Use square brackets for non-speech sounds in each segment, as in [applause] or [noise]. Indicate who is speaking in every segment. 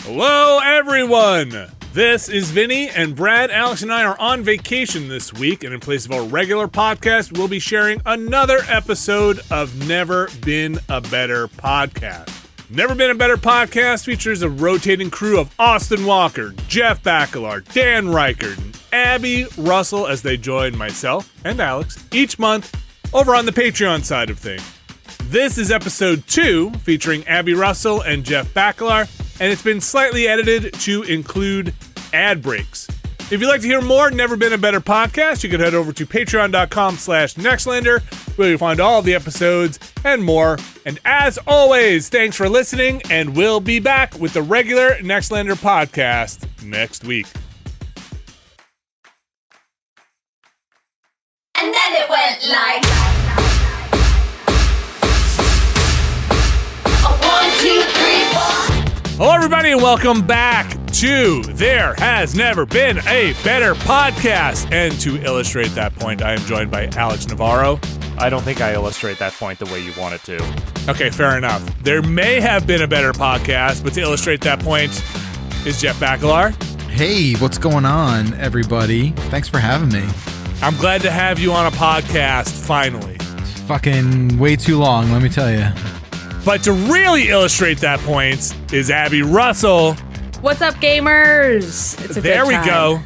Speaker 1: Hello, everyone. This is Vinny and Brad. Alex and I are on vacation this week, and in place of our regular podcast, we'll be sharing another episode of Never Been a Better Podcast. Never Been a Better Podcast features a rotating crew of Austin Walker, Jeff Bacalar, Dan Reichert, and Abby Russell as they join myself and Alex each month over on the Patreon side of things. This is episode two, featuring Abby Russell and Jeff Bacalar, and it's been slightly edited to include ad breaks. If you'd like to hear more Never Been a Better podcast, you can head over to patreon.com slash nextlander, where you'll find all the episodes and more. And as always, thanks for listening, and we'll be back with the regular Nextlander podcast next week.
Speaker 2: And then it went like. A one, two, three, four.
Speaker 1: Hello, everybody, and welcome back to There Has Never Been a Better Podcast. And to illustrate that point, I am joined by Alex Navarro.
Speaker 3: I don't think I illustrate that point the way you want it to.
Speaker 1: Okay, fair enough. There may have been a better podcast, but to illustrate that point is Jeff Bacalar.
Speaker 4: Hey, what's going on, everybody? Thanks for having me.
Speaker 1: I'm glad to have you on a podcast finally.
Speaker 4: It's fucking way too long, let me tell you.
Speaker 1: But to really illustrate that point is Abby Russell.
Speaker 5: What's up, gamers? It's a
Speaker 1: there
Speaker 5: good
Speaker 1: we
Speaker 5: time.
Speaker 1: go.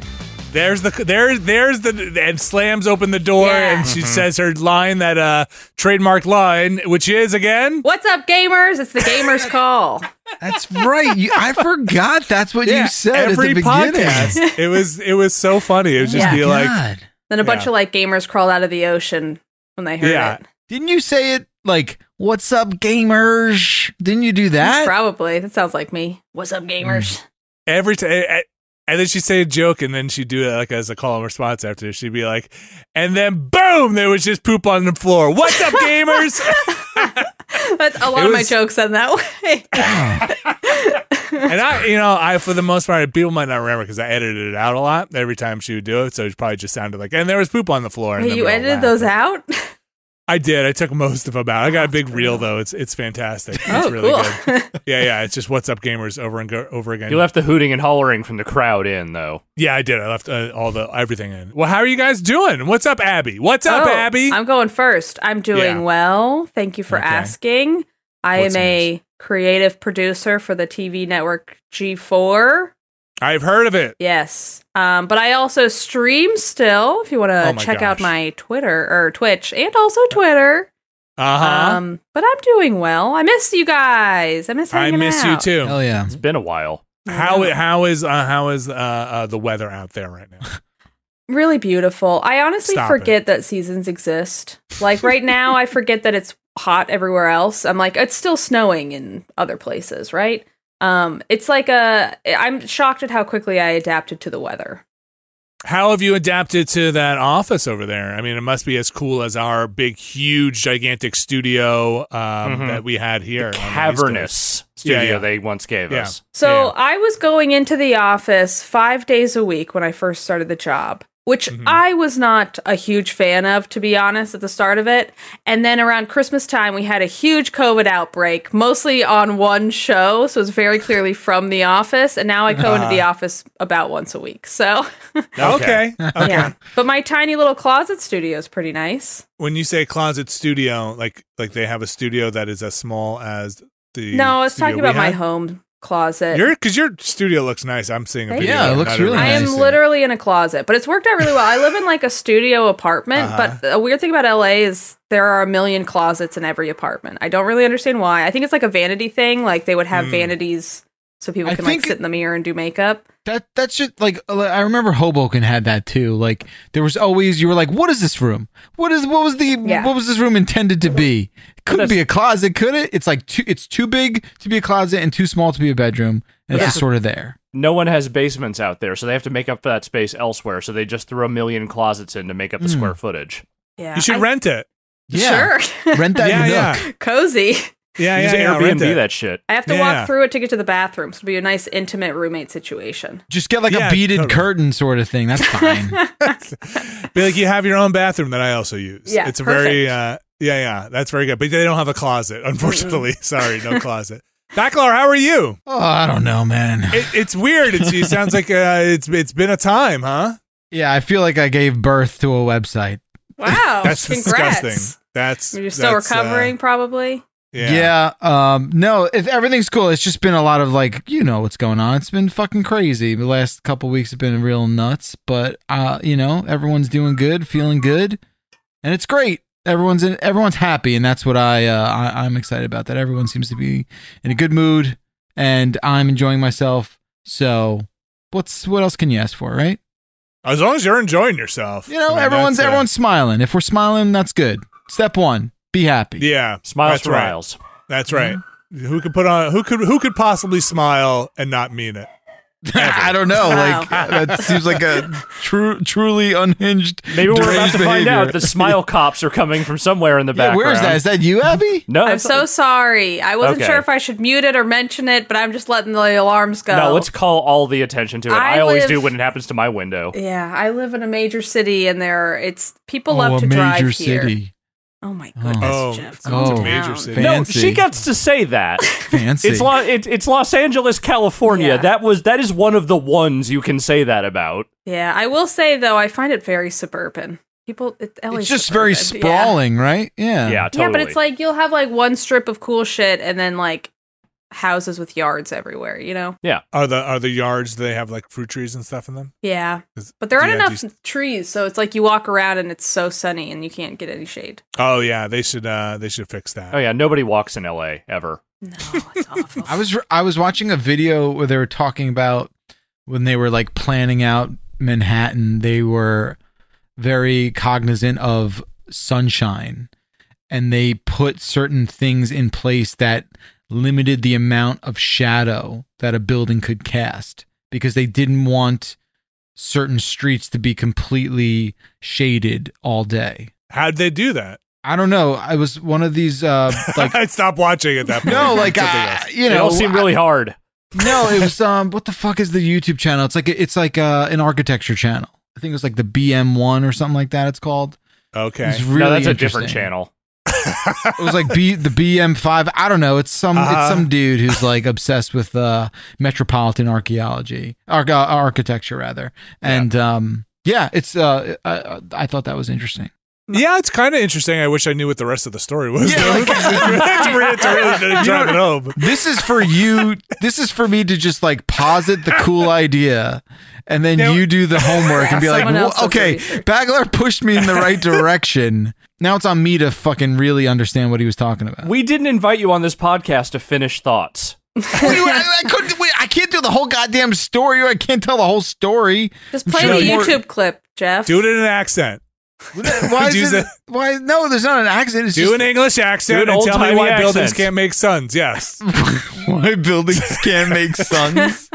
Speaker 1: There's the there there's the and slams open the door
Speaker 5: Yeah.
Speaker 1: and she says her line that uh trademark line which is again
Speaker 5: What's up, gamers? It's
Speaker 1: [laughs]
Speaker 5: the gamers call.
Speaker 4: That's right. You, I forgot that's what
Speaker 1: Yeah,
Speaker 4: you said
Speaker 1: every
Speaker 4: at the beginning. [laughs]
Speaker 1: podcast. [laughs] it was it was so funny. It would just
Speaker 5: Yeah.
Speaker 1: be like
Speaker 4: God.
Speaker 5: Then a bunch
Speaker 1: Yeah.
Speaker 5: of like gamers crawled out of the ocean when they heard
Speaker 1: Yeah.
Speaker 5: it.
Speaker 4: Didn't you say it like, what's up, gamers? Didn't you do that?
Speaker 5: Probably. That sounds like me. What's up, gamers?
Speaker 1: every time and then she'd say a joke and then she'd do it like as a call and response after she'd be like and then boom there was just poop on the floor what's up
Speaker 5: [laughs]
Speaker 1: gamers
Speaker 5: That's a lot
Speaker 1: It
Speaker 5: of my
Speaker 1: was-
Speaker 5: jokes said that [laughs] way.
Speaker 1: and i you know i for the most part people might not remember because i edited it out a lot every time she would do it so it probably just sounded like and there was poop on the floor and
Speaker 5: Wait,
Speaker 1: then
Speaker 5: you
Speaker 1: we all
Speaker 5: edited
Speaker 1: laughed.
Speaker 5: those out?
Speaker 1: i did i took most of them out i got a big reel though it's it's fantastic it's
Speaker 5: oh,
Speaker 1: really
Speaker 5: cool.
Speaker 1: good
Speaker 5: [laughs]
Speaker 1: yeah yeah it's just what's up gamers over and go over again
Speaker 3: You left the hooting and hollering from the crowd in, though.
Speaker 1: yeah i did i left uh, all the everything in well how are you guys doing what's up abby what's up
Speaker 5: Oh,
Speaker 1: abby
Speaker 5: I'm going first. I'm doing
Speaker 1: Yeah.
Speaker 5: well. Thank you for
Speaker 1: Okay.
Speaker 5: asking. I
Speaker 1: What's
Speaker 5: am a creative producer for the TV network G4.
Speaker 1: i've heard of it
Speaker 5: Yes. Um, but I also stream still if you want to
Speaker 1: Oh my
Speaker 5: check out
Speaker 1: gosh.
Speaker 5: my Twitter or Twitch and also Twitter.
Speaker 1: uh-huh
Speaker 5: Um, but I'm doing well. I miss you guys. I miss
Speaker 1: I
Speaker 5: hanging
Speaker 1: miss
Speaker 5: out.
Speaker 1: you too.
Speaker 4: Hell yeah.
Speaker 3: It's been a while.
Speaker 1: How how is uh, how is uh, uh, the weather out there right now?
Speaker 5: Really beautiful. I honestly
Speaker 1: Stop
Speaker 5: forget that seasons exist. Like right now, I forget that it's hot everywhere else. I'm like, it's still snowing in other places, right? Um, it's like a. I'm shocked at how quickly I adapted to the weather.
Speaker 1: How have you adapted to that office over there? I mean, it must be as cool as our big, huge, gigantic studio um,
Speaker 3: Mhm.
Speaker 1: that we had here. on the East Coast.
Speaker 3: Cavernous studio
Speaker 1: Yeah, yeah.
Speaker 3: they once gave
Speaker 1: Yeah.
Speaker 3: us.
Speaker 5: So
Speaker 1: Yeah.
Speaker 5: I was going into the office five days a week when I first started the job, which
Speaker 1: Mhm.
Speaker 5: I was not a huge fan of, to be honest, at the start of it. And then around Christmas time, we had a huge COVID outbreak, mostly on one show. So it was very clearly from the office. And now I go into
Speaker 1: Uh-huh.
Speaker 5: the office about once a week. So,
Speaker 1: Okay.
Speaker 5: [laughs]
Speaker 1: okay.
Speaker 5: yeah. But my tiny little closet studio is pretty nice.
Speaker 1: [laughs] When you say closet studio, like like they have a studio that is as small as the.
Speaker 5: No, I was
Speaker 1: studio
Speaker 5: talking about
Speaker 1: we
Speaker 5: my
Speaker 1: had?
Speaker 5: home closet.
Speaker 1: Your because your studio looks nice. I'm seeing a
Speaker 5: Thank
Speaker 1: video.
Speaker 5: you. Yeah, it
Speaker 1: of
Speaker 4: looks
Speaker 1: Not
Speaker 4: really
Speaker 5: I
Speaker 1: everybody-
Speaker 5: am
Speaker 4: Nice.
Speaker 5: literally in a closet, but it's worked out really well. I live in like a studio apartment,
Speaker 1: Uh-huh.
Speaker 5: but a weird thing about LA is there are a million closets in every apartment. I don't really understand why. I think it's like a vanity thing. Like they would have
Speaker 1: Mm.
Speaker 5: vanities so people
Speaker 4: I
Speaker 5: can like
Speaker 4: think-
Speaker 5: sit in the mirror and do makeup.
Speaker 4: That that's just like I remember Hoboken had that too. Like there was always you were like, what is this room? What is what was the
Speaker 5: Yeah.
Speaker 4: what was this room intended to be? Couldn't
Speaker 3: that's-
Speaker 4: be a closet, could it? It's like too it's too big to be a closet and too small to be a bedroom. And
Speaker 5: Yeah.
Speaker 4: it's just sort of there.
Speaker 3: No one has basements out there, so they have to make up that space elsewhere. So they just threw a million closets in to make up the
Speaker 1: Hmm.
Speaker 4: Mm.
Speaker 3: square footage.
Speaker 5: Yeah.
Speaker 1: You should
Speaker 5: I- [laughs]
Speaker 1: rent it.
Speaker 5: Sure.
Speaker 4: Rent
Speaker 1: [laughs]
Speaker 4: that
Speaker 1: yeah,
Speaker 4: nook.
Speaker 1: yeah,
Speaker 5: [laughs] Cozy.
Speaker 1: yeah,
Speaker 3: You
Speaker 1: yeah,
Speaker 3: just
Speaker 1: yeah.
Speaker 3: Airbnb
Speaker 1: rent it.
Speaker 3: that shit.
Speaker 5: I have to
Speaker 1: Yeah.
Speaker 5: walk through it to get to the bathroom. So it'll be a nice intimate roommate situation.
Speaker 4: Just get like
Speaker 1: Yeah,
Speaker 4: a beaded
Speaker 1: totally.
Speaker 4: curtain sort of thing. That's
Speaker 5: [laughs]
Speaker 4: fine.
Speaker 1: Be like you have your own bathroom that I also use.
Speaker 5: Yeah,
Speaker 1: it's
Speaker 5: Mm-hmm.
Speaker 1: a very uh, yeah, yeah. That's very good. But they don't have a closet, unfortunately. [laughs] Sorry, no closet. Backlar, how are you?
Speaker 4: Oh, I don't know, man.
Speaker 1: It, it's weird. It's, it sounds like uh, it's it's been a time, huh?
Speaker 4: Yeah, I feel like I gave birth to a website.
Speaker 5: [laughs] Wow.
Speaker 1: That's
Speaker 5: Oh, Congrats.
Speaker 1: disgusting. That's
Speaker 5: You're still
Speaker 1: that's, uh,
Speaker 5: recovering, probably.
Speaker 1: yeah.
Speaker 4: Yeah. um, no, if everything's cool. It's just been a lot of like, you know what's going on. It's been fucking crazy. The last couple weeks have been real nuts, but uh, you know, everyone's doing good, feeling good, and it's great. Everyone's in, everyone's happy, and that's what I, uh, I I'm excited about. That everyone seems to be in a good mood, and I'm enjoying myself. So, what's what else can you ask for, right?
Speaker 1: As long as you're enjoying yourself,
Speaker 4: You know,
Speaker 1: I mean,
Speaker 4: everyone's
Speaker 1: that's, uh,
Speaker 4: everyone's smiling. If we're smiling, that's good. Step one: be happy.
Speaker 1: Yeah,
Speaker 3: Smiles
Speaker 1: that's
Speaker 3: for
Speaker 1: right.
Speaker 3: Miles.
Speaker 1: That's right.
Speaker 5: Mm-hmm.
Speaker 1: Who could put on who could who could possibly smile and not mean it?
Speaker 4: I don't know.
Speaker 5: Wow.
Speaker 4: Like [laughs] that seems like a true, truly unhinged.
Speaker 3: Maybe we're about
Speaker 4: deranged
Speaker 3: to find
Speaker 4: behavior.
Speaker 3: out
Speaker 1: [laughs]
Speaker 3: that smile cops are coming from somewhere in the
Speaker 4: Yeah,
Speaker 3: background.
Speaker 4: where is that? Is that you, Abby?
Speaker 1: Oh,
Speaker 3: No,
Speaker 5: I'm
Speaker 3: that's
Speaker 5: so sorry. I wasn't
Speaker 3: Okay.
Speaker 5: sure if I should mute it or mention it, but I'm just letting the alarms go.
Speaker 3: No, let's call all the attention to it.
Speaker 5: I
Speaker 3: I, always
Speaker 5: live-
Speaker 3: do when it happens to my window.
Speaker 5: Yeah, I live in a major city, and there it's
Speaker 4: Oh,
Speaker 5: people love to drive here. Oh my goodness,
Speaker 1: Oh.
Speaker 5: Jeff!
Speaker 1: Oh,
Speaker 5: calm
Speaker 1: it's a major
Speaker 5: down.
Speaker 1: city.
Speaker 3: No,
Speaker 4: Fancy.
Speaker 3: she gets to say that.
Speaker 5: [laughs]
Speaker 4: Fancy.
Speaker 3: It's, Lo- it, it's Los Angeles, California.
Speaker 5: Yeah.
Speaker 3: That was that is one of the ones you can say that about.
Speaker 5: Yeah, I will say though, I find it very suburban. People, it, LA
Speaker 4: It's
Speaker 5: is
Speaker 4: just
Speaker 5: suburban,
Speaker 4: very
Speaker 5: yeah.
Speaker 4: sprawling, right? Yeah.
Speaker 3: Yeah, totally.
Speaker 5: Yeah, but it's like you'll have like one strip of cool shit, and then like houses with yards everywhere. You know?
Speaker 1: Are the are the yards do they have like fruit trees and stuff in them?
Speaker 5: Yeah,
Speaker 1: 'Cause
Speaker 5: but there aren't
Speaker 1: do you have
Speaker 5: enough trees, so it's like you walk around and it's so sunny and you can't get any shade.
Speaker 1: these- oh yeah, they should uh they should fix that.
Speaker 3: oh yeah, nobody walks in L.A. ever.
Speaker 5: No, it's awful.
Speaker 4: I was I was watching a video where they were talking about when they were like planning out Manhattan, they were very cognizant of sunshine and they put certain things in place that limited the amount of shadow that a building could cast because they didn't want certain streets to be completely shaded all day.
Speaker 1: How'd they do that? [laughs]
Speaker 4: I don't know. I was one of these uh like
Speaker 1: I'd stop watching at that point.
Speaker 4: no like
Speaker 1: Something
Speaker 4: uh,
Speaker 1: else.
Speaker 4: you know
Speaker 3: it all seemed really hard.
Speaker 4: no,
Speaker 3: [laughs]
Speaker 4: it was um. What the fuck is the YouTube channel? It's like it's like uh, an architecture channel. I think it was like the BM1 or something like that. It's called.
Speaker 1: okay.
Speaker 4: It's really
Speaker 3: no, that's a different
Speaker 4: interesting.
Speaker 3: channel.
Speaker 4: It was like B the BM5. I don't know. It's some
Speaker 1: Uh-huh.
Speaker 4: it's some dude who's like obsessed with uh metropolitan archaeology, arch- uh, architecture rather. And um, yeah, it's uh, I- I, I thought that was interesting.
Speaker 1: [laughs] Yeah, it's kind of interesting. I wish I knew what the rest of the story was.
Speaker 4: Yeah,
Speaker 1: though. [laughs]
Speaker 4: like- [laughs]
Speaker 1: It's really- it's really gonna drive it home.
Speaker 4: This is for you. this is for me to just like posit the cool idea, and then
Speaker 1: Now-
Speaker 4: you do the homework and be like,
Speaker 5: Someone else
Speaker 4: "Well,
Speaker 5: does the
Speaker 4: "Okay,
Speaker 5: research."
Speaker 4: Bagler pushed me in the right direction." Now it's on me to fucking really understand what he was talking about. [laughs]
Speaker 3: We didn't invite you on this podcast to finish thoughts.
Speaker 4: What do you- I, I couldn't. wait, I can't do the whole goddamn story. or I can't tell the whole story.
Speaker 5: [laughs] just play
Speaker 1: Sure.
Speaker 5: the
Speaker 1: More-
Speaker 5: YouTube clip, Jeff.
Speaker 1: Do it in an accent.
Speaker 4: [laughs] Why
Speaker 1: Use
Speaker 4: is it? Why? No, there's not an accident. It's
Speaker 1: Do
Speaker 4: just
Speaker 1: an English accent
Speaker 3: Do an
Speaker 1: and tell me
Speaker 3: old-timey
Speaker 1: why buildings
Speaker 3: accent.
Speaker 1: can't make sons.
Speaker 3: [laughs]
Speaker 1: Yes. [laughs]
Speaker 4: why buildings can't make sons.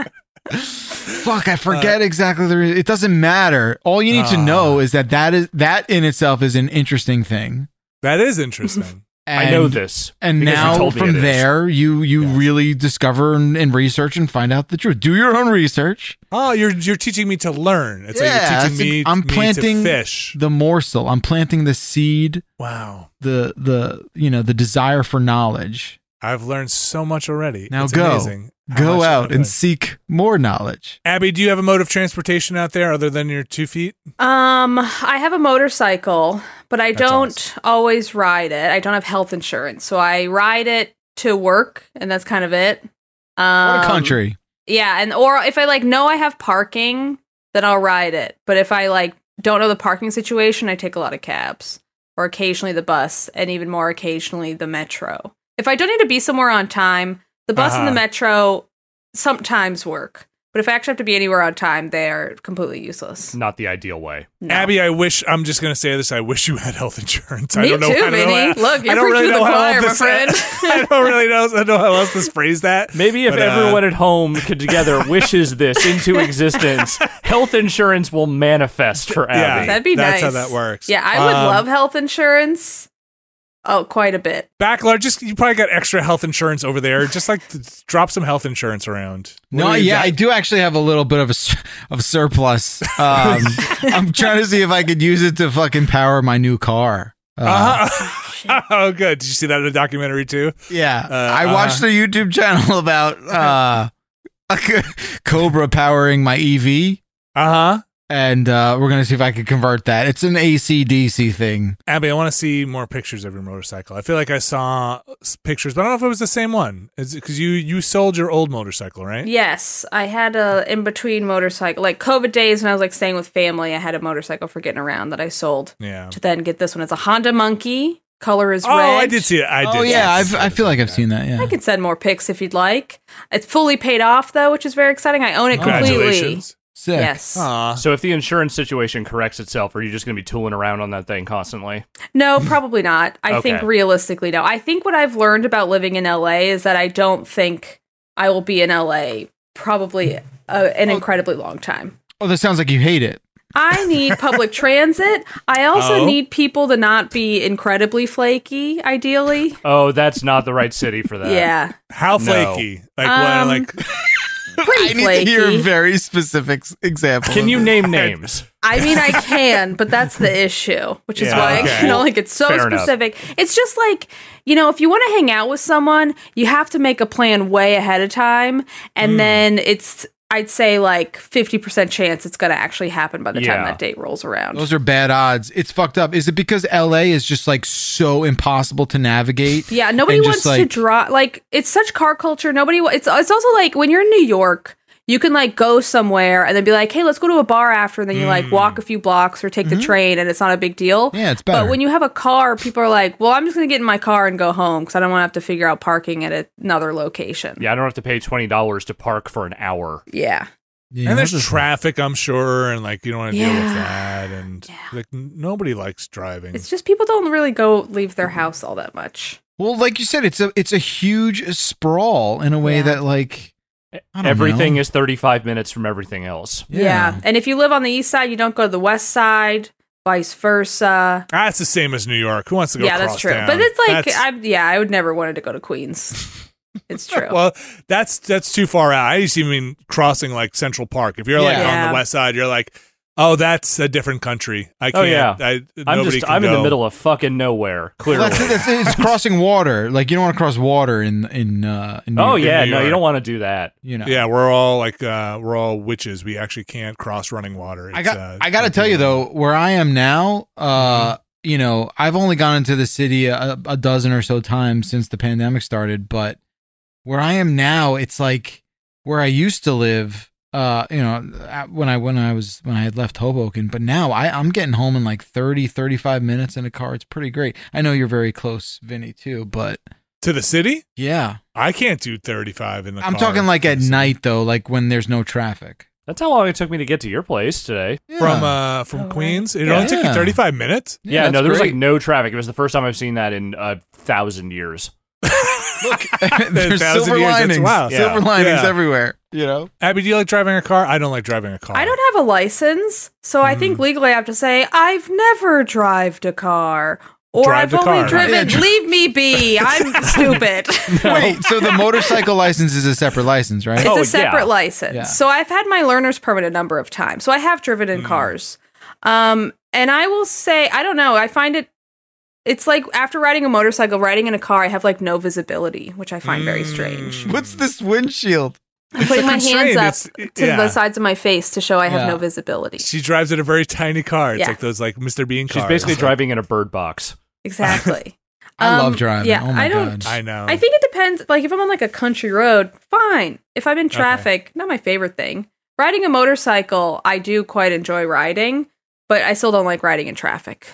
Speaker 4: Fuck, I
Speaker 1: Uh,
Speaker 4: forget exactly the. Re- it doesn't matter. All you need to know is that that is that in itself is an interesting thing.
Speaker 1: That is interesting.
Speaker 4: And,
Speaker 3: I know this.
Speaker 4: And
Speaker 3: because you
Speaker 4: now
Speaker 3: told me
Speaker 4: from
Speaker 3: it is.
Speaker 4: there, you you
Speaker 1: Yes.
Speaker 4: really discover and, and research and find out the truth. Do your own research.
Speaker 1: Oh, you're you're teaching me to learn. It's
Speaker 4: Yeah,
Speaker 1: like
Speaker 4: I
Speaker 1: you're teaching
Speaker 4: think
Speaker 1: me.
Speaker 4: I'm
Speaker 1: me to
Speaker 4: planting-
Speaker 1: fish.
Speaker 4: The morsel. I'm planting the seed.
Speaker 1: Wow,
Speaker 4: The the you know the desire for knowledge.
Speaker 1: I've learned so much already.
Speaker 4: Now
Speaker 1: It's
Speaker 4: go.
Speaker 1: amazing how
Speaker 4: Go
Speaker 1: much I've
Speaker 4: out and
Speaker 1: learned.
Speaker 4: seek more knowledge.
Speaker 1: Abby, do you have a mode of transportation out there other than your two feet?
Speaker 5: Um, I have a motorcycle, but I
Speaker 1: That's
Speaker 5: don't
Speaker 1: awesome.
Speaker 5: always ride it. I don't have health insurance, so I ride it to work, and that's kind of it. Um,
Speaker 4: What a country.
Speaker 5: Yeah, and or if I like know I have parking, then I'll ride it. But if I like don't know the parking situation, I take a lot of cabs or occasionally the bus, and even more occasionally the metro. If I don't need to be somewhere on time, the bus and
Speaker 1: Uh-huh.
Speaker 5: the metro sometimes work. But if I actually have to be anywhere on time, they are completely useless.
Speaker 3: Not the ideal way.
Speaker 5: No.
Speaker 1: Abby, I wish I'm just gonna say this. I wish you had health insurance. I
Speaker 5: Me
Speaker 1: don't know.
Speaker 5: too,
Speaker 1: I don't know
Speaker 5: Vinny.
Speaker 1: how-
Speaker 5: Look,
Speaker 1: I
Speaker 5: you're
Speaker 1: don't really
Speaker 5: preaching to
Speaker 1: know
Speaker 5: the
Speaker 1: how
Speaker 5: choir,
Speaker 1: else
Speaker 5: my
Speaker 1: this-
Speaker 5: friend.
Speaker 1: [laughs] I don't really know, I don't know how else to phrase that.
Speaker 3: Maybe if
Speaker 1: But, uh,
Speaker 3: everyone at home
Speaker 4: [laughs]
Speaker 3: together wishes this into existence, health insurance will manifest for
Speaker 1: yeah,
Speaker 3: Abby.
Speaker 5: That'd be
Speaker 1: that's
Speaker 5: nice.
Speaker 1: how that works.
Speaker 5: Yeah, I would
Speaker 1: Um,
Speaker 5: love health insurance. Oh, quite a bit.
Speaker 1: Backlar, just you probably got extra health insurance over there. Just like th- drop some health insurance around.
Speaker 4: No,
Speaker 1: What do you
Speaker 4: yeah,
Speaker 1: got?
Speaker 4: I do actually have a little bit of a sur- of [laughs] surplus. Um, I'm trying to see if I could use it to fucking power my new car.
Speaker 1: Uh-huh. [laughs] oh, good. Did you see that in a documentary too?
Speaker 4: Yeah,
Speaker 1: Uh,
Speaker 4: I watched the YouTube channel [laughs] about uh, [laughs] Cobra powering my EV,
Speaker 1: Uh huh.
Speaker 4: and uh, we're gonna see if I could convert that. It's an ACDC thing.
Speaker 1: Abby, I want to see more pictures of your motorcycle. I feel like I saw s- pictures, but I don't know if it was the same one. Is because you you sold your old motorcycle, right?
Speaker 5: Yes, I had a in between motorcycle, like COVID days when I was like staying with family. I had a motorcycle for getting around that I sold
Speaker 1: Yeah.
Speaker 5: to then get this one. It's a Honda Monkey. Color is
Speaker 1: Oh,
Speaker 5: red.
Speaker 1: I did see it. I did.
Speaker 4: oh yeah,
Speaker 1: see
Speaker 4: I've,
Speaker 1: it.
Speaker 4: I feel like I've seen that. Yeah,
Speaker 5: I can send more pics if you'd like. It's fully paid off though, which is very exciting. I own it completely.
Speaker 1: Congratulations.
Speaker 4: sick.
Speaker 5: Yes.
Speaker 1: Aw.
Speaker 3: So if the insurance situation corrects itself, are you just going to be tooling around on that thing constantly?
Speaker 5: No, probably not. I think
Speaker 3: Okay.
Speaker 5: realistically, no. I think what I've learned about living in LA is that I don't think I will be in LA probably uh, an incredibly long time.
Speaker 4: Oh, this sounds like you hate it.
Speaker 5: I need public [laughs] transit. I also
Speaker 1: Oh.
Speaker 5: need people to not be incredibly flaky, ideally.
Speaker 3: Oh, that's not the right city for that.
Speaker 5: yeah.
Speaker 1: How
Speaker 3: No.
Speaker 1: flaky? Like
Speaker 5: Um,
Speaker 1: what? Like
Speaker 5: Pretty
Speaker 4: I need
Speaker 5: flaky.
Speaker 4: to hear a very specific s- example.
Speaker 3: Can
Speaker 4: of
Speaker 3: you
Speaker 4: it.
Speaker 3: name names? [laughs]
Speaker 5: I mean, I can, but that's the issue, which is
Speaker 1: Yeah,
Speaker 5: why
Speaker 1: okay.
Speaker 5: I can only get so
Speaker 3: Fair enough.
Speaker 5: specific. It's just like, you know, if you want to hang out with someone, you have to make a plan way ahead of time. And
Speaker 3: Hmm.
Speaker 5: then it's, I'd say like 50% chance it's going to actually happen by the
Speaker 3: Yeah.
Speaker 5: time that date rolls around.
Speaker 4: Those are bad odds. It's fucked up. Is it because LA is just like so impossible to navigate?
Speaker 5: Yeah, nobody
Speaker 4: and
Speaker 5: wants
Speaker 4: just,
Speaker 5: to
Speaker 4: like-
Speaker 5: draw like it's such car culture. Nobody wa- it's it's also like when you're in New York, you can like go somewhere and then be like, "Hey, let's go to a bar after." And then you like walk a few blocks or take the train and it's not a big deal.
Speaker 4: Hmm. Mm-hmm. Yeah, it's better.
Speaker 5: But when you have a car, people are like, "Well, I'm just going to get in my car and go home cuz I don't want to have to figure out parking at another location."
Speaker 3: Yeah, I don't have to pay twenty dollars to park for an hour.
Speaker 5: Yeah.
Speaker 4: Yeah,
Speaker 1: and there's
Speaker 4: that's-
Speaker 1: traffic, I'm sure, and like you don't want to deal with
Speaker 5: Yeah.
Speaker 1: that, and like n- nobody likes
Speaker 4: Hmm.
Speaker 1: driving.
Speaker 5: It's just people don't really go leave their
Speaker 4: Mm-hmm.
Speaker 5: house all that much.
Speaker 4: Well, like you said, it's a it's a huge sprawl in a way
Speaker 5: Yeah.
Speaker 4: that like I don't
Speaker 3: E, Everything
Speaker 4: know.
Speaker 3: is thirty-five minutes from everything else.
Speaker 5: Yeah. And if you live on the east side, you don't go to the west side, vice versa.
Speaker 1: Ah, it's the same as New York. Who wants to go?
Speaker 5: yeah, that's
Speaker 1: across
Speaker 5: true.
Speaker 1: town?
Speaker 5: But it's like,
Speaker 1: That's-
Speaker 5: I'm, yeah, I would never wanted to go
Speaker 1: [laughs]
Speaker 5: to Queens. It's true.
Speaker 1: well, that's that's too far out. I used to mean crossing like Central Park. If you're like
Speaker 5: Yeah.
Speaker 1: on the
Speaker 5: Yeah.
Speaker 1: west side, you're like, oh, that's a different country. I
Speaker 3: Oh,
Speaker 1: can't.
Speaker 3: yeah.
Speaker 1: I,
Speaker 3: I'm
Speaker 1: nobody
Speaker 3: just
Speaker 1: can
Speaker 3: I'm in
Speaker 1: go.
Speaker 3: the middle of fucking nowhere.
Speaker 4: Well,
Speaker 3: Clearly.
Speaker 4: that's, it, that's it. It's crossing water. Like you don't want to cross water in in uh in New
Speaker 3: oh
Speaker 4: York,
Speaker 3: yeah,
Speaker 1: New
Speaker 3: no, you
Speaker 1: York.
Speaker 3: don't want to do that.
Speaker 4: you know.
Speaker 1: Yeah, we're all like uh, we're all witches. We actually can't cross running water.
Speaker 4: I
Speaker 1: It's,
Speaker 4: got
Speaker 1: uh,
Speaker 4: I got to tell you though, where I am now, uh
Speaker 1: Mm-hmm.
Speaker 4: you know, I've only gone into the city a, a dozen or so times since the pandemic started, but where I am now, it's like where I used to live uh you know at- when i when i was when i had left hoboken but now i i'm getting home in like 30 35 minutes in a car it's pretty great i know you're very close vinny too but
Speaker 1: to the city.
Speaker 4: yeah
Speaker 1: I can't do 35 in the.
Speaker 4: i'm
Speaker 1: car
Speaker 4: talking like
Speaker 1: to
Speaker 4: at
Speaker 1: the city.
Speaker 4: night though like when there's no traffic
Speaker 3: That's how long it took me to get to your place today.
Speaker 1: from
Speaker 4: Yeah.
Speaker 1: uh from
Speaker 5: Oh, right.
Speaker 1: Queens. It
Speaker 3: Yeah.
Speaker 1: only took you
Speaker 4: Yeah.
Speaker 1: 35 minutes.
Speaker 3: Yeah, no,
Speaker 4: that's
Speaker 3: there was
Speaker 4: great.
Speaker 3: like no traffic. It was the first time I've seen that in a thousand years.
Speaker 4: [laughs] There's
Speaker 1: thousand
Speaker 4: silver
Speaker 1: years, it's
Speaker 4: linings.
Speaker 1: wild.
Speaker 4: Silver
Speaker 1: Yeah.
Speaker 4: linings
Speaker 1: Yeah.
Speaker 4: everywhere. You know.
Speaker 1: Abby, do you like driving a car? I don't like driving a car.
Speaker 5: I don't have a license, so I
Speaker 1: Mm.
Speaker 5: think legally I have to say I've never drived a car. Or
Speaker 1: Drive the
Speaker 5: I've only
Speaker 1: car.
Speaker 5: driven.
Speaker 4: Yeah, dri-
Speaker 5: leave me be.
Speaker 1: [laughs]
Speaker 5: I'm stupid.
Speaker 4: Wait. So the motorcycle license is a separate license, right?
Speaker 5: [laughs]
Speaker 3: Oh,
Speaker 5: It's
Speaker 3: yeah.
Speaker 5: a separate license.
Speaker 4: Yeah.
Speaker 5: So I've had my learner's permit a number of times. So I have driven
Speaker 1: Mm.
Speaker 5: in cars. Um, and I will say, I don't know, I find it it's like after riding a motorcycle, riding in a car, I have like no visibility, which I find
Speaker 1: Mm.
Speaker 5: very
Speaker 4: [laughs]
Speaker 5: strange.
Speaker 4: What's this windshield?
Speaker 5: I'm putting
Speaker 1: a
Speaker 5: my
Speaker 1: constraint.
Speaker 5: hands up
Speaker 1: It's-
Speaker 5: to
Speaker 1: yeah.
Speaker 5: the sides of my face to show I have
Speaker 4: Yeah.
Speaker 5: no
Speaker 3: [laughs]
Speaker 5: visibility.
Speaker 1: She drives in a very tiny car. It's
Speaker 5: Yeah.
Speaker 1: like those like Mr. Bean cars.
Speaker 3: She's basically
Speaker 1: Like,
Speaker 3: driving in a bird box. [laughs]
Speaker 5: Exactly.
Speaker 4: I
Speaker 5: Um,
Speaker 4: love driving.
Speaker 5: yeah,
Speaker 4: oh my
Speaker 5: I don't-
Speaker 4: god.
Speaker 1: I know.
Speaker 5: I think it depends. Like if I'm on like a country road, fine. If I'm in traffic, not my favorite thing. Riding a motorcycle, I do quite enjoy riding, but I still don't like riding in traffic.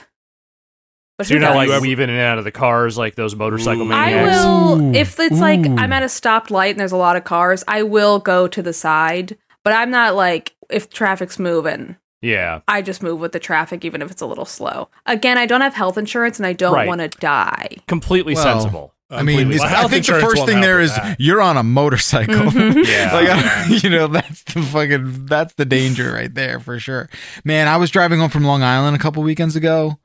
Speaker 5: But
Speaker 3: So you're
Speaker 5: who
Speaker 3: not
Speaker 5: does?
Speaker 3: like
Speaker 1: You ever-
Speaker 3: weaving in and out of the cars like those motorcycle
Speaker 1: Ooh.
Speaker 5: I
Speaker 3: maniacs.
Speaker 5: will
Speaker 4: Ooh.
Speaker 5: if it's like
Speaker 4: Ooh.
Speaker 5: I'm at a stopped light and there's a lot of cars, I will go to the side, but I'm not like if traffic's moving,
Speaker 3: Yeah.
Speaker 5: I just move with the traffic even if it's a little slow. Again, I don't have health insurance and I don't
Speaker 3: Right.
Speaker 5: want to die.
Speaker 3: Completely
Speaker 4: Well,
Speaker 3: sensible.
Speaker 4: I mean,
Speaker 1: Completely.
Speaker 4: it's-
Speaker 1: Well,
Speaker 4: I think the
Speaker 1: health
Speaker 4: first
Speaker 1: insurance
Speaker 4: thing
Speaker 1: won't
Speaker 4: there
Speaker 1: help
Speaker 4: is
Speaker 1: with that.
Speaker 4: you're on a motorcycle.
Speaker 5: Mm-hmm.
Speaker 3: [laughs]
Speaker 4: [laughs]
Speaker 3: Yeah.
Speaker 4: Like, I- you know, that's the fucking that's the danger right there for sure. Man, I was driving home from Long Island a couple weekends ago.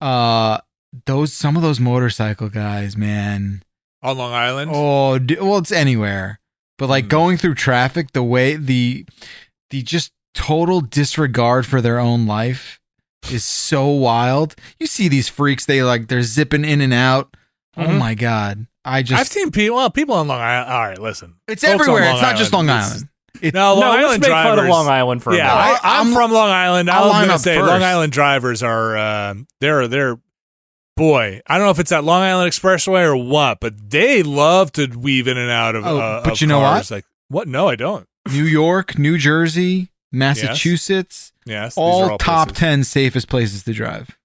Speaker 4: Uh, those some of those motorcycle guys, man.
Speaker 1: on Long Island.
Speaker 4: Oh, d- well, it's anywhere, but like
Speaker 1: Hmm.
Speaker 4: going through traffic, the way the the just total disregard for their own life is so wild. You see these freaks, they like they're zipping in and out. Oh
Speaker 1: Mhm.
Speaker 4: my god. I just
Speaker 1: I've seen people. Well, people on Long Island. All right, listen.
Speaker 4: it's
Speaker 1: folks on
Speaker 4: everywhere.
Speaker 1: Long
Speaker 4: It's not just Long
Speaker 1: Island.
Speaker 4: Island. It's,
Speaker 1: No, Long
Speaker 3: no, let's
Speaker 1: Island
Speaker 3: make fun of
Speaker 1: drivers.
Speaker 3: Long Island for
Speaker 1: yeah,
Speaker 3: a minute.
Speaker 1: I,
Speaker 4: I-
Speaker 1: I'm,
Speaker 4: I'm-
Speaker 1: from Long Island. I
Speaker 4: I'll
Speaker 1: was
Speaker 4: line
Speaker 1: gonna
Speaker 4: up
Speaker 1: say
Speaker 4: first.
Speaker 1: Long Island drivers are uh, they're they're boy. I don't know if it's that Long Island Expressway or what, but they love to weave in and out of.
Speaker 4: Oh,
Speaker 1: uh,
Speaker 4: but
Speaker 1: of
Speaker 4: you know what?
Speaker 1: cars. Like what? No, I don't.
Speaker 4: New York, New Jersey, Massachusetts,
Speaker 1: Yes, these
Speaker 4: all,
Speaker 1: are all
Speaker 4: top
Speaker 1: places.
Speaker 4: 10 safest places to drive.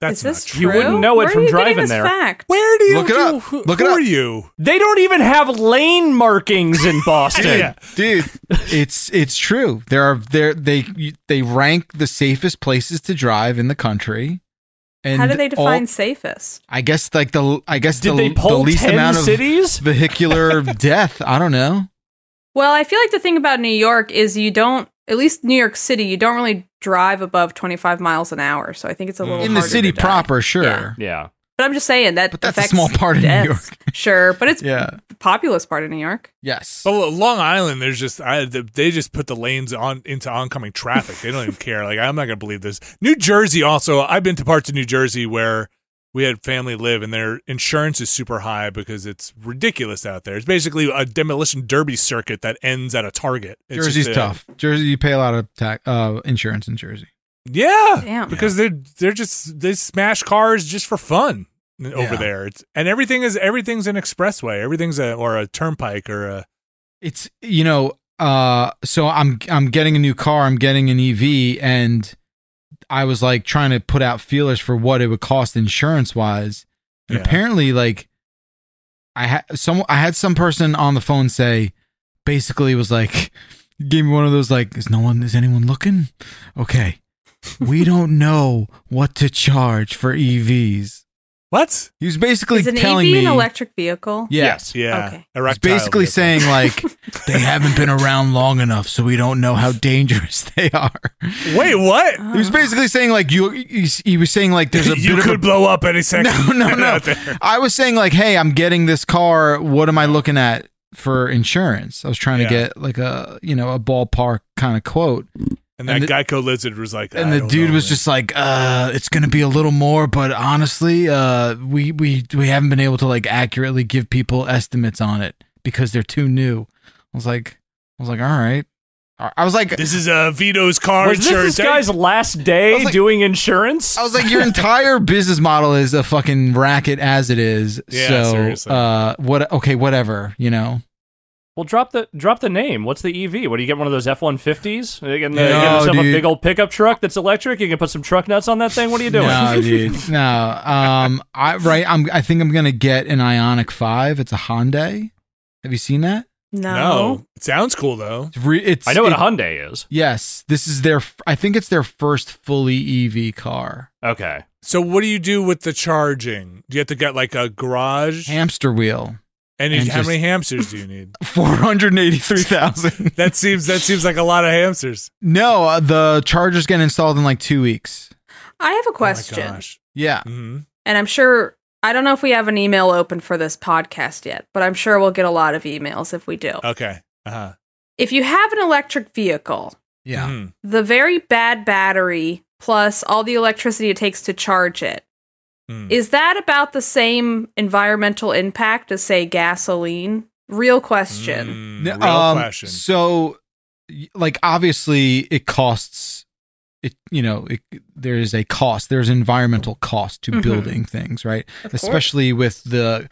Speaker 1: That's
Speaker 5: Is this
Speaker 1: not
Speaker 5: true?
Speaker 1: true.
Speaker 3: You wouldn't know it
Speaker 5: Where
Speaker 3: from
Speaker 5: are you getting
Speaker 3: driving
Speaker 5: this
Speaker 3: there.
Speaker 5: Fact?
Speaker 1: Where do you
Speaker 4: Look it
Speaker 1: do-
Speaker 4: up.
Speaker 1: Who,
Speaker 4: Look
Speaker 1: who
Speaker 4: it up.
Speaker 1: are you?
Speaker 3: They don't even have lane
Speaker 4: [laughs]
Speaker 3: markings in Boston.
Speaker 1: Yeah.
Speaker 4: Dude, it's it's true. There are there they they rank the safest places to drive in the country. And
Speaker 5: How do they
Speaker 4: all-
Speaker 5: define safest?
Speaker 4: I guess like the I guess
Speaker 3: Did
Speaker 4: the,
Speaker 3: they
Speaker 4: the
Speaker 3: poll
Speaker 4: least
Speaker 3: 10
Speaker 4: amount of
Speaker 3: cities? [laughs]
Speaker 4: vehicular death. I don't know.
Speaker 5: Well, I feel like the thing about New York is you don't, at least New York City, you don't really drive above 25 miles an hour. So I think it's a little
Speaker 4: In the
Speaker 5: harder
Speaker 4: city
Speaker 5: to die.
Speaker 4: proper, sure.
Speaker 5: Yeah.
Speaker 3: Yeah.
Speaker 5: But I'm just saying that
Speaker 4: But that's a
Speaker 5: affects
Speaker 4: small part of New
Speaker 5: deaths. [laughs] Sure, but
Speaker 4: [laughs]
Speaker 5: it's
Speaker 4: Yeah.
Speaker 5: a populous part of New York.
Speaker 4: Yes.
Speaker 1: But Lo- Long Island, there's just I, th- they just put the lanes on into oncoming traffic. They don't even care. Like I'm not gonna believe this. New Jersey also. I've been to parts of New Jersey where we had family live, and their insurance is super high because it's ridiculous out there. It's basically a demolition derby circuit that ends at a Target. It's
Speaker 4: Jersey's
Speaker 1: just a-
Speaker 4: tough. Jersey, you pay a lot of tax, uh, insurance in Jersey.
Speaker 1: Yeah,
Speaker 5: Damn.
Speaker 1: because they're they're just they smash cars just for fun over
Speaker 4: Yeah.
Speaker 1: there. It's and everything is everything's an expressway. Everything's a or a turnpike or a
Speaker 4: It's you know, uh, so I'm I'm getting a new car. I'm getting an EV, and I was like trying to put out feelers for what it would cost insurance wise, and
Speaker 1: Yeah.
Speaker 4: apparently, like, I had some I had some person on the phone say, basically was like, [laughs] gave me one of those like, is no one is anyone looking? Okay, we don't know what to charge for EVs.
Speaker 1: what?
Speaker 4: He was basically
Speaker 5: Is an EV
Speaker 4: telling me
Speaker 5: an electric vehicle?
Speaker 4: Yes.
Speaker 1: Yeah,
Speaker 5: Okay.
Speaker 4: It's
Speaker 1: erectile
Speaker 4: basically
Speaker 1: vehicle.
Speaker 4: saying like [laughs] they haven't been around long enough, so we don't know how dangerous [laughs] they are.
Speaker 1: Wait, what?
Speaker 4: He was basically saying like you. He, he was saying like [laughs] there's
Speaker 1: [laughs]
Speaker 4: a
Speaker 1: you
Speaker 4: bit
Speaker 1: could
Speaker 4: of a,
Speaker 1: blow up any second.
Speaker 4: [laughs]
Speaker 1: [laughs]
Speaker 4: no, no, no.
Speaker 1: out there.
Speaker 4: I was saying like, hey, I'm getting this car. What am I looking at for insurance? I was trying
Speaker 1: Yeah.
Speaker 4: to get like a you know a ballpark kind of quote,
Speaker 1: And that
Speaker 4: And the-
Speaker 1: Geico lizard was like,
Speaker 4: and
Speaker 1: "I
Speaker 4: the
Speaker 1: don't
Speaker 4: dude
Speaker 1: know,
Speaker 4: was
Speaker 1: man."
Speaker 4: just like, uh, it's gonna be a little more, but honestly, uh, we we we haven't been able to like accurately give people estimates on it because they're too new. I was like, I was like, all right. I was like,
Speaker 1: this is uh, Vito's car
Speaker 3: Was this
Speaker 1: insurance.
Speaker 3: this guy's last day
Speaker 4: was like-
Speaker 3: doing insurance?
Speaker 4: I was
Speaker 3: [laughs]
Speaker 4: like, your entire business model is a fucking racket as it is.
Speaker 1: Yeah,
Speaker 4: so,
Speaker 1: seriously.
Speaker 4: uh, what? Okay, whatever. You know,
Speaker 3: well, drop the drop the name. What's the EV? What do you get? One of those F one fifties? You getting
Speaker 1: No,
Speaker 3: yourself a
Speaker 4: dude.
Speaker 3: big old pickup truck that's electric? You can put some truck nuts on that thing. What are you doing?
Speaker 4: no, dude, no. Um, I right. I'm. I think I'm gonna get an Ionic Five. It's a Hyundai. Have you seen that?
Speaker 5: No.
Speaker 1: no, it sounds cool though.
Speaker 4: It's. Re- it's
Speaker 3: [laughs] I know what a
Speaker 4: it-
Speaker 3: Hyundai is.
Speaker 4: Yes, this is their. f- I think it's their first fully EV car.
Speaker 3: Okay.
Speaker 1: So what do you do with the charging? Do you have to get like a garage?
Speaker 4: Hamster wheel,
Speaker 1: and you-
Speaker 4: and
Speaker 1: how
Speaker 4: just-
Speaker 1: many hamsters do you need?
Speaker 4: four hundred eighty-three
Speaker 1: [laughs]
Speaker 4: thousand.
Speaker 1: That seems that seems like a lot of hamsters. Oh
Speaker 4: no, uh, the charger's getting installed in like two weeks.
Speaker 5: I have a
Speaker 1: Oh my
Speaker 5: question.
Speaker 1: gosh.
Speaker 4: Yeah,
Speaker 1: Mhm.
Speaker 5: and I'm sure I don't know if we have an email open for this podcast yet, but I'm sure we'll get a lot of emails if we do.
Speaker 1: Okay. Uh-huh.
Speaker 5: If you have an electric vehicle,
Speaker 4: yeah.
Speaker 1: Mhm.
Speaker 5: the very bad battery plus all the electricity it takes to charge it
Speaker 1: Mm.
Speaker 5: is that about the same environmental impact as say gasoline? Real question.
Speaker 1: Mm,
Speaker 4: No,
Speaker 1: Real
Speaker 4: um,
Speaker 1: question.
Speaker 4: So, y- like, obviously, it costs. It you know, it, there is a cost. There's environmental cost to
Speaker 1: Mm-hmm.
Speaker 5: Mhm.
Speaker 4: building things, right? Especially with the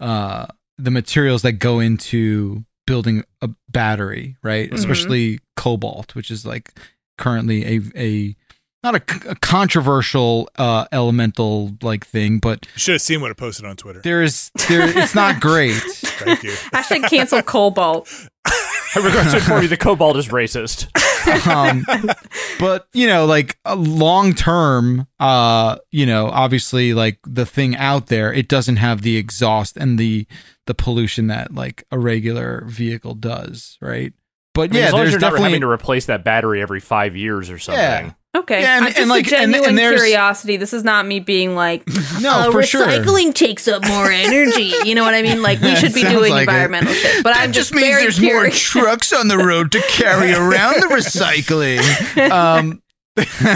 Speaker 4: uh, the materials that go into building a battery, right?
Speaker 1: Mhm.
Speaker 4: Especially cobalt, which is like currently a a not a, c- a controversial uh, elemental like thing, but
Speaker 1: You should have seen what I posted on Twitter.
Speaker 4: there is there. It's not great.
Speaker 1: Thank you.
Speaker 5: Hashtag [laughs] cancel cobalt.
Speaker 3: I regret to inform you, the cobalt is racist.
Speaker 4: um,
Speaker 3: [laughs]
Speaker 4: but you know like uh, long term uh you know obviously like the thing out there it doesn't have the exhaust and the the pollution that like a regular vehicle does right but
Speaker 3: I mean,
Speaker 4: yeah
Speaker 3: as long as
Speaker 4: there's
Speaker 3: you're never
Speaker 4: definitely
Speaker 3: having to replace that battery every five years or something.
Speaker 4: Yeah.
Speaker 5: Okay.
Speaker 4: Yeah, and-
Speaker 5: I'm just
Speaker 4: and, like,
Speaker 5: a
Speaker 4: and- and
Speaker 5: genuine
Speaker 4: there's-
Speaker 5: curiosity. This is not me being
Speaker 4: [laughs]
Speaker 5: like
Speaker 4: no
Speaker 5: "Oh,
Speaker 4: for sure
Speaker 5: recycling takes up more energy. You know what I mean? Like we should be
Speaker 4: Sounds
Speaker 5: doing
Speaker 4: like it.
Speaker 5: environmental shit. But I'm just, very curious. [laughs]
Speaker 4: trucks on the road to carry around the recycling. Um,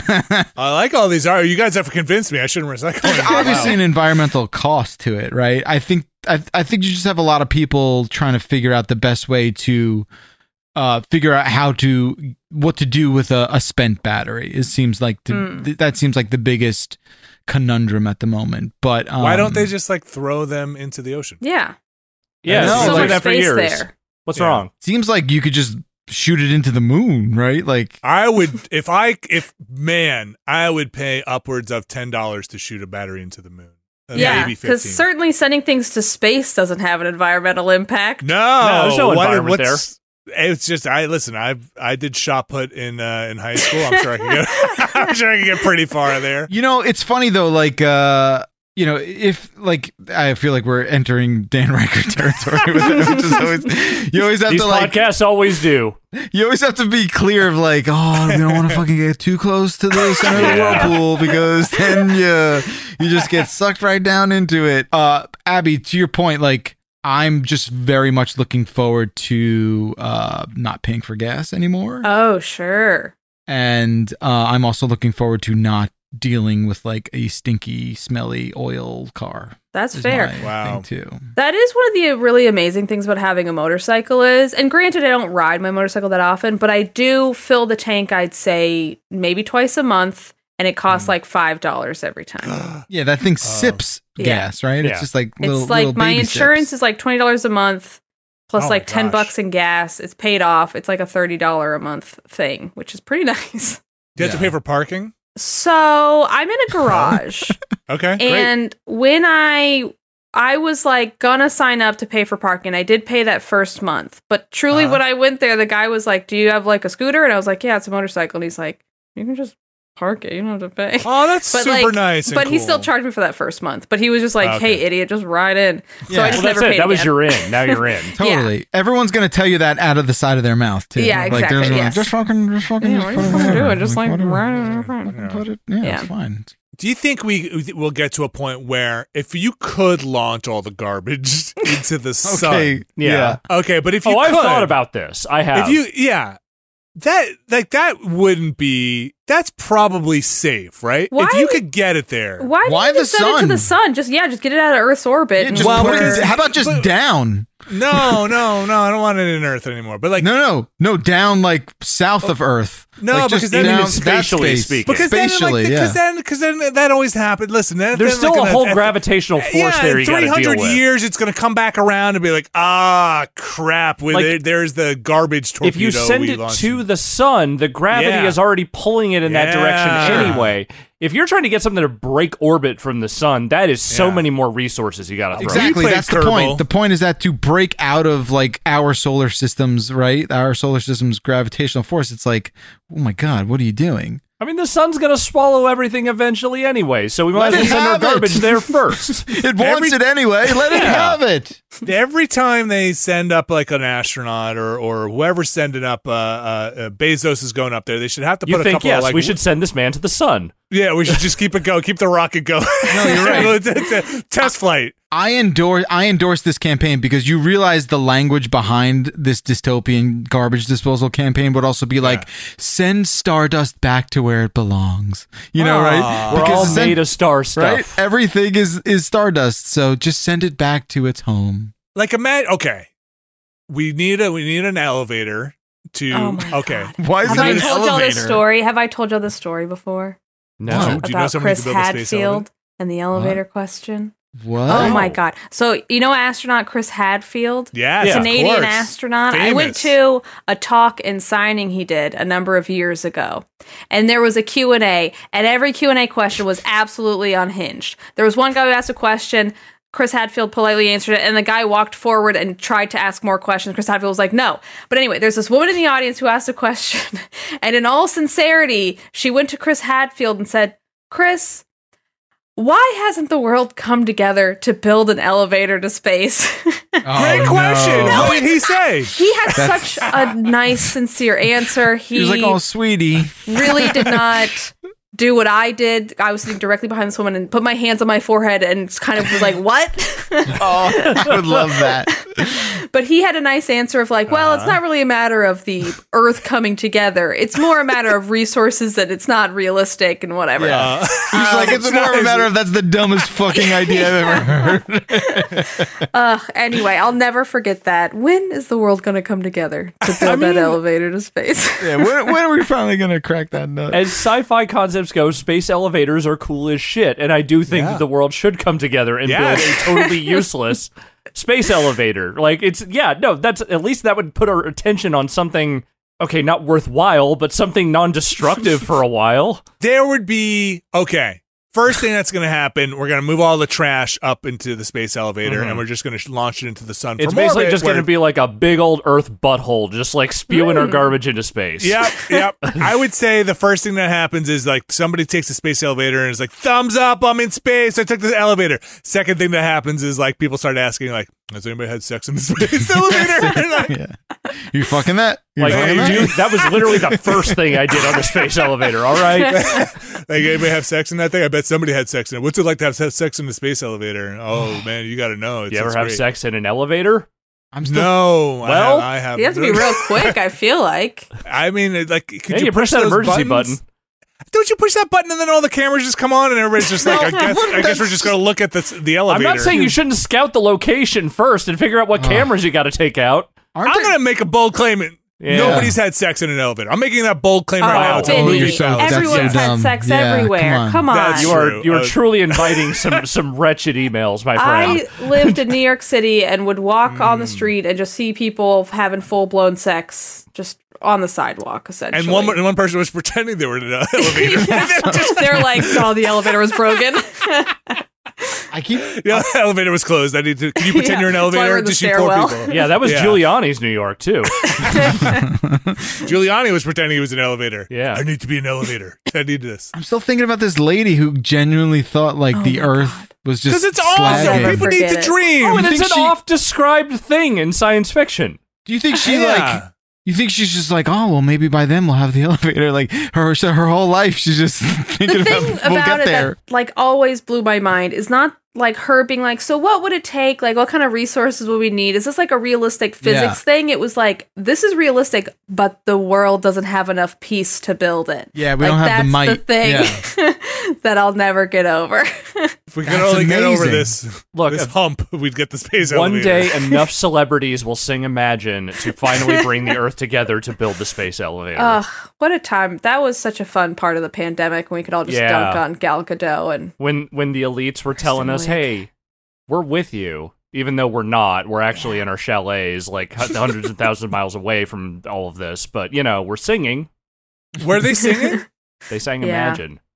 Speaker 1: I like all these. Are you guys have convinced me? I shouldn't
Speaker 4: [laughs]
Speaker 1: recycle.
Speaker 4: There's obviously an environmental cost to it, right? I think I, I think you just have a lot of people trying to figure out the best way to uh, figure out how to what to do with a, a spent battery. It seems like the, th- that seems like the biggest conundrum at the moment. But um,
Speaker 1: Why don't they just like throw them into the ocean?
Speaker 5: Yeah.
Speaker 1: No,
Speaker 3: Yeah, it's
Speaker 5: There's
Speaker 3: been
Speaker 5: so
Speaker 1: like
Speaker 5: much
Speaker 3: that for
Speaker 5: space
Speaker 3: years.
Speaker 5: there.
Speaker 3: What's
Speaker 1: Yeah.
Speaker 3: wrong?
Speaker 4: Seems like you could just shoot it into the moon, right? Like
Speaker 1: I would if I if man, I would pay upwards of ten dollars to shoot a battery into the moon. Uh,
Speaker 5: yeah.
Speaker 1: maybe
Speaker 5: Because
Speaker 1: fifteen.
Speaker 5: certainly sending things to space doesn't have an environmental impact.
Speaker 1: no,
Speaker 3: No, there's no environment
Speaker 1: there. It's just I listen. I I did shot put in uh, in high school. I'm sure I could get. [laughs] I'm sure I could get pretty far
Speaker 5: [laughs]
Speaker 1: there.
Speaker 4: You know, it's funny though, like uh you know, if like I feel like we're entering Dan Riker [laughs] territory with it, which is always you always have
Speaker 3: These
Speaker 4: to like
Speaker 3: podcasts always do.
Speaker 4: you always have to be clear of like, oh, we don't want to fucking get too close to the center of the
Speaker 3: Yeah.
Speaker 4: whirlpool because then you you just get sucked right down into it. Uh, Abby, to your point, like I'm just very much looking forward to uh not paying for gas anymore,
Speaker 5: Oh, sure.
Speaker 4: and uh, I'm also looking forward to not dealing with like a stinky, smelly oil car.
Speaker 5: That's
Speaker 4: is
Speaker 5: fair.
Speaker 4: my
Speaker 1: Wow.
Speaker 4: thing, too.
Speaker 5: That is one of the really amazing things about having a motorcycle is, and granted, I don't ride my motorcycle that often, but I do fill the tank. I'd say maybe twice a month, and it costs
Speaker 1: Mm.
Speaker 5: like five dollars
Speaker 4: [gasps]
Speaker 5: every time.
Speaker 4: Yeah, that thing sips
Speaker 5: Yeah.
Speaker 4: gas, right?
Speaker 3: Yeah.
Speaker 4: It's just like
Speaker 5: it's
Speaker 4: little, little
Speaker 5: like my
Speaker 4: baby
Speaker 5: insurance
Speaker 4: sips.
Speaker 5: is like twenty dollars a month, plus
Speaker 1: Oh my
Speaker 5: like ten
Speaker 1: gosh.
Speaker 5: bucks in gas. It's paid off. It's like a thirty dollar a month thing, which is pretty [laughs] nice.
Speaker 1: Do you have to
Speaker 4: Yeah.
Speaker 1: pay for parking?
Speaker 5: So I'm in
Speaker 1: [laughs]
Speaker 5: a garage.
Speaker 1: Okay,
Speaker 5: And when I I was like gonna sign up to pay for parking, I did pay that first month. But truly,
Speaker 1: Uh-huh.
Speaker 5: when I went there, the guy was like, "Do you have like a scooter?" And I was like, "Yeah, it's a motorcycle." And he's like, "You can just park it. You don't have to pay."
Speaker 1: Oh, that's
Speaker 5: [laughs] But,
Speaker 1: super
Speaker 5: like-
Speaker 1: nice. and
Speaker 5: but he still
Speaker 1: cool.
Speaker 5: charged me for that first month. But he was just like,
Speaker 1: Ah, okay.
Speaker 5: "Hey, idiot, just ride in." So
Speaker 4: Yeah.
Speaker 5: I
Speaker 3: Well,
Speaker 5: just
Speaker 3: that's
Speaker 5: never paid
Speaker 3: it. That was
Speaker 5: again.
Speaker 3: your in. Now
Speaker 5: [laughs]
Speaker 3: you're in.
Speaker 4: Totally. Everyone's gonna tell you that out of the side of their mouth too.
Speaker 5: Yeah,
Speaker 4: Like they're
Speaker 5: exactly,
Speaker 4: gonna be
Speaker 5: yes.
Speaker 4: like, just fucking, just fucking,
Speaker 5: Yeah,
Speaker 4: just
Speaker 5: what
Speaker 4: put
Speaker 5: are you
Speaker 4: it
Speaker 5: fucking
Speaker 4: there.
Speaker 5: doing? Just like,
Speaker 4: whatever.
Speaker 5: run it in front.
Speaker 4: Fucking put it. Yeah,
Speaker 5: Yeah.
Speaker 4: it's fine.
Speaker 1: Do you think we will get to a point where if you could launch all the garbage [laughs] into the sun?
Speaker 4: Okay.
Speaker 3: Yeah.
Speaker 4: Yeah.
Speaker 1: Okay, but if you
Speaker 3: Oh, I've
Speaker 1: could,
Speaker 3: thought about this. I have.
Speaker 1: if you yeah that like that wouldn't be that's probably safe, right?
Speaker 5: Why
Speaker 1: if you
Speaker 5: would-
Speaker 1: could get it there,
Speaker 5: Why?
Speaker 4: Why
Speaker 5: Why the
Speaker 4: the
Speaker 5: send it to
Speaker 4: sun?
Speaker 5: the sun? Just yeah, just get it out of Earth's orbit.
Speaker 4: Yeah,
Speaker 5: and
Speaker 4: just
Speaker 1: Well,
Speaker 4: put
Speaker 1: we're-
Speaker 4: it. How about just
Speaker 1: but-
Speaker 4: down?
Speaker 1: no, no, no, I don't want it in Earth anymore. But like
Speaker 4: No, no, no, down like south of Earth.
Speaker 1: No,
Speaker 4: like,
Speaker 1: because
Speaker 4: just
Speaker 1: then-
Speaker 4: down that
Speaker 3: Spatially
Speaker 4: space.
Speaker 3: speaking.
Speaker 1: because then like
Speaker 4: spatially,
Speaker 1: because
Speaker 4: yeah.
Speaker 1: then because then that always happened. Listen, then,
Speaker 3: There's
Speaker 1: then,
Speaker 3: still
Speaker 1: like,
Speaker 3: a
Speaker 1: in
Speaker 3: whole
Speaker 1: at-
Speaker 3: gravitational force
Speaker 1: yeah,
Speaker 3: there
Speaker 1: in
Speaker 3: you got to deal
Speaker 1: 300
Speaker 3: with.
Speaker 1: years it's going to come back around and be like ah crap with
Speaker 3: Like,
Speaker 1: it, there's the garbage torpedo
Speaker 3: if you send
Speaker 1: we
Speaker 3: it
Speaker 1: launched
Speaker 3: to the sun, the gravity
Speaker 1: Yeah.
Speaker 3: is already pulling it in that direction
Speaker 1: Yeah.
Speaker 3: anyway. If you're trying to get something to break orbit from the sun, that is so
Speaker 1: Yeah.
Speaker 3: many more resources you got to throw.
Speaker 1: You
Speaker 4: Exactly.
Speaker 1: played
Speaker 4: That's the
Speaker 1: Kerbal.
Speaker 4: point. The point is that to break out of like our solar system's right, our solar system's gravitational force. It's like, oh my god, what are you doing?
Speaker 3: I mean, the sun's going to swallow everything eventually anyway, so we
Speaker 4: Let
Speaker 3: might as well
Speaker 4: it
Speaker 3: send our
Speaker 4: have
Speaker 3: garbage
Speaker 1: [laughs]
Speaker 4: it.
Speaker 3: there first.
Speaker 4: It wants
Speaker 1: Every-
Speaker 4: it anyway. Let it have it.
Speaker 1: Every time they send up like an astronaut or or whoever's sending up, uh, uh, uh, Bezos is going up there. They should have to put
Speaker 3: you
Speaker 1: a
Speaker 3: think,
Speaker 1: couple
Speaker 3: yes,
Speaker 1: of like
Speaker 3: we should send this man to the sun.
Speaker 1: Yeah, we should just keep it go, keep the rocket going. No, [laughs]
Speaker 4: you're right.
Speaker 1: Test flight.
Speaker 4: I endorse I endorse this campaign because you realize the language behind this dystopian garbage disposal campaign would also be like send stardust back to where it belongs. You know,
Speaker 1: Aw.
Speaker 4: right?
Speaker 3: We're all
Speaker 4: send-
Speaker 3: made of star
Speaker 4: right?
Speaker 3: stuff.
Speaker 4: Everything is is stardust, so just send it back to its home.
Speaker 1: Like imagine. Okay, we need a we need an elevator to.
Speaker 5: Oh my
Speaker 1: okay,
Speaker 5: God.
Speaker 4: Why
Speaker 5: Have
Speaker 1: it
Speaker 5: I
Speaker 1: an
Speaker 5: told y'all this
Speaker 1: elevator?
Speaker 5: story? Have I told y'all this story before?
Speaker 1: No.
Speaker 3: No.
Speaker 1: Do you know
Speaker 5: about
Speaker 1: somebody who
Speaker 5: Chris
Speaker 1: built a space elevator?
Speaker 5: Hadfield and the elevator question.
Speaker 4: What?
Speaker 5: Oh
Speaker 3: Oh.
Speaker 5: my god! So you know astronaut Chris Hadfield,
Speaker 1: yes,
Speaker 3: Yeah.
Speaker 1: of
Speaker 5: Canadian
Speaker 1: course.
Speaker 5: astronaut. I went
Speaker 1: Famous.
Speaker 5: to a talk and signing he did a number of years ago, and there was a Q and A, and every Q and A question was absolutely unhinged. There was one guy who asked a question. Chris Hadfield politely answered it, and the guy walked forward and tried to ask more questions. Chris Hadfield was like, "No." But anyway, there's this woman in the audience who asked a question, [laughs] and in all sincerity, she went to Chris Hadfield and said, "Chris." Why hasn't the world come together to build an elevator to space? [laughs]
Speaker 4: Oh,
Speaker 1: Great
Speaker 3: Oh,
Speaker 1: question. What did he say?
Speaker 5: He had such a nice, sincere answer.
Speaker 4: [laughs]
Speaker 5: He [laughs]
Speaker 4: He was like, "Oh, sweetie,
Speaker 5: really did not do what I did. I was sitting directly behind this woman and put my hands on my forehead and just kind of was like, "What?"
Speaker 4: I would love that.
Speaker 5: but he had a nice answer of like, "Well, it's not really a matter of the Earth coming together. It's more a matter of resources that it's not realistic and whatever."
Speaker 4: Yeah. He's like, it's more of a matter of that's the dumbest fucking idea I've [laughs] ever heard.
Speaker 5: Anyway, I'll never forget that. When is the world going to come together to build that elevator to space?
Speaker 4: Yeah, when, when are we finally gonna crack that nut?
Speaker 3: As sci-fi concepts go, space elevators are cool as shit, and I do think
Speaker 4: Yeah.
Speaker 3: that the world should come together and
Speaker 1: Yes.
Speaker 3: build a totally useless space elevator. Like it's yeah, no, that's at least that would put our attention on something okay, not worthwhile, but something non-destructive for a while.
Speaker 1: there would be okay. First thing that's going to happen, we're going to move all the trash up into the space elevator, and we're just going to launch it into the sun.
Speaker 3: Mm-hmm. It's
Speaker 1: from
Speaker 3: basically
Speaker 1: orbit
Speaker 3: just going
Speaker 1: where-
Speaker 3: to be like a big old Earth butthole, just like spewing our garbage into
Speaker 1: [laughs]
Speaker 3: space.
Speaker 1: Yep, yep. I would say the first thing that happens is like somebody takes the space elevator and is like, "Thumbs up, I'm in space. I took this elevator." Second thing that happens is like people start asking like, "Has anybody had sex in the [laughs] space
Speaker 3: [laughs]
Speaker 1: elevator?" And, like,
Speaker 4: You fucking that? You
Speaker 3: Like,
Speaker 4: fucking that?
Speaker 3: dude, that was literally the first thing I did on the space elevator. All right,
Speaker 1: like, anybody have sex in that thing? I bet somebody had sex in it. What's it like to have se- sex in the space elevator?
Speaker 3: [sighs]
Speaker 1: Oh man, you got to know. It's,
Speaker 3: you ever
Speaker 1: it's
Speaker 3: have
Speaker 1: great.
Speaker 3: sex in an elevator?
Speaker 4: [laughs] I'm still
Speaker 1: No.
Speaker 3: Well,
Speaker 1: I have. I have
Speaker 5: You have to
Speaker 1: [laughs]
Speaker 5: be real quick. I feel like
Speaker 1: I mean, it- like, could
Speaker 3: Yeah,
Speaker 1: you,
Speaker 3: you push that
Speaker 1: those
Speaker 3: emergency
Speaker 1: buttons?
Speaker 3: button.
Speaker 1: Don't you push that button and then all the cameras just come on and everybody's just like,
Speaker 5: [laughs]
Speaker 1: I guess, I guess we're just gonna look at this the
Speaker 3: I'm
Speaker 1: elevator.
Speaker 3: not saying you shouldn't scout the location first and figure out what cameras you got to take out.
Speaker 4: aren't
Speaker 1: I'm
Speaker 4: there-
Speaker 1: gonna make a bold claim. that
Speaker 3: Yeah.
Speaker 1: Nobody's had sex in an elevator. I'm making that bold claim right now.
Speaker 5: Oh,
Speaker 1: It's a movie
Speaker 4: you're
Speaker 5: Vinny,
Speaker 4: so-
Speaker 1: about
Speaker 4: that's so
Speaker 5: everyone's had
Speaker 4: dumb.
Speaker 5: sex
Speaker 4: Yeah,
Speaker 5: everywhere.
Speaker 4: come
Speaker 5: Come
Speaker 4: on.
Speaker 5: on.
Speaker 1: That's
Speaker 3: You are
Speaker 1: True.
Speaker 3: you are
Speaker 1: Uh, [laughs]
Speaker 3: truly inviting some some wretched emails, my friend.
Speaker 5: I lived in New York City and would walk on
Speaker 4: Mm.
Speaker 5: the street and just see people having full blown sex just on the sidewalk, essentially.
Speaker 1: And one and one person was [laughs] pretending they were in an elevator.
Speaker 5: [laughs]
Speaker 4: [laughs]
Speaker 5: They're like, oh, the elevator was broken.
Speaker 4: I keep
Speaker 5: [laughs]
Speaker 1: the elevator was closed. I need to. Can you pretend
Speaker 5: Yeah,
Speaker 1: you're in an
Speaker 5: that's why
Speaker 1: elevator?
Speaker 5: we're in the
Speaker 1: Just you poor
Speaker 5: stairwell. [laughs]
Speaker 1: people.
Speaker 3: yeah, that was
Speaker 1: Yeah.
Speaker 3: Giuliani's New
Speaker 1: [laughs]
Speaker 3: York too.
Speaker 1: Giuliani was pretending he was in an elevator.
Speaker 3: Yeah.
Speaker 1: I need to be in an elevator.
Speaker 5: [laughs]
Speaker 1: I need this.
Speaker 4: I'm still thinking about this lady who genuinely thought like
Speaker 5: Oh
Speaker 4: the Earth was just
Speaker 1: Because it's
Speaker 4: slagging.
Speaker 1: awesome. People need
Speaker 5: Forget
Speaker 1: to
Speaker 5: it.
Speaker 1: dream.
Speaker 3: Oh, and
Speaker 4: You
Speaker 3: it's an
Speaker 4: think she-
Speaker 3: oft-described thing in science fiction.
Speaker 4: Do you think she
Speaker 1: Yeah.
Speaker 4: like? You think she's just like, oh well, maybe by then we'll have the [laughs] elevator. Like her, so her whole life, she's just [laughs] thinking
Speaker 5: the thing
Speaker 4: about we'll
Speaker 5: about
Speaker 4: get
Speaker 5: it
Speaker 4: there.
Speaker 5: that like always blew my mind is not like her being like so what would it take like what kind of resources would we need is this like a realistic physics
Speaker 4: Yeah.
Speaker 5: thing it was like this is realistic but the world doesn't have enough peace to build it
Speaker 4: Yeah, we
Speaker 5: Like,
Speaker 4: don't have the
Speaker 5: that's
Speaker 4: might.
Speaker 5: thing [laughs] that i'll never get over [laughs]
Speaker 1: if we could
Speaker 4: That's
Speaker 1: only get over
Speaker 4: amazing. uh,
Speaker 1: this,
Speaker 3: Look,
Speaker 1: this
Speaker 3: if-
Speaker 1: hump, we'd get the space
Speaker 3: One
Speaker 1: elevator. [laughs]
Speaker 3: day, enough celebrities will sing "Imagine" to finally bring the Earth together to build the space elevator.
Speaker 5: Ugh, what a time that was such a fun part of the pandemic when we could all just
Speaker 3: Yeah.
Speaker 5: dunk on gal gadot and
Speaker 3: when when the elites were telling us,
Speaker 5: Wick.
Speaker 3: "Hey, we're with you," even though we're not, we're actually in our chalets, like hun- hundreds and thousands of miles away from all of this. But you know, we're singing.
Speaker 1: [laughs] were they
Speaker 5: [laughs]
Speaker 1: singing?
Speaker 3: They sang
Speaker 5: Yeah.
Speaker 3: "Imagine." [laughs]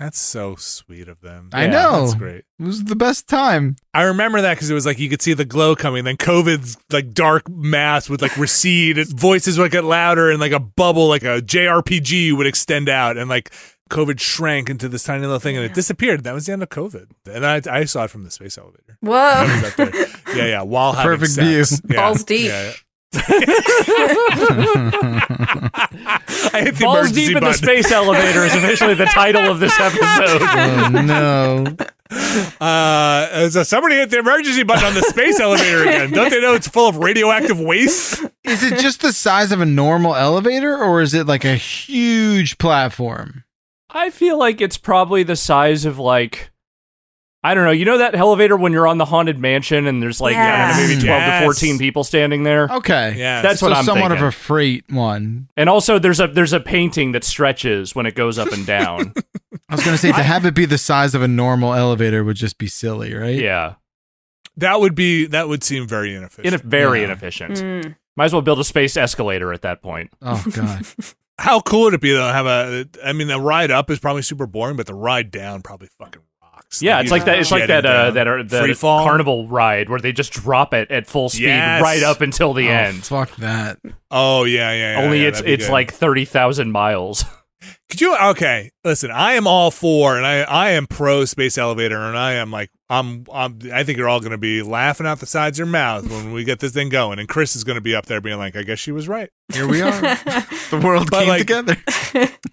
Speaker 1: That's so sweet of them.
Speaker 4: I
Speaker 3: Yeah,
Speaker 4: know.
Speaker 1: That's great.
Speaker 4: It was the best
Speaker 5: [laughs]
Speaker 4: time.
Speaker 1: I remember that because it was like you could see the glow coming. Then COVID's like dark mass would like recede. It, voices would get louder and like a bubble, like a JRPG, would extend out. And like COVID shrank into this tiny little thing and it disappeared. That was the end of COVID. And I, I saw it from the space elevator. I
Speaker 5: whoa
Speaker 1: was
Speaker 5: [laughs]
Speaker 1: up there. Yeah, yeah. While having
Speaker 4: Perfect
Speaker 1: sex. Yeah,
Speaker 5: Balls deep.
Speaker 1: yeah, [laughs] yeah. I hit the
Speaker 3: Balls
Speaker 1: emergency
Speaker 3: deep in
Speaker 1: button.
Speaker 3: the space elevator is officially the title of this episode.
Speaker 4: Oh no!
Speaker 1: Uh, so somebody hit the emergency button on the
Speaker 3: [laughs]
Speaker 1: space elevator again. Don't they know it's full of radioactive waste?
Speaker 4: Is it just the size of a normal elevator, or is it like a huge platform?
Speaker 3: I feel like it's probably the size of like. I don't know. You know that elevator when you're on the haunted mansion and there's like I don't know,
Speaker 1: Yes.
Speaker 3: maybe 12
Speaker 1: Yes.
Speaker 3: to 14 people standing there.
Speaker 4: Okay,
Speaker 1: Yeah.
Speaker 3: That's
Speaker 4: so
Speaker 3: what I'm
Speaker 4: somewhat
Speaker 3: thinking.
Speaker 4: of a freight one.
Speaker 3: And also, there's a there's a painting that stretches when it goes up and down.
Speaker 4: I was gonna say to have it be the size of a normal elevator would just be silly, right?
Speaker 3: [laughs] yeah,
Speaker 1: That would be that would seem very inefficient.
Speaker 3: In, very
Speaker 4: Yeah.
Speaker 3: inefficient.
Speaker 5: Mm.
Speaker 3: Might as well build a space escalator at that point.
Speaker 1: [laughs]
Speaker 4: Oh god.
Speaker 1: How cool would it be though? to Have a I mean, the ride up is probably super boring, but the ride down probably fucking rocks.
Speaker 3: Yeah, it's like that. It's like that. Uh, that are
Speaker 1: free
Speaker 3: the
Speaker 1: fall.
Speaker 3: carnival ride where they just drop it at full speed
Speaker 1: Yes.
Speaker 3: right up until the
Speaker 4: Oh,
Speaker 3: end.
Speaker 4: Fuck that.
Speaker 1: Oh yeah, yeah. yeah
Speaker 3: Only
Speaker 1: yeah,
Speaker 3: it's
Speaker 1: that'd be
Speaker 3: it's
Speaker 1: good.
Speaker 3: like thirty thousand miles. [laughs]
Speaker 1: Could you? Okay, listen. I am all for, and I I am pro space elevator, and I am like I'm I'm. I think you're all going to be laughing out the sides of your mouth when we get this thing going, and Chris is going to be up there being like, I guess she was right.
Speaker 4: Here
Speaker 1: [laughs]
Speaker 4: we are.
Speaker 6: The world
Speaker 1: But,
Speaker 6: came
Speaker 1: like-
Speaker 4: [laughs]
Speaker 6: together.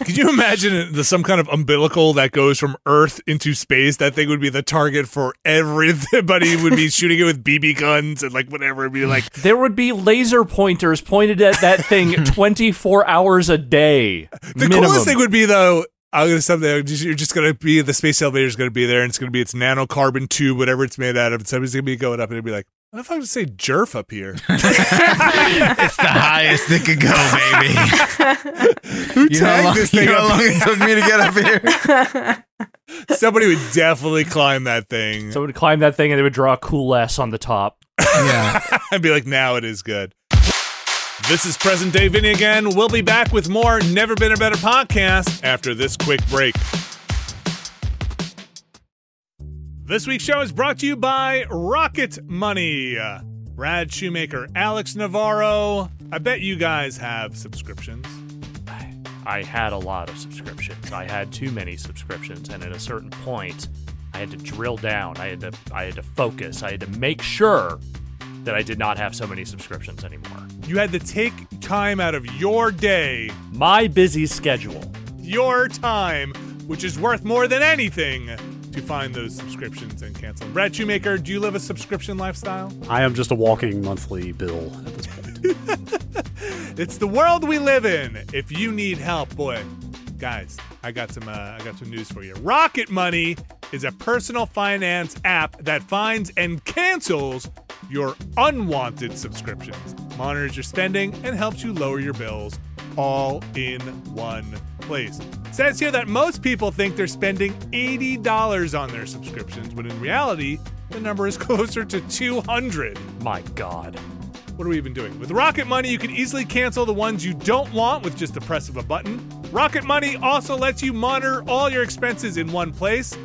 Speaker 1: Could you imagine the, some kind of umbilical that goes from Earth into space? That thing would be the target for everybody. Would be shooting it with BB guns and like whatever. It'd be like
Speaker 3: There would be laser pointers pointed at
Speaker 1: [laughs]
Speaker 3: that thing 24 hours a day.
Speaker 1: The
Speaker 3: minimum.
Speaker 1: coolest thing would be though. I'm gonna stop there. Just- You're just gonna be the space elevator's gonna be there, and it's gonna be its nanocarbon tube, whatever it's made out of. And somebody's gonna be going up, and it'd be like, "What if I just say jerf up here?
Speaker 6: it's the highest it could go, baby.
Speaker 1: [laughs] Who
Speaker 4: You know how
Speaker 1: tagged
Speaker 4: long-
Speaker 1: this
Speaker 6: you
Speaker 1: thing
Speaker 6: know how
Speaker 1: up?
Speaker 6: long it took me to get up
Speaker 1: [laughs]
Speaker 6: here?
Speaker 1: Somebody would definitely climb that thing.
Speaker 3: Someone would climb that thing and they would draw a cool S on the top.
Speaker 4: yeah.
Speaker 1: I'd be like, "Now it is good." This is present day Vinny again. We'll be back with more Never Been a Better podcast after this quick break. This week's show is brought to you by Rocket Money. Brad Shoemaker, Alex Navarro. I bet you guys have subscriptions.
Speaker 3: I had a lot of subscriptions. I had too many subscriptions, and at a certain point, I had to drill down. I had to I had to focus. I had to make sure that I did not have so many subscriptions anymore.
Speaker 1: You had to take time out of your day,
Speaker 3: My busy schedule.
Speaker 1: your time, which is worth more than anything, to find those subscriptions and cancel. them. Brad Shoemaker, do you live a subscription lifestyle?
Speaker 7: I am just a walking monthly bill at this point.
Speaker 1: It's the world we live in. If you need help, boy, guys, I got some. Uh, I got some news for you. Rocket Money is a personal finance app that finds and cancels your unwanted subscriptions, monitors your spending, and helps you lower your bills, all in one place. It says here that most people think they're spending eighty dollars on their subscriptions, when in reality, the number is [laughs] closer to two hundred.
Speaker 3: My God.
Speaker 1: What are we even doing? With Rocket Money, you can easily cancel the ones you don't want with just the press of a button. Rocket Money also lets you monitor all your expenses in one place,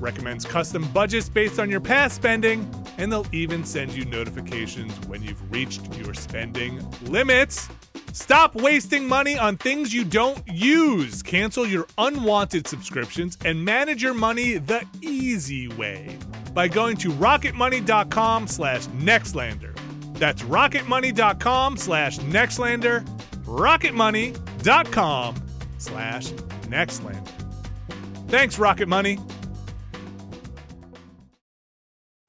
Speaker 1: recommends custom budgets based on your past spending, and they'll even send you notifications when you've reached your spending limits. Stop wasting money on things you don't use. Cancel your unwanted subscriptions and manage your money the easy way by going to rocketmoney.com slash nextlander. That's rocketmoney.com slash nextlander. Rocketmoney.com slash nextlander. Thanks, Rocket Money.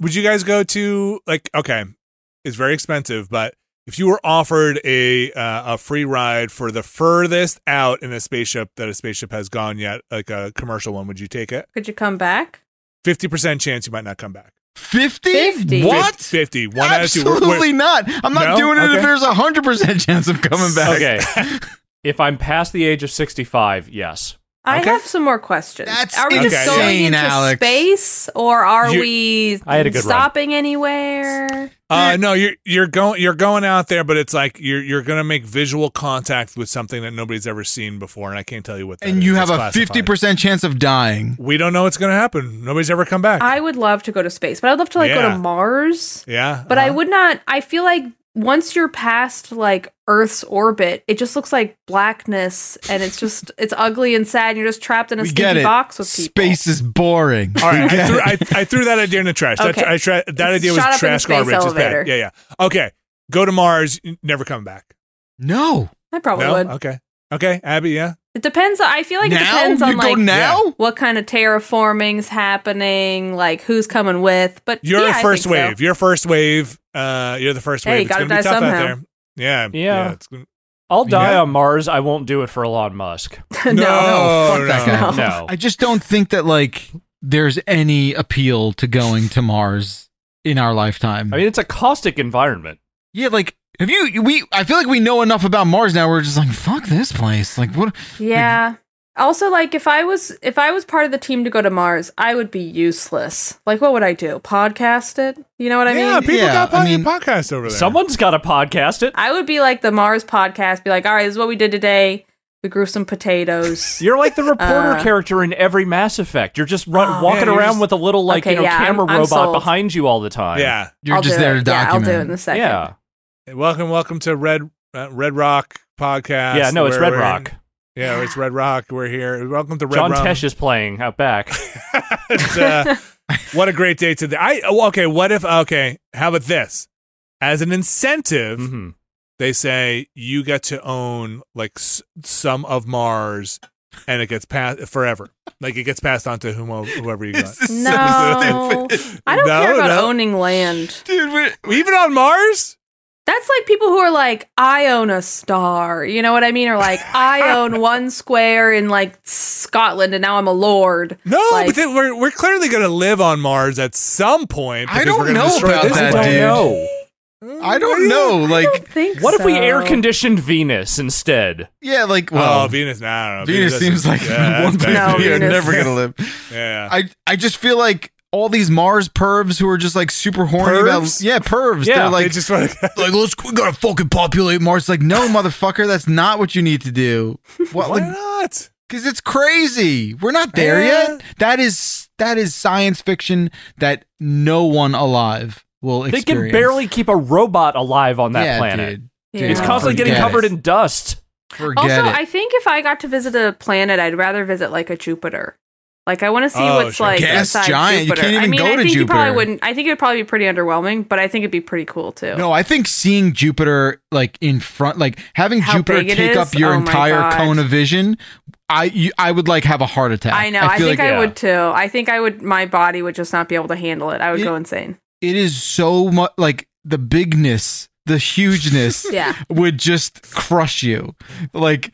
Speaker 1: Would you guys go to like okay, it's very expensive, but if you were offered a uh, a free ride for the furthest out in a spaceship that a spaceship has gone yet, like a commercial one, would you take it?
Speaker 5: Could you come back?
Speaker 1: Fifty percent chance you might not come back.
Speaker 4: 50?
Speaker 5: 50.
Speaker 4: What?
Speaker 1: 50. One out of two. We're-
Speaker 4: Absolutely
Speaker 1: we're-
Speaker 4: not. I'm not
Speaker 1: No?
Speaker 4: doing it
Speaker 1: Okay.
Speaker 4: if there's a 100% chance of coming back.
Speaker 3: Okay.
Speaker 1: [laughs]
Speaker 3: if I'm past the age of 65, yes.
Speaker 5: I
Speaker 1: Okay.
Speaker 5: have some more questions.
Speaker 4: That's
Speaker 5: are we just
Speaker 1: Okay.
Speaker 5: going
Speaker 4: insane,
Speaker 5: into
Speaker 4: Alex.
Speaker 5: space, or are
Speaker 1: You-
Speaker 5: we
Speaker 3: I had a good run.
Speaker 5: stopping anywhere?
Speaker 1: Uh, no, you're you're going you're going out there, but it's like you're you're gonna make visual contact with something that nobody's ever seen before, and I can't tell you what. that
Speaker 4: And
Speaker 1: is.
Speaker 4: you
Speaker 1: It's
Speaker 4: have a
Speaker 1: classified.
Speaker 4: 50% chance of dying.
Speaker 1: We don't know what's gonna happen. Nobody's ever come back.
Speaker 5: I would love to go to space, but I'd love to like go
Speaker 1: Yeah.
Speaker 5: to Mars.
Speaker 1: yeah,
Speaker 5: But I
Speaker 1: uh-huh.
Speaker 5: would not. I feel like once you're past like Earth's orbit, it just looks like blackness, and it's just it's ugly and sad. And you're just trapped in a
Speaker 4: We get
Speaker 5: stinky
Speaker 4: it.
Speaker 5: box with people.
Speaker 4: Space is boring.
Speaker 1: All right,
Speaker 3: [laughs]
Speaker 1: I threw, I, I threw that idea in the trash.
Speaker 5: Okay.
Speaker 1: That, I tra- that idea was
Speaker 5: Shot up in the
Speaker 1: trash
Speaker 5: space
Speaker 1: garbage. It's
Speaker 5: elevator.
Speaker 1: bad. Yeah, yeah. Okay, go to Mars, n- never come back.
Speaker 4: No.
Speaker 5: I probably
Speaker 1: No.
Speaker 5: would.
Speaker 1: Okay. Okay, Abby. Yeah.
Speaker 5: It depends. I feel like it
Speaker 4: now?
Speaker 5: depends
Speaker 4: you
Speaker 5: on
Speaker 4: go
Speaker 5: like
Speaker 4: now?
Speaker 5: what kind of terraforming's happening, like who's coming with. But
Speaker 1: You're
Speaker 5: yeah, I
Speaker 1: a first
Speaker 5: think so.
Speaker 1: wave. You're first wave. Uh, you're the first
Speaker 5: Hey,
Speaker 1: wave.
Speaker 5: you
Speaker 1: it's
Speaker 5: gotta
Speaker 1: gonna be
Speaker 5: die
Speaker 1: tough out
Speaker 5: somehow.
Speaker 1: there. Yeah.
Speaker 3: Yeah.
Speaker 1: it's gonna-
Speaker 3: I'll die
Speaker 1: Yeah.
Speaker 3: on Mars. I won't do it for Elon Musk.
Speaker 1: no,
Speaker 4: fuck that
Speaker 1: no.
Speaker 4: guy.
Speaker 5: Um, No.
Speaker 3: No.
Speaker 4: I just don't think that like there's any appeal to going to Mars in our lifetime.
Speaker 3: I mean, it's a caustic environment.
Speaker 4: yeah, like have you we I feel like we know enough about Mars now we're just like fuck this place. Like what
Speaker 5: Yeah. Also, like if I was if I was part of the team to go to Mars, I would be useless. Like, what would I do? Podcast it? You know what I
Speaker 1: yeah,
Speaker 5: mean?
Speaker 1: people
Speaker 4: yeah,
Speaker 1: got
Speaker 4: I
Speaker 1: plenty
Speaker 4: mean-
Speaker 1: of podcasts over there.
Speaker 3: Someone's got to podcast it.
Speaker 5: I would be like the Mars podcast. Be like, all right, this is what we did today. We grew some potatoes.
Speaker 3: [laughs] You're like the reporter
Speaker 5: Uh,
Speaker 3: character in every Mass Effect. You're just run,
Speaker 5: Oh.
Speaker 1: Yeah,
Speaker 3: walking
Speaker 1: you're
Speaker 3: around
Speaker 1: just-
Speaker 3: with a little like
Speaker 5: Okay,
Speaker 3: you know
Speaker 5: yeah, I'm-
Speaker 3: camera
Speaker 5: I'm
Speaker 3: robot
Speaker 5: sold.
Speaker 3: behind you all the time.
Speaker 1: Yeah.
Speaker 4: you're
Speaker 5: I'll
Speaker 4: just
Speaker 5: do
Speaker 4: there
Speaker 5: it.
Speaker 4: to document.
Speaker 5: Yeah, I'll do it in a second.
Speaker 3: yeah,
Speaker 1: Welcome, welcome to Red uh, Red Rock podcast.
Speaker 3: yeah. No, it's
Speaker 1: where
Speaker 3: Red
Speaker 1: we're
Speaker 3: Rock.
Speaker 1: in- Yeah, it's Red Rock. We're here. Welcome to Red
Speaker 3: John
Speaker 1: Rum.
Speaker 3: Tesh is playing out back.
Speaker 1: It's, uh, what a great day today. I oh, okay. What if okay? How about this? As an incentive,
Speaker 3: Mhm.
Speaker 1: they say you get to own like s- some of Mars, and it gets passed forever. Like it gets passed on to whomever, whoever you got.
Speaker 5: No, [laughs] I don't
Speaker 1: No,
Speaker 5: care about
Speaker 1: no.
Speaker 5: owning land.
Speaker 6: Dude, we're,
Speaker 1: Even on Mars?
Speaker 5: That's like people who are like, I own a star. You know what I mean? Or like, I own one square in like Scotland, and now I'm a lord.
Speaker 1: No, but
Speaker 5: Like-
Speaker 1: then we're we're clearly going to live on Mars at some point.
Speaker 4: I
Speaker 1: because
Speaker 4: don't
Speaker 1: we're gonna
Speaker 4: know
Speaker 1: destroy
Speaker 4: about
Speaker 1: this
Speaker 4: that,
Speaker 1: planet. Oh,
Speaker 4: dude. I don't know.
Speaker 5: I
Speaker 4: Like,
Speaker 5: don't think
Speaker 3: What if we
Speaker 5: so.
Speaker 3: air conditioned Venus instead?
Speaker 4: yeah, like
Speaker 1: Well,
Speaker 4: well,
Speaker 1: oh, Venus. Nah, I don't know.
Speaker 4: Venus
Speaker 1: [laughs]
Speaker 4: seems like one
Speaker 1: that's
Speaker 4: place
Speaker 5: bad,
Speaker 4: we
Speaker 5: dude.
Speaker 4: are
Speaker 5: Venus.
Speaker 4: never gonna live.
Speaker 1: [laughs] Yeah.
Speaker 4: I I just feel like all these Mars pervs who are just like super horny
Speaker 1: Pervs?
Speaker 4: about yeah pervs.
Speaker 3: Yeah,
Speaker 4: They're
Speaker 1: They
Speaker 4: like
Speaker 1: just want to.
Speaker 4: like let's we gotta fucking populate Mars. It's Like no motherfucker, that's not what you need to
Speaker 3: [laughs]
Speaker 4: do. What?
Speaker 1: Why
Speaker 4: Like,
Speaker 1: not?
Speaker 4: Because it's crazy. We're not there
Speaker 1: Yeah.
Speaker 4: yet. That is that is science fiction that no one alive will
Speaker 3: They
Speaker 4: experience.
Speaker 3: can barely keep a robot alive on that
Speaker 4: Yeah,
Speaker 3: planet.
Speaker 4: dude.
Speaker 5: Yeah.
Speaker 3: It's constantly getting
Speaker 4: Forget
Speaker 3: covered
Speaker 4: it.
Speaker 3: in dust.
Speaker 4: Forget
Speaker 5: Also,
Speaker 4: it.
Speaker 5: I think if I got to visit a planet, I'd rather visit like a Jupiter. Like I want to see
Speaker 1: Oh,
Speaker 5: what's
Speaker 1: sure.
Speaker 5: like
Speaker 4: Gas
Speaker 5: inside
Speaker 4: giant, you
Speaker 5: Jupiter.
Speaker 4: can't
Speaker 5: I
Speaker 4: even
Speaker 5: mean,
Speaker 4: go
Speaker 5: I
Speaker 4: to
Speaker 5: think you probably
Speaker 4: Jupiter.
Speaker 5: wouldn't. I think it'd probably be pretty underwhelming, but I think it'd be pretty cool too.
Speaker 4: no, I think seeing Jupiter like in front, like having
Speaker 5: How
Speaker 4: Jupiter
Speaker 5: big it
Speaker 4: take
Speaker 5: is?
Speaker 4: up your
Speaker 5: Oh my
Speaker 4: entire
Speaker 5: God.
Speaker 4: cone of vision, I you, I would like have a heart attack.
Speaker 5: I know. I,
Speaker 4: feel
Speaker 5: think
Speaker 4: like
Speaker 5: I
Speaker 3: yeah.
Speaker 5: would too. I think I would. My body would just not be able to handle it. I would
Speaker 4: It-
Speaker 5: go insane.
Speaker 4: it is so much like the bigness, the hugeness.
Speaker 5: [laughs] Yeah.
Speaker 4: would just crush you like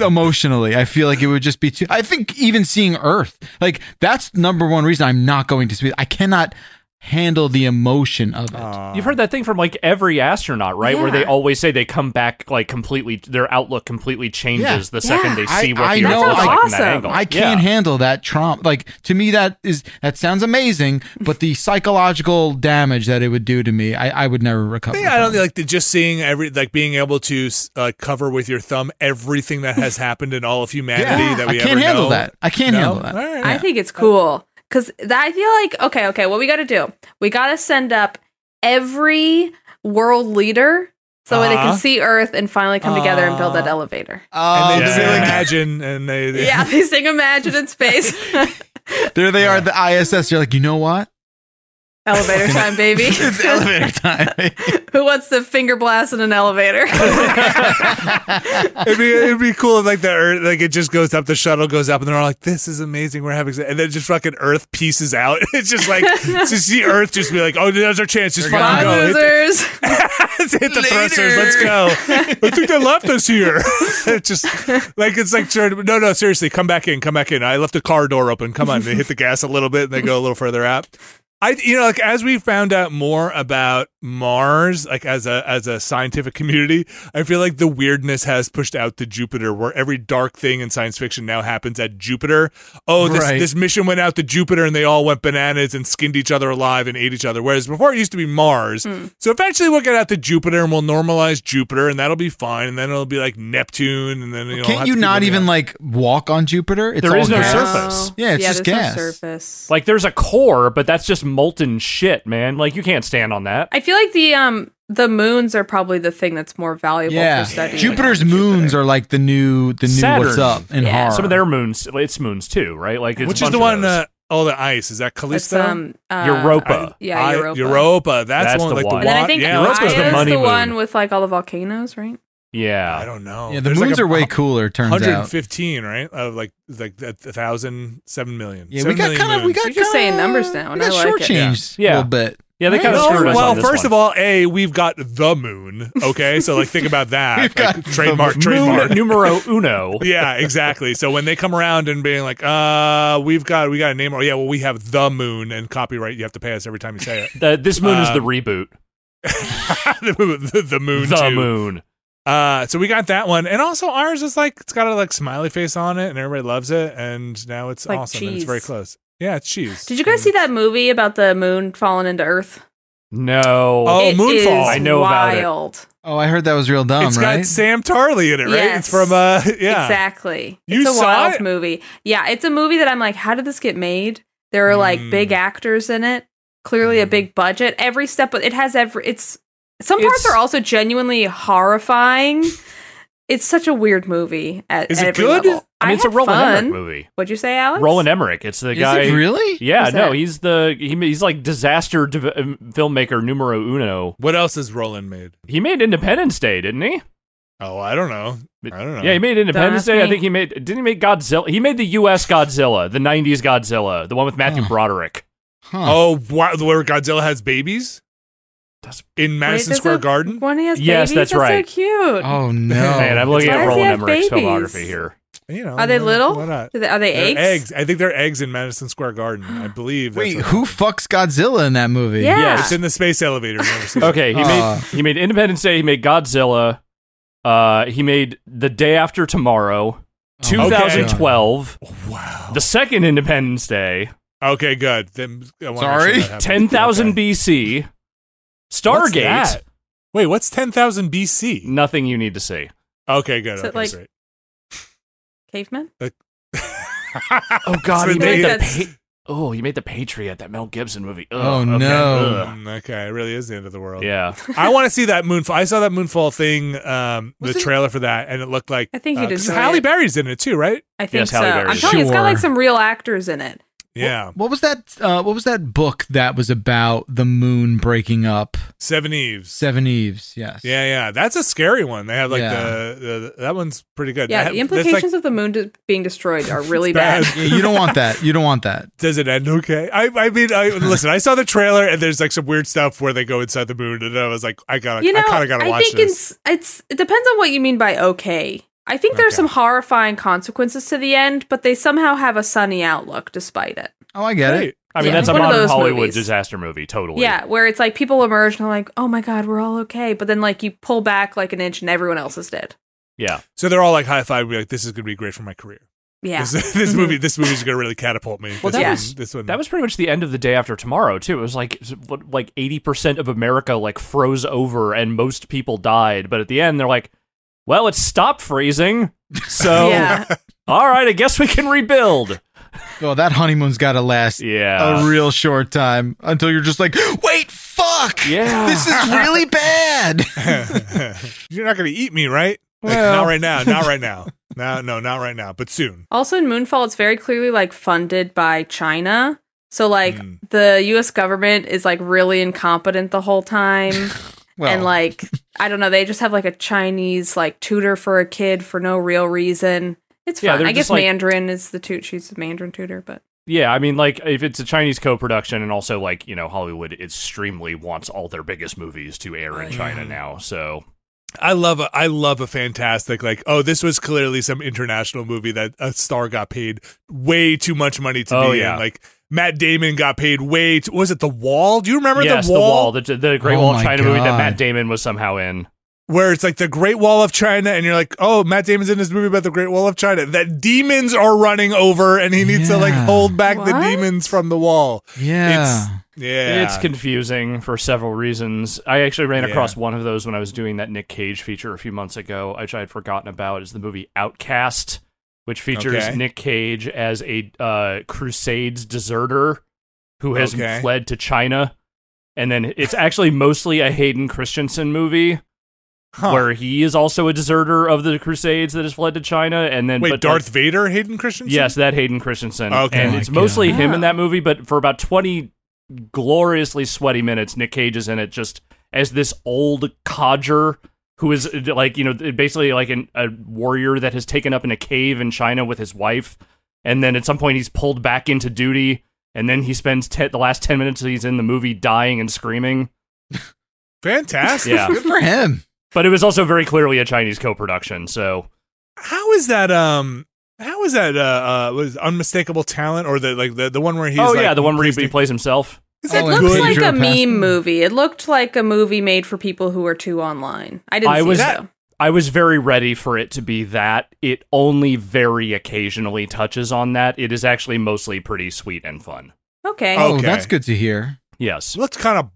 Speaker 4: emotionally i feel like it would just be too i think even seeing earth like that's number one reason i'm not going to space i cannot handle the emotion of it
Speaker 3: You've heard that thing from like every astronaut, right? Where they
Speaker 5: Yeah.
Speaker 3: always say they come back like completely, their outlook completely changes
Speaker 4: Yeah.
Speaker 3: the second
Speaker 5: Yeah.
Speaker 3: they
Speaker 4: I-
Speaker 3: see what
Speaker 4: I
Speaker 3: the Earth
Speaker 4: know,
Speaker 3: looks
Speaker 4: I-
Speaker 3: like from that
Speaker 5: Awesome.
Speaker 3: angle.
Speaker 4: i can't handle that trauma like to me that is that sounds amazing but the psychological damage that it would do to me i, I would never recover
Speaker 1: Yeah, I don't
Speaker 4: from.
Speaker 1: like the, just seeing every like being able to s- uh, cover with your thumb everything that has happened in all of humanity
Speaker 4: yeah.
Speaker 1: that
Speaker 4: i
Speaker 1: we
Speaker 4: can't
Speaker 1: ever
Speaker 4: handle
Speaker 1: know.
Speaker 4: that i can't
Speaker 1: No?
Speaker 4: handle that
Speaker 1: All right.
Speaker 5: I think it's cool because I feel like okay, okay. What we got to do? We got to send up every world leader so they
Speaker 1: Uh-huh.
Speaker 5: can see Earth and finally come together and
Speaker 3: Uh,
Speaker 5: build that elevator.
Speaker 1: and they
Speaker 4: Oh,
Speaker 1: just
Speaker 4: they're, like-
Speaker 1: imagine, and they, they
Speaker 5: [laughs] yeah, they sing "Imagine in Space."
Speaker 4: there they are at the ISS. You're like, you know what?
Speaker 5: [laughs]
Speaker 4: [laughs]
Speaker 5: elevator time, baby.
Speaker 4: It's elevator time.
Speaker 5: [laughs] Who wants the finger blast in an
Speaker 4: [laughs]
Speaker 1: [laughs]
Speaker 5: elevator?
Speaker 1: it'd be it'd be cool if like the Earth like it just goes up, the shuttle goes up, and they're all like, "This is amazing, we're having," sex," and then just fucking Earth pieces out. [laughs] It's just like to see Earth just be like, "Oh, there's our chance, just
Speaker 5: Bye,
Speaker 1: fucking go." Hit the-
Speaker 5: losers.
Speaker 1: Let's [laughs] hit the thrusters. Let's go. I think they left us here. [laughs] It's just like it's like sure, no, no, seriously, come back in, come back in. I left the car door open. Come on, they hit the gas a little bit and they go a little further out. I, you know, like as we found out more about Mars, like as a as a scientific community, I feel like the weirdness has pushed out to Jupiter, where every dark thing in science fiction now happens at Jupiter. Oh, this
Speaker 4: Right.
Speaker 1: this mission went out to Jupiter, and they all went bananas and skinned each other alive and ate each other. Whereas before it used to be Mars.
Speaker 5: Hmm.
Speaker 1: So eventually we'll get out to Jupiter, and we'll normalize Jupiter, and that'll be fine. And then it'll be like Neptune, and then you know,
Speaker 4: Can't you not even like walk on Jupiter? It's
Speaker 3: There is
Speaker 4: all
Speaker 3: no
Speaker 4: gas.
Speaker 3: surface.
Speaker 4: Yeah, it's just
Speaker 5: Oh. there's no
Speaker 4: gas.
Speaker 5: surface.
Speaker 3: Like there's a core, but that's just molten shit, man. Like you can't stand on that.
Speaker 5: I feel like the um the moons are probably the thing that's more valuable
Speaker 4: Yeah,
Speaker 5: for studying.
Speaker 4: Jupiter's moons are like the new the new
Speaker 3: Saturn.
Speaker 4: what's up in
Speaker 5: Yeah.
Speaker 4: horror.
Speaker 3: Some of their moons, its moons too, right? Like it's
Speaker 1: which
Speaker 3: a
Speaker 1: is the
Speaker 3: bunch of
Speaker 1: one?
Speaker 3: those.
Speaker 1: Uh, all the ice is that
Speaker 5: It's,
Speaker 1: Callisto?
Speaker 5: um, uh,
Speaker 3: Europa.
Speaker 5: Yeah,
Speaker 1: I-
Speaker 5: Europa.
Speaker 1: Europa. That's,
Speaker 3: That's
Speaker 1: the one.
Speaker 3: the
Speaker 1: like
Speaker 3: one.
Speaker 5: And then I
Speaker 1: wa-
Speaker 5: think
Speaker 1: yeah,
Speaker 5: Io
Speaker 3: Europa's
Speaker 5: is
Speaker 3: the
Speaker 5: the,
Speaker 3: money moon.
Speaker 5: one with like all the volcanoes, right?
Speaker 1: I
Speaker 3: yeah,
Speaker 1: don't know.
Speaker 4: yeah, the
Speaker 1: There's, like,
Speaker 4: moons
Speaker 1: a
Speaker 4: are way
Speaker 1: hu-
Speaker 4: cooler. Turns out.
Speaker 1: 115, right? Of like like a thousand, seven million.
Speaker 4: Yeah, we got kind of we got
Speaker 5: You're just
Speaker 4: kinda-
Speaker 5: saying numbers now,
Speaker 4: We
Speaker 5: and
Speaker 4: got
Speaker 5: I like it.
Speaker 4: shortchanged a
Speaker 3: Yeah.
Speaker 4: little bit.
Speaker 3: yeah. They kind of
Speaker 1: No,
Speaker 3: screwed us
Speaker 1: well,
Speaker 3: on this
Speaker 1: first
Speaker 3: one.
Speaker 1: of all, a we've got the moon. Okay, so like think about that.
Speaker 4: [laughs] We've
Speaker 1: Like,
Speaker 4: got the
Speaker 1: trademark,
Speaker 4: moon.
Speaker 1: trademark.
Speaker 3: Moon numero uno.
Speaker 1: [laughs] yeah, exactly. So when they come around and being like, uh, we've got we got a name. Or yeah, well, we have the moon and copyright. You have to pay us every time you say it. [laughs]
Speaker 3: The, this moon is the
Speaker 1: Um,
Speaker 3: reboot.
Speaker 1: the, moon- the- the moon.
Speaker 3: the
Speaker 1: too.
Speaker 3: moon.
Speaker 1: Uh, so we got that one, and also ours is like it's got a like smiley face on it, and everybody loves it, and now it's
Speaker 5: Like
Speaker 1: awesome. And it's
Speaker 5: cheese.
Speaker 1: very close. Yeah, it's cheese.
Speaker 5: Did you guys see that movie about the moon falling into Earth?
Speaker 3: No.
Speaker 1: Oh,
Speaker 5: It
Speaker 1: Moonfall.
Speaker 5: is
Speaker 1: I
Speaker 3: know about it.
Speaker 5: wild.
Speaker 4: Oh, I heard that was real dumb,
Speaker 1: It's
Speaker 4: right?
Speaker 1: got Sam Tarley in it, right? It's
Speaker 5: Yes.
Speaker 1: from uh, [laughs] yeah.
Speaker 5: Exactly.
Speaker 1: You
Speaker 5: it's a
Speaker 1: saw
Speaker 5: wild
Speaker 1: it?
Speaker 5: movie. Yeah, it's a movie that I'm like, how did this get made? There are like
Speaker 1: Mm.
Speaker 5: big actors in it. Clearly a big budget. Every step it has every it's some parts
Speaker 3: It's-
Speaker 5: are also genuinely horrifying. it's such a weird movie. At
Speaker 1: Is it
Speaker 5: every
Speaker 1: good?
Speaker 5: level.
Speaker 3: I mean, it's a
Speaker 5: had
Speaker 3: Roland
Speaker 5: fun.
Speaker 3: Emmerich movie.
Speaker 5: What'd you say, Alex?
Speaker 3: Roland Emmerich. It's the
Speaker 4: Is
Speaker 3: guy.
Speaker 4: it really?
Speaker 3: Yeah,
Speaker 5: Who's
Speaker 3: no,
Speaker 5: that?
Speaker 3: he's the he, he's like disaster dev- um, filmmaker numero uno.
Speaker 1: What else has Roland made?
Speaker 3: He made Independence Day, didn't he?
Speaker 1: Oh, I don't know. I don't know.
Speaker 3: Yeah, he made Independence
Speaker 5: ask
Speaker 3: Day. I
Speaker 5: me.
Speaker 3: think he made didn't he make Godzilla? He made the U.S. Godzilla, the '90s Godzilla, the one with Matthew
Speaker 4: Huh.
Speaker 3: Broderick.
Speaker 4: Huh.
Speaker 1: Oh, wow, where Godzilla has babies?
Speaker 3: That's-
Speaker 1: in
Speaker 5: Wait,
Speaker 1: Madison
Speaker 5: there's
Speaker 1: Square
Speaker 5: a-
Speaker 1: Garden.
Speaker 5: When he has
Speaker 3: Yes,
Speaker 5: babies?
Speaker 3: that's right.
Speaker 5: So cute.
Speaker 4: Oh, no.
Speaker 3: [laughs] Man, I'm looking
Speaker 5: Why
Speaker 3: at
Speaker 5: does he
Speaker 3: Roland
Speaker 5: have
Speaker 3: Emmerich's
Speaker 5: babies?
Speaker 3: filmography here.
Speaker 1: You know,
Speaker 5: Are they
Speaker 1: why-
Speaker 5: little?
Speaker 1: Why not?
Speaker 5: Do they- Are they
Speaker 1: They're
Speaker 5: eggs?
Speaker 1: eggs. I think they're eggs in Madison Square Garden.
Speaker 5: [gasps]
Speaker 1: I believe. that's
Speaker 4: Wait,
Speaker 1: what-
Speaker 4: who fucks Godzilla in that movie?
Speaker 5: Yeah.
Speaker 1: It's in the space elevator. I've never seen it.
Speaker 3: Okay, he
Speaker 4: Uh.
Speaker 3: made he made Independence Day. He made Godzilla. Uh, he made The Day After Tomorrow,
Speaker 4: Oh my God.
Speaker 3: 2012,
Speaker 1: Wow.
Speaker 3: the second Independence Day,
Speaker 1: Okay, good. Then, I wanna make
Speaker 4: Sorry?
Speaker 1: sure that happens.
Speaker 3: 10,000
Speaker 1: Okay.
Speaker 3: BC,
Speaker 1: What's
Speaker 3: Stargate.
Speaker 1: that? Wait, what's ten thousand BC?
Speaker 3: Nothing you need to see.
Speaker 1: Okay, good.
Speaker 5: Is it
Speaker 1: okay,
Speaker 5: like- [laughs]
Speaker 1: great.
Speaker 5: Cavemen?
Speaker 3: Oh God,
Speaker 1: So
Speaker 3: he
Speaker 1: they-
Speaker 3: made the
Speaker 5: that's-
Speaker 3: pa- oh he made the Patriot, that Mel Gibson movie. Ugh,
Speaker 4: Oh,
Speaker 3: okay,
Speaker 4: no.
Speaker 1: Mm, okay, it really is the end of the
Speaker 3: ugh.
Speaker 1: world.
Speaker 3: Yeah,
Speaker 1: I want to see that moonfall. I saw that moonfall thing, um, the
Speaker 4: Wasn't-
Speaker 1: trailer for that, and it looked like
Speaker 5: I think you'd
Speaker 1: because
Speaker 5: enjoy
Speaker 1: Halle
Speaker 5: it.
Speaker 1: Berry's in it too, right?
Speaker 5: I think
Speaker 3: Yes,
Speaker 5: so.
Speaker 3: Halle Berry.
Speaker 5: I'm telling you, it's got like
Speaker 4: Sure.
Speaker 5: some real actors in it.
Speaker 1: Yeah,
Speaker 4: What was that? Uh, what was that book that was about the moon breaking up?
Speaker 1: Seven Eves.
Speaker 4: Seven Eves. Yes.
Speaker 1: Yeah, yeah, that's a scary one. They have like
Speaker 4: Yeah.
Speaker 1: the, the that one's pretty good.
Speaker 5: Yeah,
Speaker 1: That-
Speaker 5: the
Speaker 1: that's,
Speaker 5: implications
Speaker 1: like,
Speaker 5: of the moon de- being
Speaker 1: [laughs]
Speaker 5: destroyed are really
Speaker 1: bad.
Speaker 5: bad.
Speaker 4: Yeah,
Speaker 1: [laughs]
Speaker 4: you don't want that. You don't want that.
Speaker 1: does it end okay? I, I mean, I, listen, I saw the trailer and there's like some weird stuff where they go inside the moon, and I was like, I gotta,
Speaker 5: You know,
Speaker 1: I kind of gotta
Speaker 5: I
Speaker 1: watch
Speaker 5: think
Speaker 1: this.
Speaker 5: It's, it's it depends on what you mean by okay. I think there's
Speaker 1: Okay.
Speaker 5: some horrifying consequences to the end, but they somehow have a sunny outlook despite it.
Speaker 4: Oh, I get
Speaker 1: Great.
Speaker 4: it.
Speaker 3: I mean
Speaker 5: Yeah.
Speaker 3: that's a
Speaker 5: One of
Speaker 3: modern
Speaker 5: those
Speaker 3: Hollywood
Speaker 5: movies.
Speaker 3: disaster movie. Totally.
Speaker 5: Yeah, where it's like people emerge and are like, "Oh my god, we're all okay," but then like you pull back like an inch and everyone else is dead.
Speaker 3: yeah.
Speaker 1: So they're all like high five, be like, this is gonna be great for my career.
Speaker 5: Yeah, [laughs]
Speaker 1: This, [laughs] this movie, this movie's gonna really catapult me.
Speaker 3: Mm-hmm. Well,
Speaker 1: this
Speaker 5: that
Speaker 1: one,
Speaker 3: was-
Speaker 1: this one. [laughs]
Speaker 3: That was pretty much the end of the day after tomorrow too. It was like what, like eighty percent of America like froze over and most people died. But at the end, they're like, "Well, it stopped
Speaker 5: [laughs]
Speaker 3: freezing,
Speaker 1: Oh.
Speaker 3: so
Speaker 5: yeah.
Speaker 3: all right, I guess we can rebuild." Uh,
Speaker 4: Oh, that honeymoon's got to last
Speaker 3: Yeah,
Speaker 4: a real short time until you're just like, wait, fuck.
Speaker 3: Yeah.
Speaker 4: This is
Speaker 3: [laughs]
Speaker 4: really bad.
Speaker 1: You're not gonna eat me, right? Like, not right now. Not right now. [laughs] No, no, not right now. But soon.
Speaker 5: Also in Moonfall, it's very clearly like funded by China. So like
Speaker 1: Mm.
Speaker 5: the US government is like really incompetent the
Speaker 1: [laughs]
Speaker 5: whole time.
Speaker 4: Well,
Speaker 5: and like I don't know, they just have like a Chinese like tutor for a kid for no real reason. It's
Speaker 3: Yeah,
Speaker 5: fun.
Speaker 3: they're
Speaker 5: I guess
Speaker 3: just, like-
Speaker 5: Mandarin is the tutor. She's the Mandarin tutor, but
Speaker 3: yeah. I mean, like if it's a Chinese co-production, and also like you know Hollywood extremely wants all their biggest movies to air
Speaker 5: Oh,
Speaker 3: in China now, so
Speaker 1: I love a I love a fantastic like oh this was clearly some international movie that a star got paid way too much money to
Speaker 3: Oh,
Speaker 1: be
Speaker 3: yeah.
Speaker 1: in like Matt Damon got paid way too, was it The Wall? Do you remember
Speaker 3: yes,
Speaker 1: The Wall?
Speaker 3: the the, Great
Speaker 4: Oh
Speaker 3: Wall of
Speaker 4: my
Speaker 3: China movie that
Speaker 4: God.
Speaker 3: Matt Damon was somehow in.
Speaker 1: Where it's like the Great Wall of China and you're like, "Oh, Matt Damon's in this movie about the Great Wall of China that demons are running over and he needs to like
Speaker 4: Yeah.
Speaker 1: hold back the
Speaker 5: What?
Speaker 1: demons from the wall."
Speaker 4: yeah.
Speaker 1: Yeah.
Speaker 3: It's confusing for several reasons. I actually ran
Speaker 1: Yeah.
Speaker 3: across one of those when I was doing that Nick Cage feature a few months ago, which I had forgotten about. Is the movie Outcast, which features
Speaker 1: Okay.
Speaker 3: Nick Cage as a uh, Crusades deserter who has
Speaker 1: Okay.
Speaker 3: fled to China, and then it's actually mostly a Hayden Christensen movie
Speaker 1: Huh.
Speaker 3: where he is also a deserter of the Crusades that has fled to China, and then
Speaker 1: Wait,
Speaker 3: but like,
Speaker 1: Darth Vader, Hayden Christensen?
Speaker 3: Yes, that Hayden Christensen.
Speaker 1: Okay.
Speaker 3: And
Speaker 1: Oh
Speaker 3: it's
Speaker 4: my
Speaker 3: mostly
Speaker 5: God.
Speaker 3: him in
Speaker 5: Oh.
Speaker 3: that movie, but for about 20 gloriously sweaty minutes, Nick Cage is in it just as this old codger who is uh, like, you know, basically like an, a warrior that has taken up in a cave in China with his wife. And then at some point, he's pulled back into duty. And then he spends te- the last 10 minutes that he's in the movie dying and screaming.
Speaker 1: Fantastic. [laughs]
Speaker 3: Yeah.
Speaker 4: Good for him.
Speaker 3: but it was also very clearly a Chinese co production. So
Speaker 1: How is that? Um, how is that? Uh, uh was unmistakable talent or the like the, the one where he's
Speaker 3: oh,
Speaker 1: like,
Speaker 3: yeah, the one where he, he
Speaker 1: please do-
Speaker 3: plays himself.
Speaker 1: is that
Speaker 4: Oh,
Speaker 5: it
Speaker 4: and
Speaker 1: good?
Speaker 5: looks
Speaker 4: Pedro
Speaker 5: like a
Speaker 4: Pascal.
Speaker 5: meme movie. It looked like a movie made for people who are too online. I didn't
Speaker 3: I
Speaker 5: see
Speaker 3: was-
Speaker 5: it. though.
Speaker 3: I was very ready for it to be that. It only very occasionally touches on that. It is actually mostly pretty sweet and fun.
Speaker 5: Okay.
Speaker 1: Oh.
Speaker 4: Oh,
Speaker 1: Okay.
Speaker 4: that's good to hear.
Speaker 3: Yes.
Speaker 1: looks kind of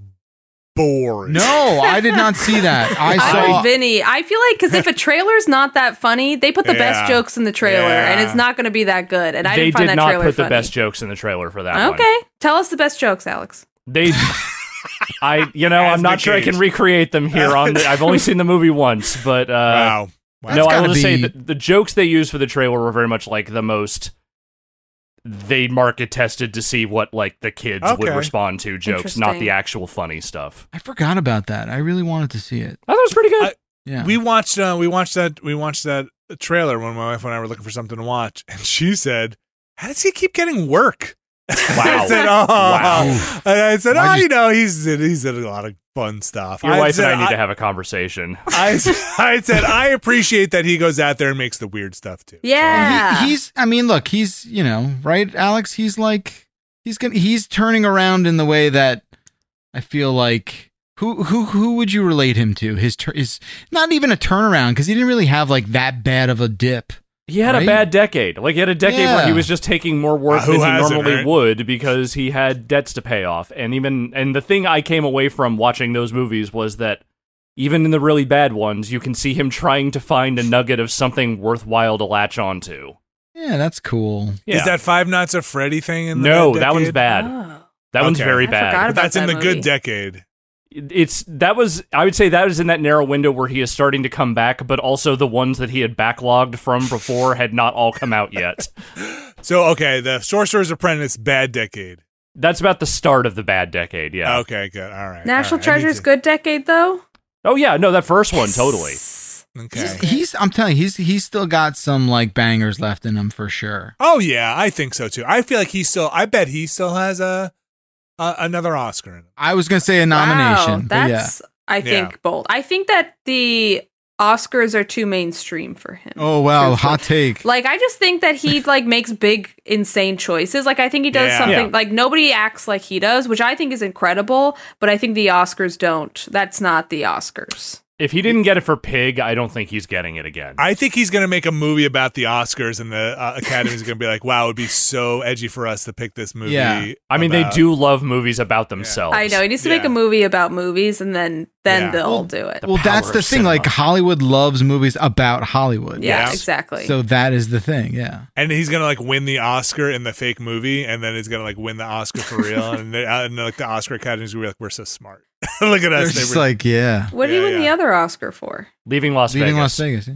Speaker 1: boring.
Speaker 4: No, I did not see that.
Speaker 5: [laughs]
Speaker 4: I
Speaker 5: I'm
Speaker 4: saw.
Speaker 5: with Vinny. I feel like because if a trailer's not that funny, they put the
Speaker 1: Yeah.
Speaker 5: best jokes in the trailer, and
Speaker 1: Yeah.
Speaker 5: it's not going to be that good. And I
Speaker 3: they
Speaker 5: didn't find
Speaker 3: did
Speaker 5: that
Speaker 3: not
Speaker 5: trailer
Speaker 3: put
Speaker 5: funny.
Speaker 3: the best jokes in the trailer for that one.
Speaker 5: okay, tell us the best jokes, Alex. [laughs]
Speaker 3: They I you know,
Speaker 1: As
Speaker 3: I'm not
Speaker 1: the
Speaker 3: sure I can
Speaker 1: case.
Speaker 3: recreate them here on the, I've only seen the movie once, but uh
Speaker 1: Wow.
Speaker 4: Wow.
Speaker 3: no,
Speaker 4: That's
Speaker 3: I
Speaker 4: gotta
Speaker 3: will just say
Speaker 4: be-
Speaker 3: that the jokes they used for the trailer were very much like the most they market tested to see what like the kids would
Speaker 1: Okay.
Speaker 3: respond to jokes, not the
Speaker 5: Interesting.
Speaker 3: actual funny stuff.
Speaker 4: I forgot about that. I really wanted to see it.
Speaker 3: I thought it was pretty good.
Speaker 1: I- [laughs]
Speaker 4: Yeah.
Speaker 1: We watched uh, we watched that we watched that trailer when my wife and I were looking for something to watch, [laughs] and she said, "How does he keep getting work?" I
Speaker 3: wow.
Speaker 1: said, "Oh,
Speaker 3: Wow.
Speaker 1: [laughs] and I said,
Speaker 4: Why'd
Speaker 1: oh,
Speaker 4: you-
Speaker 1: you know, he's he's did a lot of fun stuff."
Speaker 3: Your wife
Speaker 1: said,
Speaker 3: and I need to have a conversation.
Speaker 1: I, s- I said I appreciate that he goes out there and makes the weird stuff too.
Speaker 5: Yeah.
Speaker 4: He- he's I mean, look, he's, you know, right, Alex, he's like he's going to he's turning around in the way that I feel like who who who would you relate him to? His tur- is not even a turnaround cuz he didn't really have like that bad of a dip.
Speaker 3: He had
Speaker 4: Right?
Speaker 3: a bad decade. Like he had a decade where he
Speaker 4: Yeah.
Speaker 3: was just taking more work
Speaker 1: Uh, who
Speaker 3: than he
Speaker 1: hasn't,
Speaker 3: normally
Speaker 1: right?
Speaker 3: would because he had debts to pay off. And even and the thing I came away from watching those movies was that even in the really bad ones, you can see him trying to find a nugget of something worthwhile to latch onto.
Speaker 4: Yeah, that's cool.
Speaker 3: Yeah.
Speaker 1: Is that Five Nights at Freddy thing in the
Speaker 3: no,
Speaker 1: bad
Speaker 3: that one's
Speaker 1: decade?
Speaker 3: bad.
Speaker 5: Oh.
Speaker 3: That one's
Speaker 1: Okay.
Speaker 3: very
Speaker 5: I
Speaker 3: bad.
Speaker 5: forgot
Speaker 1: But that's in
Speaker 5: about
Speaker 1: the
Speaker 5: that
Speaker 1: good
Speaker 5: movie.
Speaker 1: decade.
Speaker 3: it's that was I would say that was in that narrow window where he is starting to come back, but also the ones that he had backlogged from before had not all come out yet.
Speaker 1: So okay, the Sorcerer's Apprentice bad decade.
Speaker 3: That's about the start of the bad decade, yeah.
Speaker 1: Okay, good. All right.
Speaker 5: National
Speaker 1: All right. I need
Speaker 5: Treasure's
Speaker 1: to-
Speaker 5: good decade though.
Speaker 3: Oh yeah, no, that
Speaker 1: [laughs]
Speaker 3: first one totally.
Speaker 1: Okay.
Speaker 4: He's I'm telling you, he's he's still got some like bangers left in him for sure.
Speaker 1: Oh yeah, I think so too. I feel like he still. I bet he still has a, a another Oscar in him.
Speaker 4: I was going to say a nomination.
Speaker 5: Wow,
Speaker 4: but
Speaker 5: that's I think
Speaker 1: Yeah.
Speaker 5: bold. I think that the Oscars are too mainstream for him.
Speaker 4: yeah. Oh wow,
Speaker 5: Truthfully.
Speaker 4: hot take.
Speaker 5: Like I just think that he like makes big insane choices. Like I think he does
Speaker 1: Yeah.
Speaker 5: something
Speaker 3: Yeah.
Speaker 5: like nobody acts like he does, which I think is incredible, but I think the Oscars don't. That's not the Oscars.
Speaker 3: If he didn't get it for Pig, I don't think he's getting it again.
Speaker 1: I think he's gonna make a movie about the Oscars, and the uh, Academy's gonna be like, "Wow, it would be so edgy for us to pick this movie."
Speaker 4: Yeah.
Speaker 3: I mean,
Speaker 1: about-
Speaker 3: they do love movies about themselves.
Speaker 5: I know. He needs to make
Speaker 1: Oh, Yeah.
Speaker 5: a movie about movies and then then
Speaker 1: Yeah.
Speaker 5: they'll
Speaker 4: Well,
Speaker 5: do it.
Speaker 3: the
Speaker 4: well, that's
Speaker 3: power
Speaker 4: the
Speaker 3: of
Speaker 4: thing.
Speaker 3: cinema.
Speaker 4: Like Hollywood loves movies about Hollywood.
Speaker 5: yeah,
Speaker 1: yes.
Speaker 5: exactly.
Speaker 4: So that is the thing. Yeah.
Speaker 1: And he's gonna like win the Oscar in the fake movie, and then he's gonna like win the Oscar for real, and, they, uh, and like the Oscar Academy's gonna be like, "We're so smart. [laughs] Look at
Speaker 4: They're
Speaker 1: us." They
Speaker 4: just
Speaker 1: were-
Speaker 4: like, yeah.
Speaker 5: what did
Speaker 1: Yeah,
Speaker 5: he win the
Speaker 1: yeah.
Speaker 5: other Oscar for?
Speaker 3: Leaving Las
Speaker 4: Leaving Las
Speaker 3: Vegas.
Speaker 4: Vegas. yeah.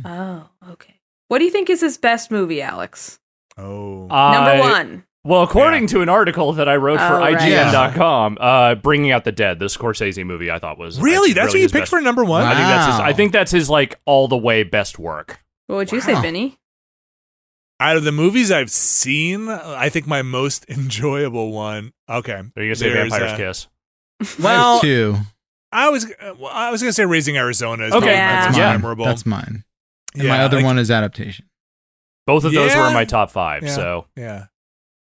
Speaker 5: Oh, okay. What do you think is his best movie, Alex?
Speaker 1: oh,
Speaker 3: I-
Speaker 5: Number one.
Speaker 3: Well, according to an article that I wrote for
Speaker 5: Oh, right.
Speaker 3: IGN.com, uh, "Bringing Out the Dead," the Scorsese movie, I thought was
Speaker 1: really? That's what you
Speaker 3: his
Speaker 1: picked
Speaker 3: best-
Speaker 1: for number one?
Speaker 3: I think that's his. I
Speaker 4: Wow.
Speaker 3: think that's his like all the way best work.
Speaker 5: What would you say,
Speaker 4: Wow.
Speaker 5: Vinny?
Speaker 1: Out of the movies I've seen, I think my most [laughs] enjoyable one. Okay,
Speaker 3: Are you gonna say
Speaker 1: There's,
Speaker 3: Vampire's
Speaker 1: uh,
Speaker 3: Kiss?
Speaker 1: Well,
Speaker 4: two.
Speaker 1: I was uh, well, I was gonna say Raising Arizona is
Speaker 3: Okay.
Speaker 1: probably
Speaker 5: Yeah.
Speaker 1: my
Speaker 4: That's
Speaker 1: most
Speaker 4: mine.
Speaker 1: memorable.
Speaker 4: That's mine. And
Speaker 1: yeah,
Speaker 4: my other
Speaker 1: like-
Speaker 4: one is adaptation.
Speaker 3: Both of those were
Speaker 1: yeah.
Speaker 3: in my top five.
Speaker 1: Yeah.
Speaker 3: So
Speaker 1: Yeah,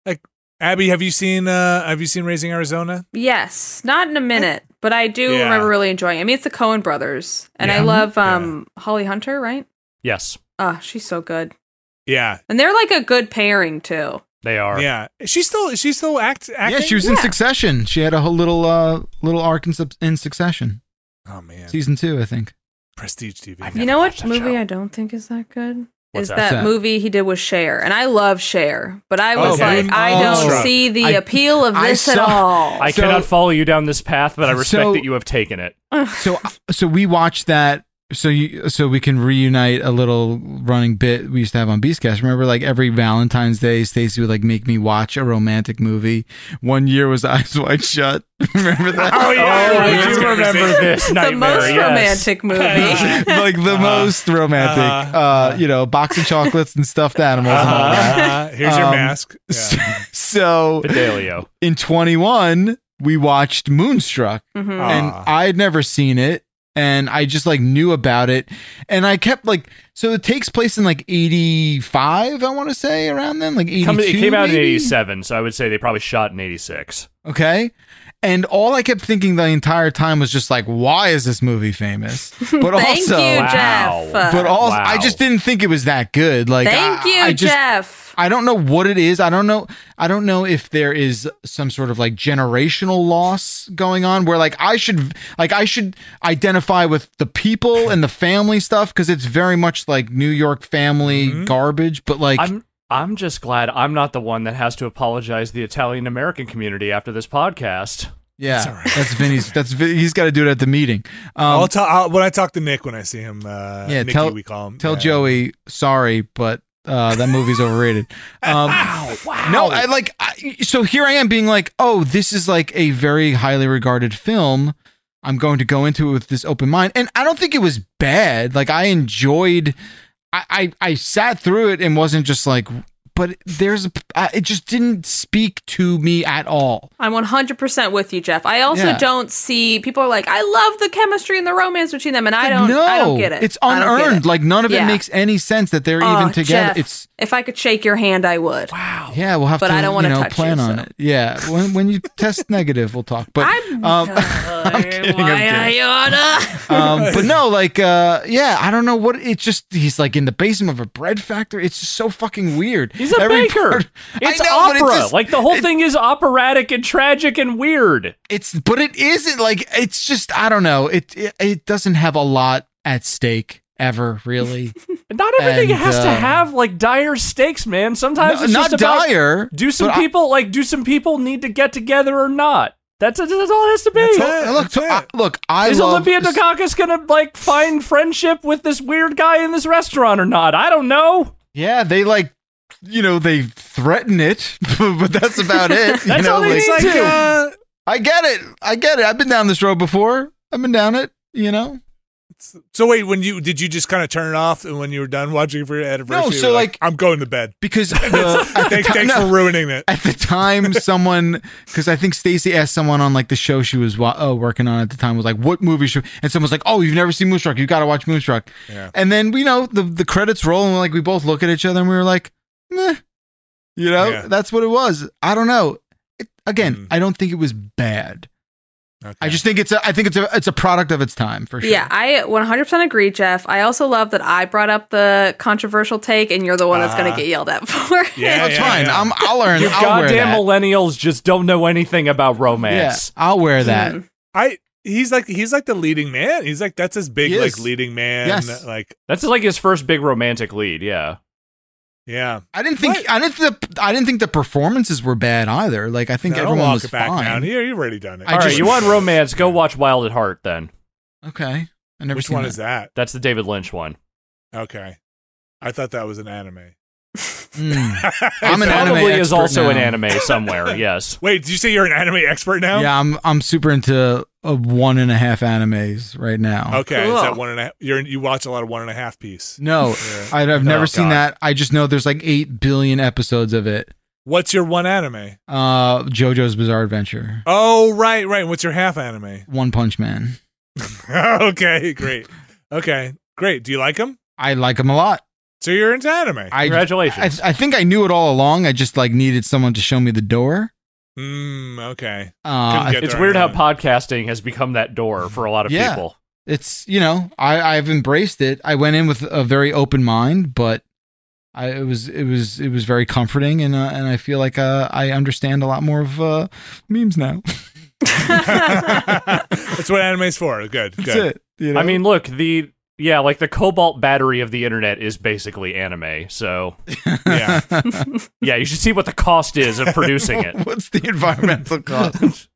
Speaker 1: like Abby, have you seen uh have you seen Raising Arizona?
Speaker 5: Yes, not in a minute, but I do
Speaker 1: Yeah.
Speaker 5: remember really enjoying. It. I mean, it's the Cohen brothers, and I
Speaker 1: Yeah.
Speaker 5: love
Speaker 1: Yeah.
Speaker 5: um Holly Hunter, right?
Speaker 3: yes,
Speaker 5: Ah, she's so good,
Speaker 1: Yeah,
Speaker 5: and they're like a good pairing too.
Speaker 3: they are.
Speaker 1: yeah. She's still she's still act acting.
Speaker 4: yeah, she was in
Speaker 5: Yeah.
Speaker 4: Succession. She had a whole little uh, little arc in, Suc- in Succession,
Speaker 1: Oh man,
Speaker 4: season two, I think.
Speaker 1: Prestige TV.
Speaker 3: I
Speaker 5: you
Speaker 3: never
Speaker 5: know
Speaker 3: watched
Speaker 5: what
Speaker 3: that
Speaker 5: movie
Speaker 3: show.
Speaker 5: I don't think is that good
Speaker 3: What's
Speaker 5: is
Speaker 3: that?
Speaker 5: that,
Speaker 4: What's that?
Speaker 5: movie he did with Cher, and I love Cher, but I was
Speaker 1: Okay.
Speaker 5: like, I don't
Speaker 1: Moonstruck.
Speaker 5: see the
Speaker 4: Oh, I-
Speaker 5: appeal of
Speaker 4: I
Speaker 5: this at
Speaker 4: saw-
Speaker 5: all.
Speaker 3: I
Speaker 4: So-
Speaker 3: cannot follow you down this path, but I respect
Speaker 4: So-
Speaker 3: that you have taken it.
Speaker 4: So uh, so we watched that. So you so we can reunite a little running bit we used to have on Beastcast. Remember, like every Valentine's Day, Stacy would like make me watch a romantic movie. One year was [laughs] Eyes Wide Shut. Remember that?
Speaker 1: Oh, yeah, I
Speaker 3: oh,
Speaker 1: remember
Speaker 3: I
Speaker 1: this
Speaker 3: do remember
Speaker 1: conversation.
Speaker 3: this
Speaker 5: the
Speaker 3: nightmare.
Speaker 5: most
Speaker 3: yes.
Speaker 5: romantic movie.
Speaker 4: [laughs] like the most romantic, uh
Speaker 1: Uh-huh.
Speaker 4: you know, box of chocolates and stuffed animals. and all that.
Speaker 1: Uh-huh. Here's your
Speaker 4: Um, [laughs]
Speaker 1: mask. Yeah.
Speaker 4: So
Speaker 3: [laughs] Fidelio.
Speaker 4: in 21, we watched Moonstruck,
Speaker 5: Mhm.
Speaker 1: Ah.
Speaker 4: and I had never seen it, and I just like knew about it, and I kept like, so it takes place in like 85, I want to say around then, like 82.
Speaker 3: Come- It came out in
Speaker 4: maybe?
Speaker 3: '87, so I would say they probably shot in '86.
Speaker 4: Okay. And all I kept thinking the entire time was just like, why is this movie
Speaker 5: [laughs]
Speaker 4: famous? But
Speaker 5: Thank
Speaker 4: also,
Speaker 5: you,
Speaker 3: Wow.
Speaker 5: Jeff.
Speaker 4: but also,
Speaker 3: Wow.
Speaker 4: I just didn't think it was that good. Like,
Speaker 5: Thank
Speaker 4: I,
Speaker 5: you,
Speaker 4: I just,
Speaker 5: Jeff.
Speaker 4: I don't know what it is. I don't know. I don't know if there is some sort of like generational loss going on where like I should like I should identify with the people and the family stuff because it's very much like New York family garbage. But like,
Speaker 3: I'm I'm just glad I'm not the one that has to apologize to the Italian American community after this podcast.
Speaker 4: Yeah,
Speaker 1: It's all right.
Speaker 4: that's Vinny's. That's Vin- he's got to do it at the meeting. Um,
Speaker 1: I'll tell I'll, when I talk to Nick when I see him. Uh,
Speaker 4: Yeah,
Speaker 1: Nicky,
Speaker 4: tell-
Speaker 1: we call him.
Speaker 4: tell
Speaker 1: Yeah.
Speaker 4: Joey, sorry, but uh, that
Speaker 1: [laughs]
Speaker 4: movie's overrated. Um, No, I like. I, so here I am being like, oh, this is like a very highly regarded film. I'm going to go into it with this open mind, and I don't think it was bad. Like I enjoyed. I I, I sat through it and wasn't just like. But there's, a- I- it just didn't speak to me at all.
Speaker 5: I'm 100% with you, Jeff. I also
Speaker 4: Yeah.
Speaker 5: don't see people are like, I love the chemistry and the romance between them, and I don't,
Speaker 4: no,
Speaker 5: I don't get it.
Speaker 4: It's
Speaker 5: I don't get
Speaker 4: unearned.
Speaker 5: it.
Speaker 4: Like none of
Speaker 5: Yeah.
Speaker 4: it makes any sense that they're
Speaker 5: Oh,
Speaker 4: even together.
Speaker 5: Jeff,
Speaker 4: It's
Speaker 5: if I could shake your hand, I would.
Speaker 4: yeah, we'll have
Speaker 5: But
Speaker 4: to.
Speaker 5: I don't wanna
Speaker 4: you know,
Speaker 5: touch you,
Speaker 4: plan on
Speaker 5: so.
Speaker 4: it. Yeah, when when you
Speaker 5: [laughs]
Speaker 4: test negative, we'll talk. But
Speaker 5: I'm,
Speaker 4: um, [laughs]
Speaker 5: I'm
Speaker 4: kidding, I'm
Speaker 5: Why are
Speaker 4: kidding.
Speaker 5: you [laughs] on a-
Speaker 4: um, but no, like, uh, yeah, I don't know what it's just. He's like in the basement of a bread factory. It's just so fucking weird.
Speaker 3: He's a
Speaker 4: Every
Speaker 3: baker.
Speaker 4: part- I
Speaker 3: it's
Speaker 4: know, but
Speaker 3: opera.
Speaker 4: just-
Speaker 3: like the whole
Speaker 4: it-
Speaker 3: thing is operatic and tragic and weird.
Speaker 4: It's but it isn't like it's just I don't know. It it, it doesn't have a lot at stake ever
Speaker 3: [laughs]
Speaker 4: really.
Speaker 3: Not everything
Speaker 4: And,
Speaker 3: has to
Speaker 4: um,
Speaker 3: have like dire stakes, man. Sometimes
Speaker 4: No,
Speaker 3: it's
Speaker 4: not
Speaker 3: just about
Speaker 4: dire.
Speaker 3: do some
Speaker 4: but I-
Speaker 3: people like do some people need to get together or not. That's, that's all it has to be.
Speaker 1: That's
Speaker 4: Uh, look,
Speaker 1: That's it.
Speaker 4: I, look, I
Speaker 3: is
Speaker 4: love
Speaker 3: Olympia Dukakis gonna like find friendship with this weird guy in this restaurant or not? I don't know.
Speaker 4: Yeah, they like you know they threaten it, [laughs] but that's about it. you
Speaker 3: That's
Speaker 4: know,
Speaker 3: all they
Speaker 4: like-
Speaker 1: It's
Speaker 3: Me
Speaker 1: like
Speaker 3: too.
Speaker 1: uh,
Speaker 4: I get it. I get it. I've been down this road before. I've been down it. You know.
Speaker 1: so. Wait, when you did you just kind of turn it off, and when you were done watching it for your anniversary,
Speaker 4: No,
Speaker 1: you
Speaker 4: so,
Speaker 1: were
Speaker 4: like-
Speaker 1: I'm going to
Speaker 4: [laughs]
Speaker 1: bed.
Speaker 4: Because uh, at
Speaker 1: [laughs]
Speaker 4: the
Speaker 1: Thanks,
Speaker 4: ti-
Speaker 1: thanks
Speaker 4: no.
Speaker 1: for ruining it.
Speaker 4: at the time someone because i think stacy asked someone on like the show she was wa- uh, working on at the time was like what movie should and someone's like oh you've never seen moonstruck you gotta watch moonstruck
Speaker 1: Yeah.
Speaker 4: and then you know the, the credits roll and like we both look at each other and we were like Meh. you know
Speaker 1: Yeah.
Speaker 4: that's what it was i don't know it, again
Speaker 1: Mm.
Speaker 4: i don't think it was bad
Speaker 1: Okay.
Speaker 4: i just think it's a i think it's a it's a product of its time for sure
Speaker 5: Yeah, I 100% agree, Jeff. I also love that I brought up the controversial take, and you're the one that's going
Speaker 1: Ah.
Speaker 5: to get yelled
Speaker 4: [laughs]
Speaker 5: at for [laughs] it.
Speaker 1: Yeah,
Speaker 4: that's
Speaker 1: yeah,
Speaker 4: fine
Speaker 1: yeah.
Speaker 4: I'm, i'll learn
Speaker 3: You
Speaker 4: I'll wear
Speaker 3: goddamn
Speaker 4: that.
Speaker 3: millennials just don't know anything about
Speaker 4: yeah,
Speaker 3: romance.
Speaker 4: i'll wear that
Speaker 5: Mm.
Speaker 1: I he's like he's like the leading man. He's like that's his big
Speaker 4: He
Speaker 1: like
Speaker 4: is.
Speaker 1: leading man.
Speaker 4: Yes.
Speaker 1: Like
Speaker 3: That's like his first big romantic lead. Yeah.
Speaker 1: yeah.
Speaker 4: I didn't think
Speaker 1: What?
Speaker 4: I didn't think the I didn't think the performances were bad either. Like I think
Speaker 1: No, I'll
Speaker 4: everyone
Speaker 1: walk
Speaker 4: was
Speaker 1: it back
Speaker 4: fine.
Speaker 1: down. Here, you've already done it.
Speaker 4: I
Speaker 3: All right,
Speaker 4: just- [laughs]
Speaker 3: you want romance? Go watch Wild at Heart then.
Speaker 4: Okay, I never
Speaker 1: Which
Speaker 4: seen
Speaker 1: one
Speaker 4: that.
Speaker 1: is that?
Speaker 3: That's the David Lynch one.
Speaker 1: Okay, I thought that was an anime. [laughs]
Speaker 4: Mm. I'm an
Speaker 3: it
Speaker 4: anime
Speaker 3: probably is
Speaker 4: expert
Speaker 3: also
Speaker 4: now.
Speaker 3: an anime somewhere. yes.
Speaker 1: Wait, did you say you're an anime expert now?
Speaker 4: Yeah, I'm I'm super into uh, one and a half animes right now.
Speaker 1: Okay, is that
Speaker 5: Cool.
Speaker 1: one and a half? You're you watch a lot of one and a half piece.
Speaker 4: No,
Speaker 1: Yeah.
Speaker 4: I, I've never
Speaker 3: Oh,
Speaker 4: seen
Speaker 3: God.
Speaker 4: that. I just know there's like eight billion episodes of it.
Speaker 1: What's your one anime?
Speaker 4: Uh, JoJo's Bizarre Adventure,
Speaker 1: Oh, right, right. What's your half anime? [laughs]
Speaker 4: One Punch Man.
Speaker 1: okay, great. Okay, great. Do you like them?
Speaker 4: I like them a lot.
Speaker 1: So you're into anime.
Speaker 4: [laughs] I I,
Speaker 3: Congratulations.
Speaker 4: I think I knew it all along. I just like needed someone to show me the door.
Speaker 1: Mm, okay.
Speaker 4: Uh,
Speaker 1: Couldn't get
Speaker 3: it's
Speaker 1: there
Speaker 3: weird
Speaker 1: on
Speaker 3: how
Speaker 1: that.
Speaker 3: podcasting has become that door for a lot of
Speaker 4: Yeah.
Speaker 3: people.
Speaker 4: it's you know I I've embraced it. I went in with a very open mind, but I it was it was it was very comforting, and uh, and I feel like uh, I understand a lot more of uh, memes now.
Speaker 1: [laughs] That's what anime's for. Good.
Speaker 4: That's
Speaker 1: good.
Speaker 4: it. You know?
Speaker 3: I mean, look, the yeah, like the cobalt battery of the internet is basically anime. So
Speaker 5: [laughs]
Speaker 1: Yeah.
Speaker 3: yeah, you should see what the cost is of
Speaker 4: [laughs]
Speaker 3: producing it.
Speaker 4: what's the
Speaker 5: [laughs]
Speaker 4: environmental cost?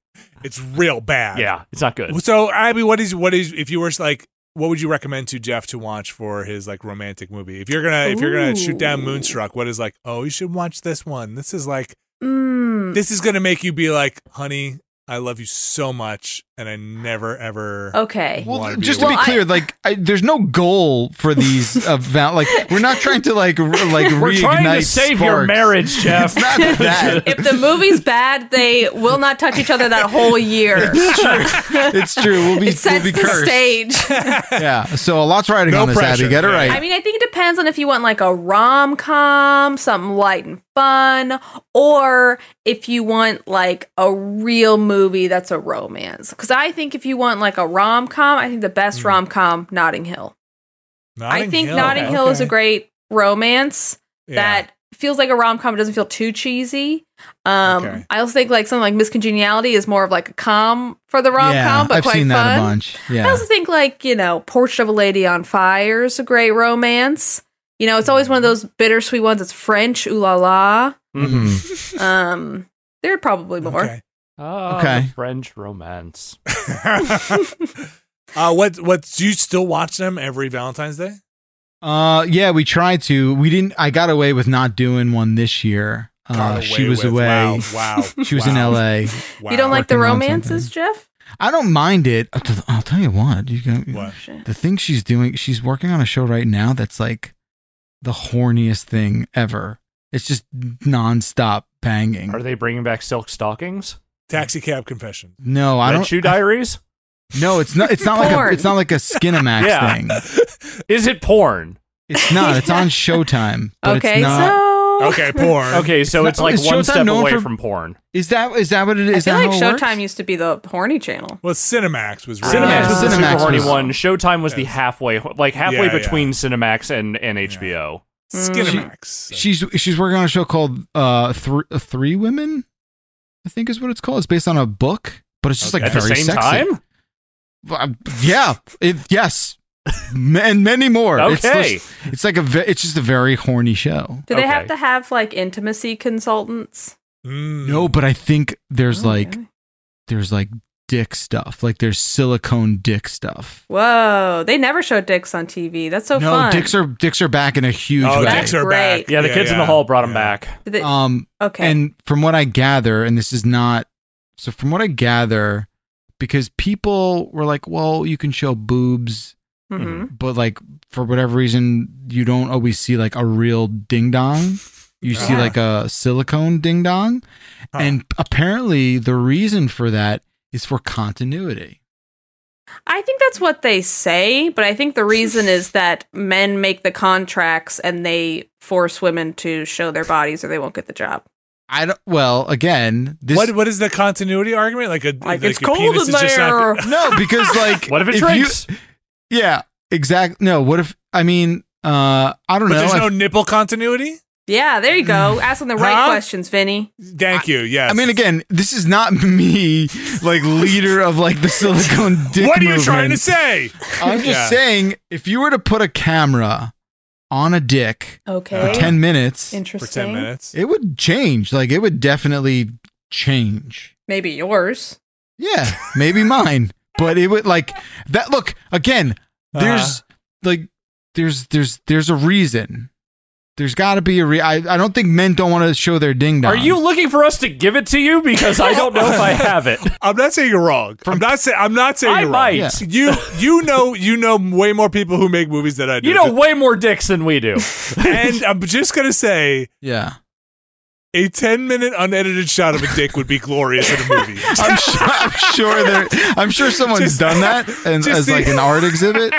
Speaker 1: It's real bad.
Speaker 3: Yeah, it's not good.
Speaker 1: So Abby, what is what is if you were like what would you recommend to Jeff to watch for his like romantic movie? If you're gonna if you're gonna shoot down
Speaker 5: Ooh.
Speaker 1: Moonstruck, what is like, oh you should watch this one. This is like
Speaker 5: Mm.
Speaker 1: this is gonna make you be like, honey, I love you so much and I never ever
Speaker 5: Okay.
Speaker 1: Well,
Speaker 4: Well,
Speaker 1: Wanna be
Speaker 4: just to be
Speaker 5: Well, I-
Speaker 4: clear, like I, there's no goal for
Speaker 5: [laughs]
Speaker 4: these about like we're not trying to like
Speaker 1: [laughs]
Speaker 4: r- like
Speaker 3: We're
Speaker 4: reignite
Speaker 3: trying to save your
Speaker 4: sparks.
Speaker 3: marriage,
Speaker 4: It's
Speaker 3: Jeff.
Speaker 4: not that.
Speaker 3: [laughs]
Speaker 5: if the movie's bad, they will not touch each other that
Speaker 4: [laughs]
Speaker 5: whole year.
Speaker 4: [laughs] it's true. We'll be
Speaker 5: It
Speaker 4: we'll
Speaker 5: sets
Speaker 4: be
Speaker 5: the
Speaker 4: cursed.
Speaker 5: stage.
Speaker 4: [laughs] Yeah. So a lot's riding
Speaker 1: No
Speaker 4: on this,
Speaker 1: pressure.
Speaker 4: Abby. Get it
Speaker 1: Yeah.
Speaker 4: right.
Speaker 5: I mean, I think it depends on if you want like a rom com, something light and fun, or if you want like a real movie that's a romance. Because I think if you want like a rom com, I think the best rom com, Notting Hill. I
Speaker 1: Hmm. Notting
Speaker 5: think
Speaker 1: Hill.
Speaker 5: Notting Hill is a
Speaker 1: Okay.
Speaker 5: great romance
Speaker 1: Yeah.
Speaker 5: that feels like a rom com. It doesn't feel too cheesy. Um,
Speaker 1: Okay.
Speaker 5: I also think like something like Miss Congeniality is more of like a com for the rom com,
Speaker 4: yeah,
Speaker 5: but
Speaker 4: I've
Speaker 5: quite
Speaker 4: seen
Speaker 5: fun.
Speaker 4: that a bunch.
Speaker 5: I
Speaker 4: Yeah.
Speaker 5: also think like you know, Portrait of a Lady on Fire is a great romance. You know, it's always one of those bittersweet ones. It's French, ooh la la.
Speaker 3: Mhm.
Speaker 5: Um, there are probably more.
Speaker 1: Okay. [laughs]
Speaker 3: Ah,
Speaker 4: Okay.
Speaker 3: the French romance.
Speaker 1: uh, what? What? Do you still watch them every Valentine's Day?
Speaker 4: Uh, yeah, we tried to. We didn't. I got away with not doing one this year. Uh,
Speaker 1: Got
Speaker 4: she was
Speaker 1: with-
Speaker 4: away.
Speaker 1: Wow. wow
Speaker 4: [laughs] She was
Speaker 1: wow,
Speaker 4: in LA.
Speaker 1: Wow.
Speaker 5: you don't like the
Speaker 4: Working on
Speaker 5: romances, Jeff?
Speaker 4: I don't mind it. I'll t- I'll tell you what. You can,
Speaker 5: [laughs]
Speaker 1: What?
Speaker 4: The thing she's doing, she's working on a show right now that's like the horniest thing ever. It's just nonstop banging.
Speaker 3: Are they bringing back silk stockings?
Speaker 1: Taxi cab
Speaker 5: [laughs]
Speaker 1: confession.
Speaker 4: no, I
Speaker 3: Red
Speaker 4: don't.
Speaker 3: Shoe Diaries?
Speaker 4: No, it's not. It's not like a,
Speaker 5: Porn.
Speaker 4: it's not like a Skinamax
Speaker 3: [laughs] Yeah.
Speaker 4: thing.
Speaker 3: Is it porn?
Speaker 4: It's not. It's
Speaker 5: [laughs]
Speaker 4: on Showtime. But
Speaker 5: Okay,
Speaker 4: It's not,
Speaker 5: so [laughs]
Speaker 1: Okay, porn.
Speaker 3: Okay, so
Speaker 4: It's
Speaker 3: it's,
Speaker 4: not-
Speaker 3: like
Speaker 4: is
Speaker 3: one
Speaker 4: Showtime
Speaker 3: step
Speaker 4: known
Speaker 3: away
Speaker 4: for-
Speaker 3: from porn.
Speaker 4: is that is that what it
Speaker 5: I
Speaker 4: is?
Speaker 5: feel
Speaker 4: that
Speaker 5: like
Speaker 4: how it works?
Speaker 5: Showtime used to be the horny channel.
Speaker 1: Well, Cinemax was really
Speaker 3: Cinemax was the
Speaker 4: Cinemax
Speaker 3: super horny
Speaker 4: was-
Speaker 3: one. Showtime was the
Speaker 1: Yes.
Speaker 3: halfway, like halfway
Speaker 1: Yeah, yeah.
Speaker 3: between Cinemax and, and HBO.
Speaker 1: Skinemax.
Speaker 4: She's she's working on a show called uh three three women, I think is what it's called. It's based on a book, but it's just
Speaker 1: Okay.
Speaker 4: like
Speaker 3: At the
Speaker 4: very
Speaker 3: same
Speaker 4: sexy.
Speaker 3: time?
Speaker 4: Um, yeah. It, yes. M- and many more. It's,
Speaker 3: Okay.
Speaker 4: just- it's like a. ve- It's just a very horny show.
Speaker 5: Do they have
Speaker 3: Okay.
Speaker 5: to have like intimacy consultants? Hmm.
Speaker 1: Mm.
Speaker 4: No, but I think there's
Speaker 5: Oh,
Speaker 4: like
Speaker 5: really?
Speaker 4: there's like dick stuff. Like there's silicone dick stuff.
Speaker 5: whoa, they never show dicks on TV. That's so
Speaker 4: no,
Speaker 5: fun.
Speaker 4: dicks are dicks are back in a huge
Speaker 1: Oh,
Speaker 4: way.
Speaker 1: dicks are
Speaker 5: Great.
Speaker 1: back.
Speaker 3: Yeah, the kids in the hall brought him
Speaker 1: yeah.
Speaker 3: back.
Speaker 5: Do they-
Speaker 4: um,
Speaker 5: okay,
Speaker 4: and from what I gather, and this is not so. From what I gather, because people were like, "Well, you can show boobs,
Speaker 5: Mhm.
Speaker 4: but like for whatever reason, you don't always see like a real ding dong. You see
Speaker 5: Yeah.
Speaker 4: like a silicone ding dong,
Speaker 1: Uh-huh. Huh.
Speaker 4: and apparently the reason for that is for continuity.
Speaker 5: I think that's what they say, but I think the reason
Speaker 1: [laughs]
Speaker 5: is that men make the contracts and they force women to show their bodies or they won't get the job.
Speaker 4: I don't. Well, again, this
Speaker 1: what what is the continuity argument? Like a
Speaker 5: Like, it's
Speaker 1: a
Speaker 5: cold
Speaker 1: penis
Speaker 5: in
Speaker 1: is just not-
Speaker 5: there.
Speaker 1: [laughs]
Speaker 4: [laughs] no, because like
Speaker 3: What if it
Speaker 4: you-
Speaker 3: drinks?
Speaker 4: yeah, exactly. No, what if I mean. Uh, I don't
Speaker 1: But
Speaker 4: know.
Speaker 1: there's
Speaker 4: I
Speaker 1: no nipple continuity.
Speaker 5: Yeah, there you go. Asking the right
Speaker 1: Huh?
Speaker 5: questions, Vinny.
Speaker 1: Thank you. Yes.
Speaker 4: I mean, again, this is not [laughs] me, like leader of like the silicone dick.
Speaker 1: [laughs] what are you trying to
Speaker 4: movement.
Speaker 1: say?
Speaker 4: I'm just
Speaker 1: Yeah.
Speaker 4: saying, if you were to put a camera on a dick
Speaker 5: Okay.
Speaker 1: Uh,
Speaker 4: ten minutes,
Speaker 1: For
Speaker 5: Interesting.
Speaker 1: ten minutes.
Speaker 4: it would change. Like it would definitely change.
Speaker 5: Maybe yours.
Speaker 4: Yeah, maybe mine, but it would like that. Look again. There's like there's there's there's a reason. There's got to be a re. I, I don't think men don't want to show their ding dong.
Speaker 3: Are you looking for us to give it to you? Because I don't know if I have it.
Speaker 1: I'm not saying you're wrong. I'm not saying I'm not saying
Speaker 3: I
Speaker 1: you're
Speaker 3: might.
Speaker 4: Yeah.
Speaker 1: wrong. You you know you know way more people who make movies than I do.
Speaker 3: You know way more dicks than we do.
Speaker 1: and I'm just gonna say
Speaker 4: Yeah.
Speaker 1: a 10 minute unedited shot of a dick would be glorious in a movie.
Speaker 4: I'm sure, I'm sure there. I'm sure someone's
Speaker 1: Just-
Speaker 4: done that and,
Speaker 1: just
Speaker 4: as
Speaker 1: the-
Speaker 4: like an art exhibit.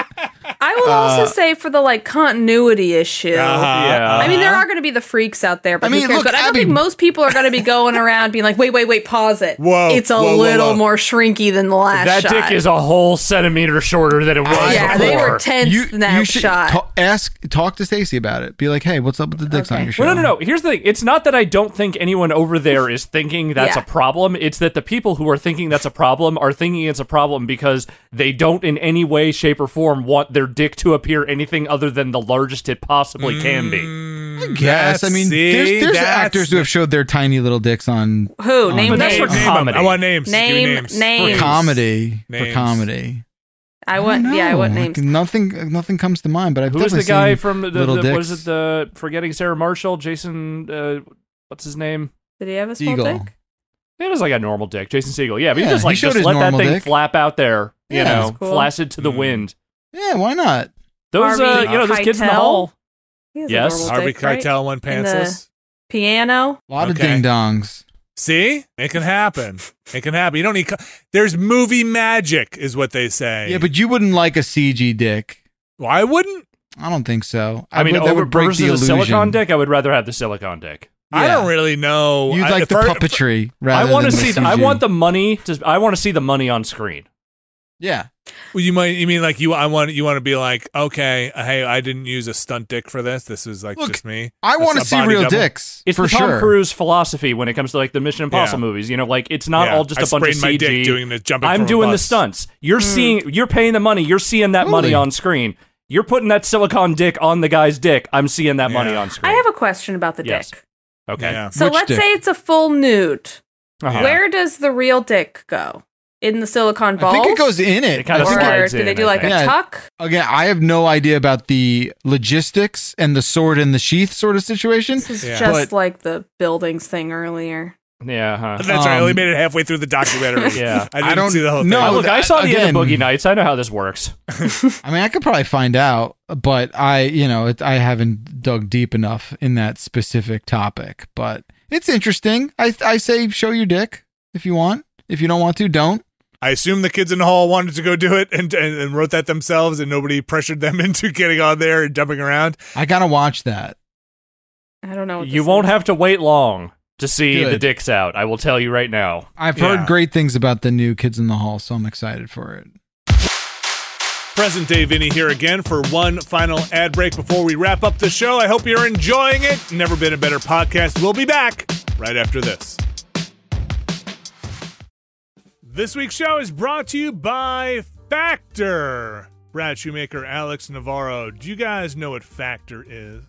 Speaker 5: I
Speaker 1: Uh,
Speaker 5: will also say for the like continuity issue.
Speaker 1: Uh-huh.
Speaker 3: Yeah.
Speaker 5: I mean, there are going to be the freaks out there, but
Speaker 4: I
Speaker 5: I
Speaker 4: mean, look,
Speaker 5: but I don't
Speaker 4: Abby-
Speaker 5: think most people are going to be
Speaker 1: [laughs]
Speaker 5: going around being like, "Wait, wait, wait, pause it."
Speaker 1: Whoa,
Speaker 5: it's a
Speaker 1: whoa, whoa,
Speaker 5: little
Speaker 1: whoa.
Speaker 5: more shrinky than the last
Speaker 3: that
Speaker 5: shot.
Speaker 3: dick is a whole centimeter shorter than it was
Speaker 5: yeah,
Speaker 3: before.
Speaker 5: they were tense in that
Speaker 4: should
Speaker 5: shot.
Speaker 4: ta- ask, talk to Stacy about it. Be like, hey, what's up with the dicks on
Speaker 5: Okay.
Speaker 4: your show?
Speaker 3: Well, no, no, no. Here's the thing. It's not that I don't think anyone over there is thinking that's
Speaker 5: Yeah.
Speaker 3: a problem. It's that the people who are thinking that's a problem are thinking it's a problem because they don't in any way, shape, or form want their dick to appear anything other than the largest it possibly can
Speaker 1: Mm.
Speaker 3: be.
Speaker 4: [laughs] I guess. I mean, there's, there's actors who have showed their tiny little dicks on
Speaker 5: Who
Speaker 4: Oh,
Speaker 5: name
Speaker 4: but
Speaker 3: that's
Speaker 5: names?
Speaker 3: for
Speaker 1: Name 'em.
Speaker 3: comedy.
Speaker 1: I want names. Give me
Speaker 5: Name,
Speaker 1: names.
Speaker 5: name.
Speaker 4: for
Speaker 5: Names.
Speaker 4: comedy. For
Speaker 1: Names.
Speaker 4: comedy.
Speaker 5: I want.
Speaker 4: don't
Speaker 5: Yeah, I
Speaker 4: know.
Speaker 5: want
Speaker 4: Like,
Speaker 5: names.
Speaker 4: nothing, nothing comes to mind. But I've
Speaker 3: Who was the
Speaker 4: definitely
Speaker 3: guy
Speaker 4: seen
Speaker 3: from the, the,
Speaker 4: little
Speaker 3: the was
Speaker 4: dicks.
Speaker 3: it the Forgetting Sarah Marshall? Jason, uh, what's his name?
Speaker 5: Did he have a small
Speaker 4: Deagle.
Speaker 5: dick?
Speaker 3: It was like a normal dick, Jason Siegel. Yeah, but
Speaker 4: Yeah,
Speaker 3: you just
Speaker 4: he
Speaker 3: like
Speaker 4: showed
Speaker 3: just
Speaker 4: his
Speaker 3: let that
Speaker 4: normal
Speaker 3: thing
Speaker 4: dick.
Speaker 3: flap out there, you
Speaker 4: Yeah.
Speaker 3: know,
Speaker 5: That's cool.
Speaker 3: flaccid to the
Speaker 1: Mm.
Speaker 3: wind.
Speaker 4: Yeah, why not?
Speaker 3: Those, uh,
Speaker 5: Harvey
Speaker 3: you know, those kids in the
Speaker 5: Keitel?
Speaker 3: hall.
Speaker 5: He has
Speaker 3: Yes.
Speaker 5: a normal
Speaker 1: Harvey
Speaker 5: dick, right?
Speaker 1: Keitel went
Speaker 5: In the-
Speaker 1: pantsless.
Speaker 5: Piano.
Speaker 4: A lot
Speaker 1: Okay.
Speaker 4: of ding dongs.
Speaker 1: See, it can happen. It can happen. You don't need. Co- There's movie magic, is what they say.
Speaker 4: Yeah, but you wouldn't like a CG dick.
Speaker 1: why wouldn't?
Speaker 4: I don't think so.
Speaker 3: I mean,
Speaker 4: would,
Speaker 3: over
Speaker 4: that would break
Speaker 3: versus
Speaker 4: the
Speaker 3: a
Speaker 4: illusion.
Speaker 3: silicon dick, I would rather have the silicon dick.
Speaker 1: I
Speaker 4: Yeah.
Speaker 1: don't really know.
Speaker 4: You'd
Speaker 1: I-
Speaker 4: like the
Speaker 1: fir-
Speaker 4: puppetry.
Speaker 3: I
Speaker 4: rather
Speaker 3: want to
Speaker 4: than
Speaker 3: see.
Speaker 4: The
Speaker 3: th- I
Speaker 4: CG.
Speaker 3: want the money. To, I want to see the money on screen.
Speaker 4: Yeah.
Speaker 1: Well, You might. You mean like you? I want. You want to be like, okay, hey, I didn't use a stunt dick for this. This was like
Speaker 4: Look,
Speaker 1: just me.
Speaker 4: I
Speaker 1: That's
Speaker 4: want
Speaker 1: a
Speaker 4: to see
Speaker 1: body
Speaker 4: real
Speaker 1: double.
Speaker 4: dicks.
Speaker 3: It's
Speaker 4: for
Speaker 3: the Tom
Speaker 4: sure.
Speaker 3: Cruise philosophy when it comes to like the Mission Impossible
Speaker 1: Yeah.
Speaker 3: movies. You know, like it's not
Speaker 1: Yeah,
Speaker 3: all just
Speaker 1: I
Speaker 3: a bunch of
Speaker 1: sprained my
Speaker 3: CG.
Speaker 1: dick doing the jumping. from
Speaker 3: I'm
Speaker 1: a
Speaker 3: doing the
Speaker 1: bus.
Speaker 3: stunts. You're
Speaker 5: Hmm.
Speaker 3: seeing. You're paying the money. You're seeing that
Speaker 4: Totally.
Speaker 3: money on screen. You're putting that silicon dick on the guy's dick. I'm seeing that money
Speaker 1: Yeah.
Speaker 3: on screen.
Speaker 5: I have a question about the
Speaker 3: Yes.
Speaker 5: dick.
Speaker 3: [laughs] okay.
Speaker 1: Yeah.
Speaker 5: So
Speaker 4: Which
Speaker 5: let's
Speaker 4: dick?
Speaker 5: say it's a full nude.
Speaker 3: Uh-huh.
Speaker 5: Where does the real dick go? In the silicone
Speaker 4: I
Speaker 5: balls?
Speaker 4: think it goes in it.
Speaker 3: It kinda
Speaker 4: I think
Speaker 3: slides.
Speaker 5: or
Speaker 3: in,
Speaker 5: do they do
Speaker 3: I
Speaker 5: like a
Speaker 4: think. Yeah.
Speaker 5: tuck?
Speaker 4: again, I have no idea about the logistics and the sword and the sheath sort of
Speaker 5: [laughs]
Speaker 4: situation.
Speaker 5: This is
Speaker 1: Yeah.
Speaker 5: just
Speaker 4: But-
Speaker 5: like the buildings thing earlier.
Speaker 3: Yeah. huh.
Speaker 1: That's right. I only
Speaker 4: Um,
Speaker 1: made it halfway through the documentary.
Speaker 3: [laughs] Yeah.
Speaker 1: I didn't
Speaker 4: I don't-
Speaker 1: see the whole
Speaker 4: no,
Speaker 1: thing.
Speaker 3: Oh, look, I saw the end of
Speaker 4: Again-
Speaker 3: Boogie Nights. I know how this works.
Speaker 4: I mean, I could probably find out, but I, you know, it, I haven't dug deep enough in that specific topic. But it's interesting. I, I say show your dick if you want. If you don't want to, don't.
Speaker 1: I assume the kids in the hall wanted to go do it and, and, and wrote that themselves, and nobody pressured them [laughs] into getting on there and jumping around.
Speaker 4: I gotta watch that.
Speaker 5: I don't know. What
Speaker 3: You
Speaker 5: this
Speaker 3: won't
Speaker 5: is.
Speaker 3: have to wait long to see the
Speaker 4: Good.
Speaker 3: dicks out. I will tell you right now.
Speaker 4: I've
Speaker 1: Yeah.
Speaker 4: heard great things about the new Kids in the Hall, so I'm excited for it.
Speaker 1: Present day Vinny here again for one final ad break before we wrap up the show. I hope you're enjoying it. Never been a better podcast. We'll be back right after this. This week's show is brought to you by Factor. Brad Shoemaker, Alex Navarro. Do you guys know what Factor is?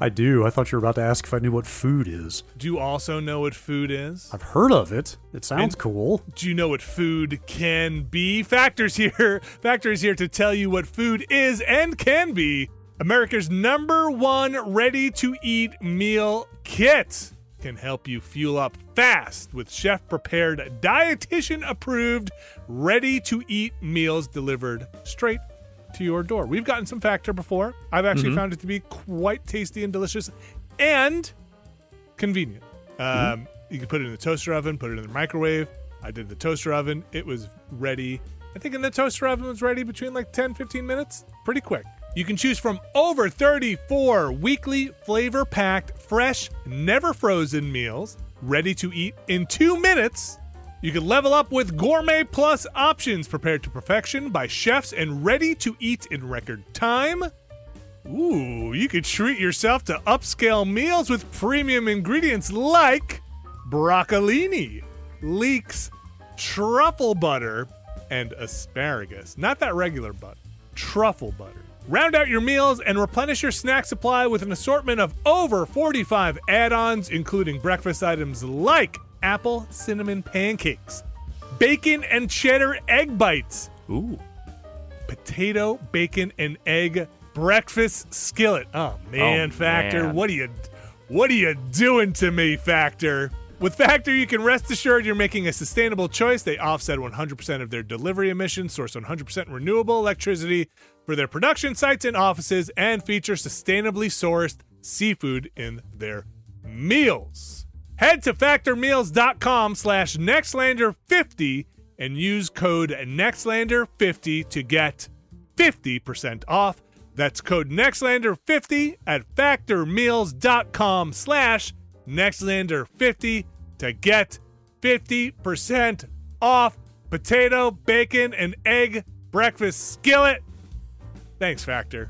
Speaker 7: I do. I thought you were about to ask if I knew what food is.
Speaker 1: Do you also know what food is?
Speaker 7: I've heard of it. It sounds cool.
Speaker 1: Do you know what food can be? Factors here. [laughs] Factors here to tell you what food is and can be. America's number one ready to eat meal kit can help you fuel up fast with chef prepared, dietitian approved, ready to eat meals delivered straight to your door. We've gotten some factor before. I've actually found it to be quite tasty and delicious and convenient. Um, You can put it in the toaster oven, put it in the microwave. I did the toaster oven. It was ready. I think in the toaster oven was ready between like 10, 15 minutes. Pretty quick. You can choose from over 34 weekly flavor packed, fresh, never frozen meals ready to eat in two minutes. You can level up with Gourmet Plus options prepared to perfection by chefs and ready to eat in record time. Ooh, you could treat yourself to upscale meals with premium ingredients like broccolini, leeks, truffle butter, and asparagus. Not that regular butter, truffle butter. Round out your meals and replenish your snack supply with an assortment of over 45 add ons, including breakfast items like apple cinnamon pancakes, bacon and cheddar egg bites,
Speaker 3: Ooh.
Speaker 1: potato, bacon, and egg breakfast skillet. Oh man,
Speaker 3: Oh,
Speaker 1: Factor,
Speaker 3: man.
Speaker 1: what are you, what are you doing to me, Factor? With Factor, you can rest assured you're making a sustainable choice. They offset 100% of their delivery emissions, source 100% renewable electricity for their production sites and offices, and feature sustainably sourced seafood in their meals. Head to factormeals.com slash nextlander50 and use code nextlander50 to get 50% off. That's code NEXTLANDER50 at factormeals.com slash NEXTLANDER50 to get 50% off potato, bacon, and egg breakfast skillet. Thanks, Factor.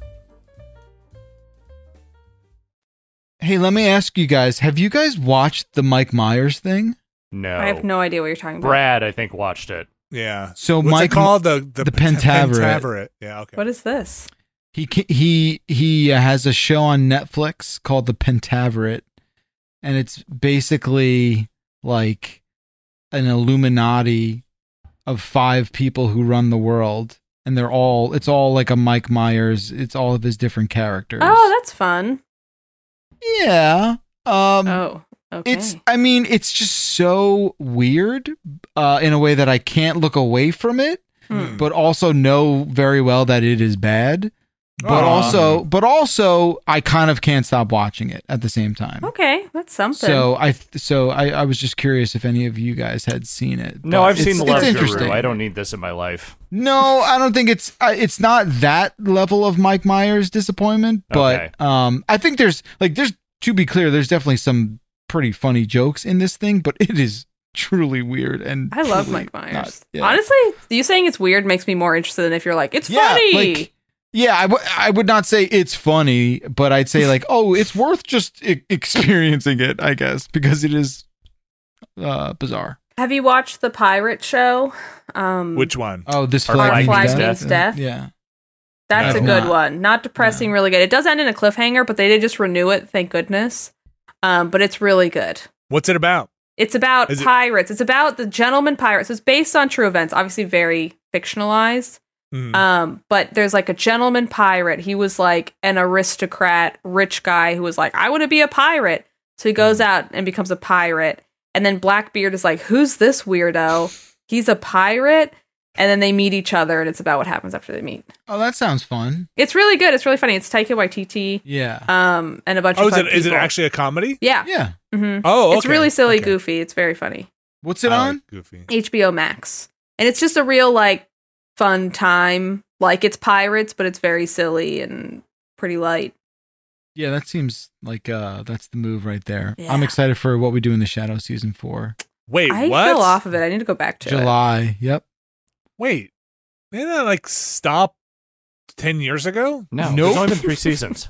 Speaker 4: Hey, let me ask you guys: Have you guys watched the Mike Myers thing?
Speaker 3: No.
Speaker 5: I have no idea what you're talking about.
Speaker 3: Brad, I think, watched it.
Speaker 1: Yeah.
Speaker 4: So Mike-
Speaker 1: The,
Speaker 4: the
Speaker 1: Pent-
Speaker 4: Pentaveret.
Speaker 1: Yeah, okay.
Speaker 5: What is this?
Speaker 4: He ca- he he uh, has a show on Netflix called The Pentaveret, and it's basically like an Illuminati of five people who run the world, and they're all it's all like a Mike Myers. It's all of his different characters.
Speaker 5: Oh, that's fun.
Speaker 4: yeah. Um,
Speaker 5: Oh, okay.
Speaker 4: It's I mean it's just so weird uh, in a way that I can't look away from it,
Speaker 5: Hmm.
Speaker 4: but also know very well that it is bad. But
Speaker 1: Aw.
Speaker 4: also, but also, I kind of can't stop watching it at the same time.
Speaker 5: okay, that's something.
Speaker 4: So I, so I, I was just curious if any of you guys had seen it.
Speaker 3: No,
Speaker 4: but
Speaker 3: I've seen
Speaker 4: it's-
Speaker 3: The Love
Speaker 4: it's
Speaker 3: Guru.
Speaker 4: interesting.
Speaker 3: I don't need this in my life.
Speaker 4: No, I don't think it's uh, it's not that level of Mike Myers disappointment, but
Speaker 3: Okay.
Speaker 4: um, I think there's like there's to be clear, there's definitely some pretty funny jokes in this thing, but it is truly weird and [laughs]
Speaker 5: I love
Speaker 4: truly
Speaker 5: Mike Myers.
Speaker 4: not- yeah.
Speaker 5: Honestly, you saying it's weird makes me more interested than if you're like, it's
Speaker 4: Yeah,
Speaker 5: funny.
Speaker 4: like, yeah, I, w- I would not say it's funny, but I'd say like, oh, it's worth just e- experiencing it, I guess, because it is uh, bizarre.
Speaker 5: Have you watched the pirate show? Um,
Speaker 1: Which one?
Speaker 4: Oh, this
Speaker 3: Our
Speaker 4: flag,
Speaker 5: flag
Speaker 4: means
Speaker 5: means
Speaker 4: death.
Speaker 5: death.
Speaker 4: Yeah,
Speaker 5: that's a
Speaker 4: No.
Speaker 5: good
Speaker 4: Not-
Speaker 5: one. Not depressing, really good. It does end in a cliffhanger, but they did just renew it. Thank goodness. Um, but it's really good.
Speaker 1: What's it about?
Speaker 5: It's about
Speaker 1: Is it-
Speaker 5: pirates. It's about the gentleman pirates. It's based on true events, obviously very fictionalized.
Speaker 1: Mhm.
Speaker 5: Um, but there's like a gentleman pirate. He was like an aristocrat, rich guy who was like, I want to be a pirate. So he goes
Speaker 1: Mm-hmm.
Speaker 5: out and becomes a pirate. And then Blackbeard is like, Who's this weirdo? He's a pirate. And then they meet each other, and it's about what happens after they meet.
Speaker 4: Oh, that sounds fun.
Speaker 5: It's really good. It's really funny. It's Taika Waititi,
Speaker 4: Yeah.
Speaker 5: um, and a bunch
Speaker 1: Oh,
Speaker 5: of
Speaker 1: is
Speaker 5: fun
Speaker 1: it, is it
Speaker 5: people.
Speaker 1: actually a comedy?
Speaker 5: Yeah.
Speaker 4: yeah.
Speaker 5: hmm
Speaker 1: Oh,
Speaker 5: It's
Speaker 1: okay.
Speaker 5: really silly,
Speaker 1: Okay.
Speaker 5: goofy. It's very funny.
Speaker 4: What's it
Speaker 1: I like
Speaker 4: on?
Speaker 1: Goofy.
Speaker 5: HBO Max. And it's just a real like fun time. Like it's pirates, but it's very silly and pretty light.
Speaker 4: Yeah, that seems like uh that's the move right there.
Speaker 5: Yeah.
Speaker 4: I'm excited for what we do in the shadow season four.
Speaker 1: Wait,
Speaker 5: I
Speaker 1: what?
Speaker 5: fell off of it. I need to go back to it.
Speaker 4: July. Yep.
Speaker 1: Wait, didn't I like stop ten years ago?
Speaker 3: No,
Speaker 4: Nope.
Speaker 3: there's only [laughs] been three seasons.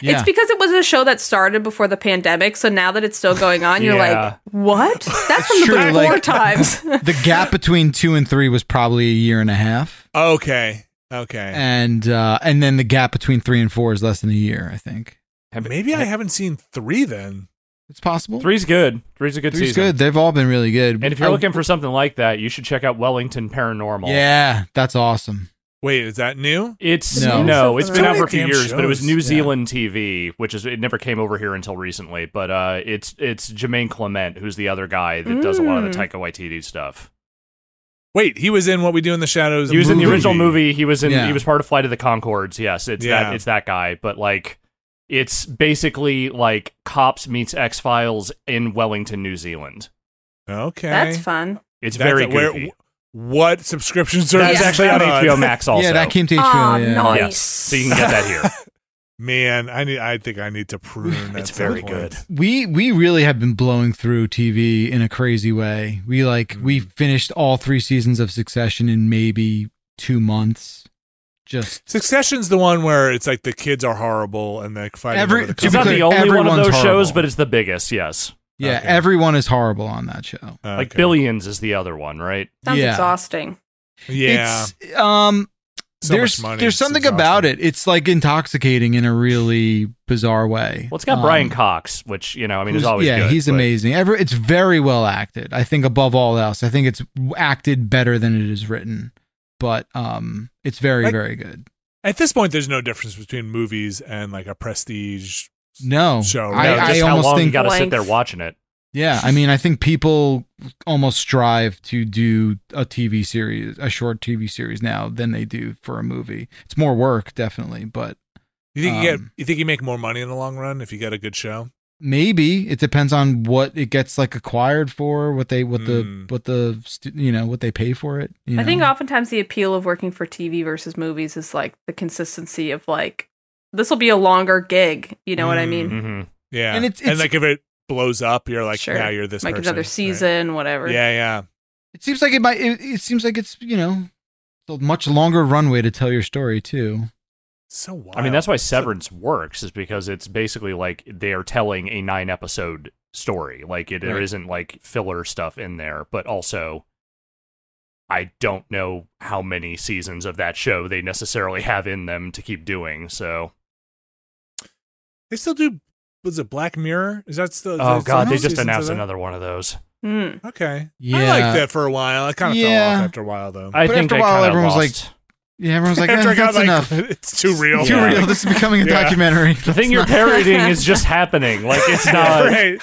Speaker 4: Yeah.
Speaker 5: It's because it was a show that started before the pandemic, so now that it's still going on, you're
Speaker 3: Yeah.
Speaker 5: like,
Speaker 1: [laughs]
Speaker 5: what? That's from the
Speaker 4: true,
Speaker 5: before
Speaker 4: like-
Speaker 5: times.
Speaker 4: the gap between two and three was probably a year and a half.
Speaker 1: Okay, okay.
Speaker 4: And uh and then the gap between three and four is less than a year, I think.
Speaker 3: Have-
Speaker 1: Maybe I
Speaker 3: have-
Speaker 1: haven't seen three then.
Speaker 4: It's possible.
Speaker 3: Three's good. Three's a good
Speaker 4: Three's
Speaker 3: season.
Speaker 4: good. They've all been really good.
Speaker 3: And if you're
Speaker 4: I-
Speaker 3: looking for something like that, you should check out Wellington Paranormal.
Speaker 4: Yeah, that's awesome.
Speaker 1: Wait, is that new?
Speaker 3: It's
Speaker 4: No.
Speaker 3: no, it's been out for a few
Speaker 1: Damn
Speaker 3: years, but it was
Speaker 1: shows.
Speaker 3: New
Speaker 1: Yeah.
Speaker 3: Zealand TV, which is it never came over here until recently. But uh, it's it's Jermaine Clement, who's the other guy that does a lot of the
Speaker 5: Mm.
Speaker 3: Taika Waititi stuff.
Speaker 1: Wait, he was in What We Do in the Shadows.
Speaker 3: He was in the original movie. He was in
Speaker 4: Yeah.
Speaker 3: he was part of Flight of the Concords. Yes, it's
Speaker 1: Yeah.
Speaker 3: that it's that guy. But like, it's basically like Cops meets X Files in Wellington, New Zealand.
Speaker 1: Okay,
Speaker 5: That's fun.
Speaker 3: It's
Speaker 1: That's
Speaker 3: very
Speaker 1: a- where-
Speaker 3: goofy.
Speaker 1: What subscription service
Speaker 3: That's
Speaker 1: is
Speaker 3: actually on
Speaker 1: that
Speaker 3: HBO Max. Also,
Speaker 4: Yeah, that came to HBO.
Speaker 5: Aw,
Speaker 4: yeah.
Speaker 5: nice.
Speaker 3: Yes, so you can get
Speaker 4: [laughs]
Speaker 3: that here.
Speaker 1: Man, I need. I think I need to
Speaker 3: [laughs]
Speaker 1: prune.
Speaker 3: it's
Speaker 1: at some
Speaker 3: very
Speaker 1: point.
Speaker 3: good.
Speaker 4: we we really have been blowing through TV in a crazy way. We like we
Speaker 3: Mm-hmm.
Speaker 4: finished all three seasons of Succession in maybe two months. Just
Speaker 1: Succession's the one where it's like the kids are horrible and they're fighting.
Speaker 4: Every-
Speaker 1: over the
Speaker 4: to be
Speaker 3: It's
Speaker 1: company.
Speaker 3: not the
Speaker 4: clear,
Speaker 3: only one of
Speaker 4: everyone's
Speaker 3: those shows,
Speaker 4: horrible.
Speaker 3: but it's the biggest. Yes.
Speaker 4: yeah,
Speaker 1: Okay.
Speaker 4: everyone is horrible on that show.
Speaker 1: Okay.
Speaker 3: Like Billions is the other one, right?
Speaker 5: Sounds
Speaker 4: Yeah.
Speaker 5: exhausting.
Speaker 1: Yeah,
Speaker 4: It's, um,
Speaker 1: so
Speaker 4: there's
Speaker 1: much money.
Speaker 4: there's
Speaker 1: it's
Speaker 4: something
Speaker 1: exhausting.
Speaker 4: about it. It's like intoxicating in a really bizarre way.
Speaker 3: Well, it's got
Speaker 4: Um,
Speaker 3: Brian Cox, which you know, I mean, is
Speaker 4: who's-
Speaker 3: always
Speaker 4: yeah,
Speaker 3: good,
Speaker 4: he's
Speaker 3: but-
Speaker 4: amazing. Every, it's very well acted. I think above all else, I think it's acted better than it is written. But um, it's very
Speaker 1: Like-
Speaker 4: very good.
Speaker 1: At this point, there's no difference between movies and like a prestige.
Speaker 4: No,
Speaker 1: Show,
Speaker 3: No,
Speaker 4: I,
Speaker 3: just
Speaker 4: I
Speaker 3: how
Speaker 4: almost
Speaker 3: long
Speaker 4: think
Speaker 3: you got to sit
Speaker 5: Length.
Speaker 3: there watching it.
Speaker 4: Yeah, I mean, I think people almost strive to do a TV series, a short TV series now than they do for a movie. It's more work, definitely, but
Speaker 1: You think you get?
Speaker 4: Um,
Speaker 1: You think you make more money in the long run if you get a good show?
Speaker 4: maybe it depends on what it gets like acquired for, what they, what the,
Speaker 1: Mm.
Speaker 4: what the, stu- you know, what they pay for it. you
Speaker 5: I think
Speaker 4: know?
Speaker 5: oftentimes the appeal of working for TV versus movies is like the consistency of like this will be a longer gig. You know what I mean?
Speaker 3: hmm
Speaker 1: Yeah,
Speaker 4: And it's- it's-
Speaker 1: like if it blows up, you're Mm-hmm. like
Speaker 5: Sure.
Speaker 1: now you're this
Speaker 5: Like
Speaker 1: person,
Speaker 5: another
Speaker 1: right?
Speaker 5: season, whatever.
Speaker 1: Yeah, yeah.
Speaker 4: it seems like it might. It, it seems like it's you know a much longer runway to tell your story too.
Speaker 1: So wild.
Speaker 3: I mean, that's why Severance works, is because it's basically like they are telling a nine episode story. Like it, there
Speaker 4: Right.
Speaker 3: isn't like filler stuff in there, but also. I don't know how many seasons of that show they necessarily have in them to keep doing. So,
Speaker 1: They still do. Was it Black Mirror? Is that still?
Speaker 3: oh
Speaker 1: is there
Speaker 3: god,
Speaker 1: still
Speaker 3: they just
Speaker 1: seasons of
Speaker 3: announced
Speaker 1: that?
Speaker 3: another one of those.
Speaker 5: Hmm.
Speaker 1: Okay,
Speaker 4: Yeah,
Speaker 1: I liked that for a while. I kind of fell
Speaker 4: Yeah.
Speaker 1: off after a while though.
Speaker 3: I
Speaker 4: But
Speaker 3: think
Speaker 4: after a
Speaker 3: I
Speaker 4: while,
Speaker 3: kinda
Speaker 4: everyone was like,
Speaker 3: lost.
Speaker 4: yeah. Everyone's like,
Speaker 1: after
Speaker 4: "Eh,
Speaker 1: I got
Speaker 4: that's
Speaker 1: like, [laughs]
Speaker 4: enough.
Speaker 1: it's too real.
Speaker 4: Too
Speaker 3: Yeah.
Speaker 4: real. This is becoming a
Speaker 1: Yeah.
Speaker 4: documentary."
Speaker 3: the thing you're parodying
Speaker 4: [laughs]
Speaker 3: is just happening. Like it's
Speaker 1: Yeah,
Speaker 3: not.
Speaker 1: [laughs] right.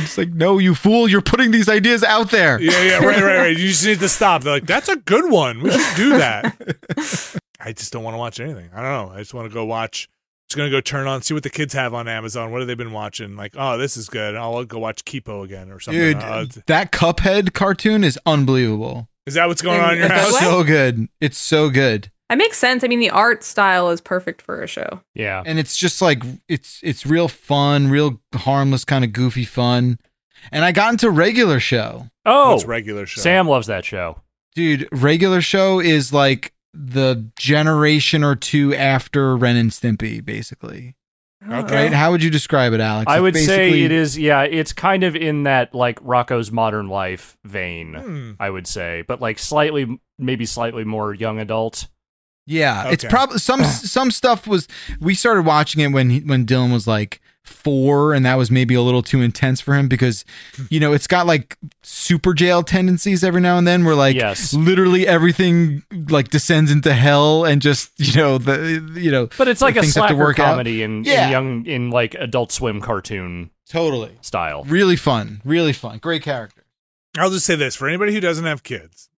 Speaker 4: It's like, no, you fool, you're putting these ideas out
Speaker 1: [laughs]
Speaker 4: there.
Speaker 1: Yeah, yeah, right, right, right. You just need to stop. They're like, that's a good one. We should do that. I just don't want to watch anything. I don't know. I just want to go watch. Just gonna go turn on, see what the kids have on Amazon. What have they been watching? Like, oh, this is good. I'll go watch Kipo again or something.
Speaker 4: Dude,
Speaker 1: Uh, it's-
Speaker 4: that Cuphead cartoon is unbelievable.
Speaker 1: is that what's going on in your
Speaker 5: It's
Speaker 1: house?
Speaker 5: What?
Speaker 4: So good. It's so good.
Speaker 5: That makes sense. I mean, the art style is perfect for a show.
Speaker 3: Yeah.
Speaker 4: And it's just like it's it's real fun, real harmless kind of goofy fun. And I got into regular show.
Speaker 3: Oh,
Speaker 1: What's regular show.
Speaker 3: Sam loves that show.
Speaker 4: Dude, regular show is like the generation or two after Ren and Stimpy basically.
Speaker 1: Okay.
Speaker 5: Oh,
Speaker 4: Right? How would you describe it, Alex?
Speaker 3: Oh. I
Speaker 4: It's
Speaker 3: would say
Speaker 4: basically-
Speaker 3: it is. Yeah, it's kind of in that like Rocco's Modern Life vein.
Speaker 1: Hmm.
Speaker 3: I would say, but like slightly, maybe slightly more young adult.
Speaker 4: Yeah, it's
Speaker 1: Okay. [clears throat]
Speaker 4: probably some some stuff was we started watching it when he, when Dylan was like four, and that was maybe a little too intense for him because, you know, it's got like super jail tendencies every now and then where like
Speaker 3: Yes.
Speaker 4: literally everything like descends into hell and just you know the you know.
Speaker 3: But it's like a
Speaker 4: things have to
Speaker 3: slacker
Speaker 4: work out.
Speaker 3: comedy in,
Speaker 4: Yeah.
Speaker 3: in young in like Adult Swim cartoon
Speaker 4: Totally,
Speaker 3: style.
Speaker 4: really fun, really fun, great character.
Speaker 1: I'll just say this for anybody who doesn't have kids.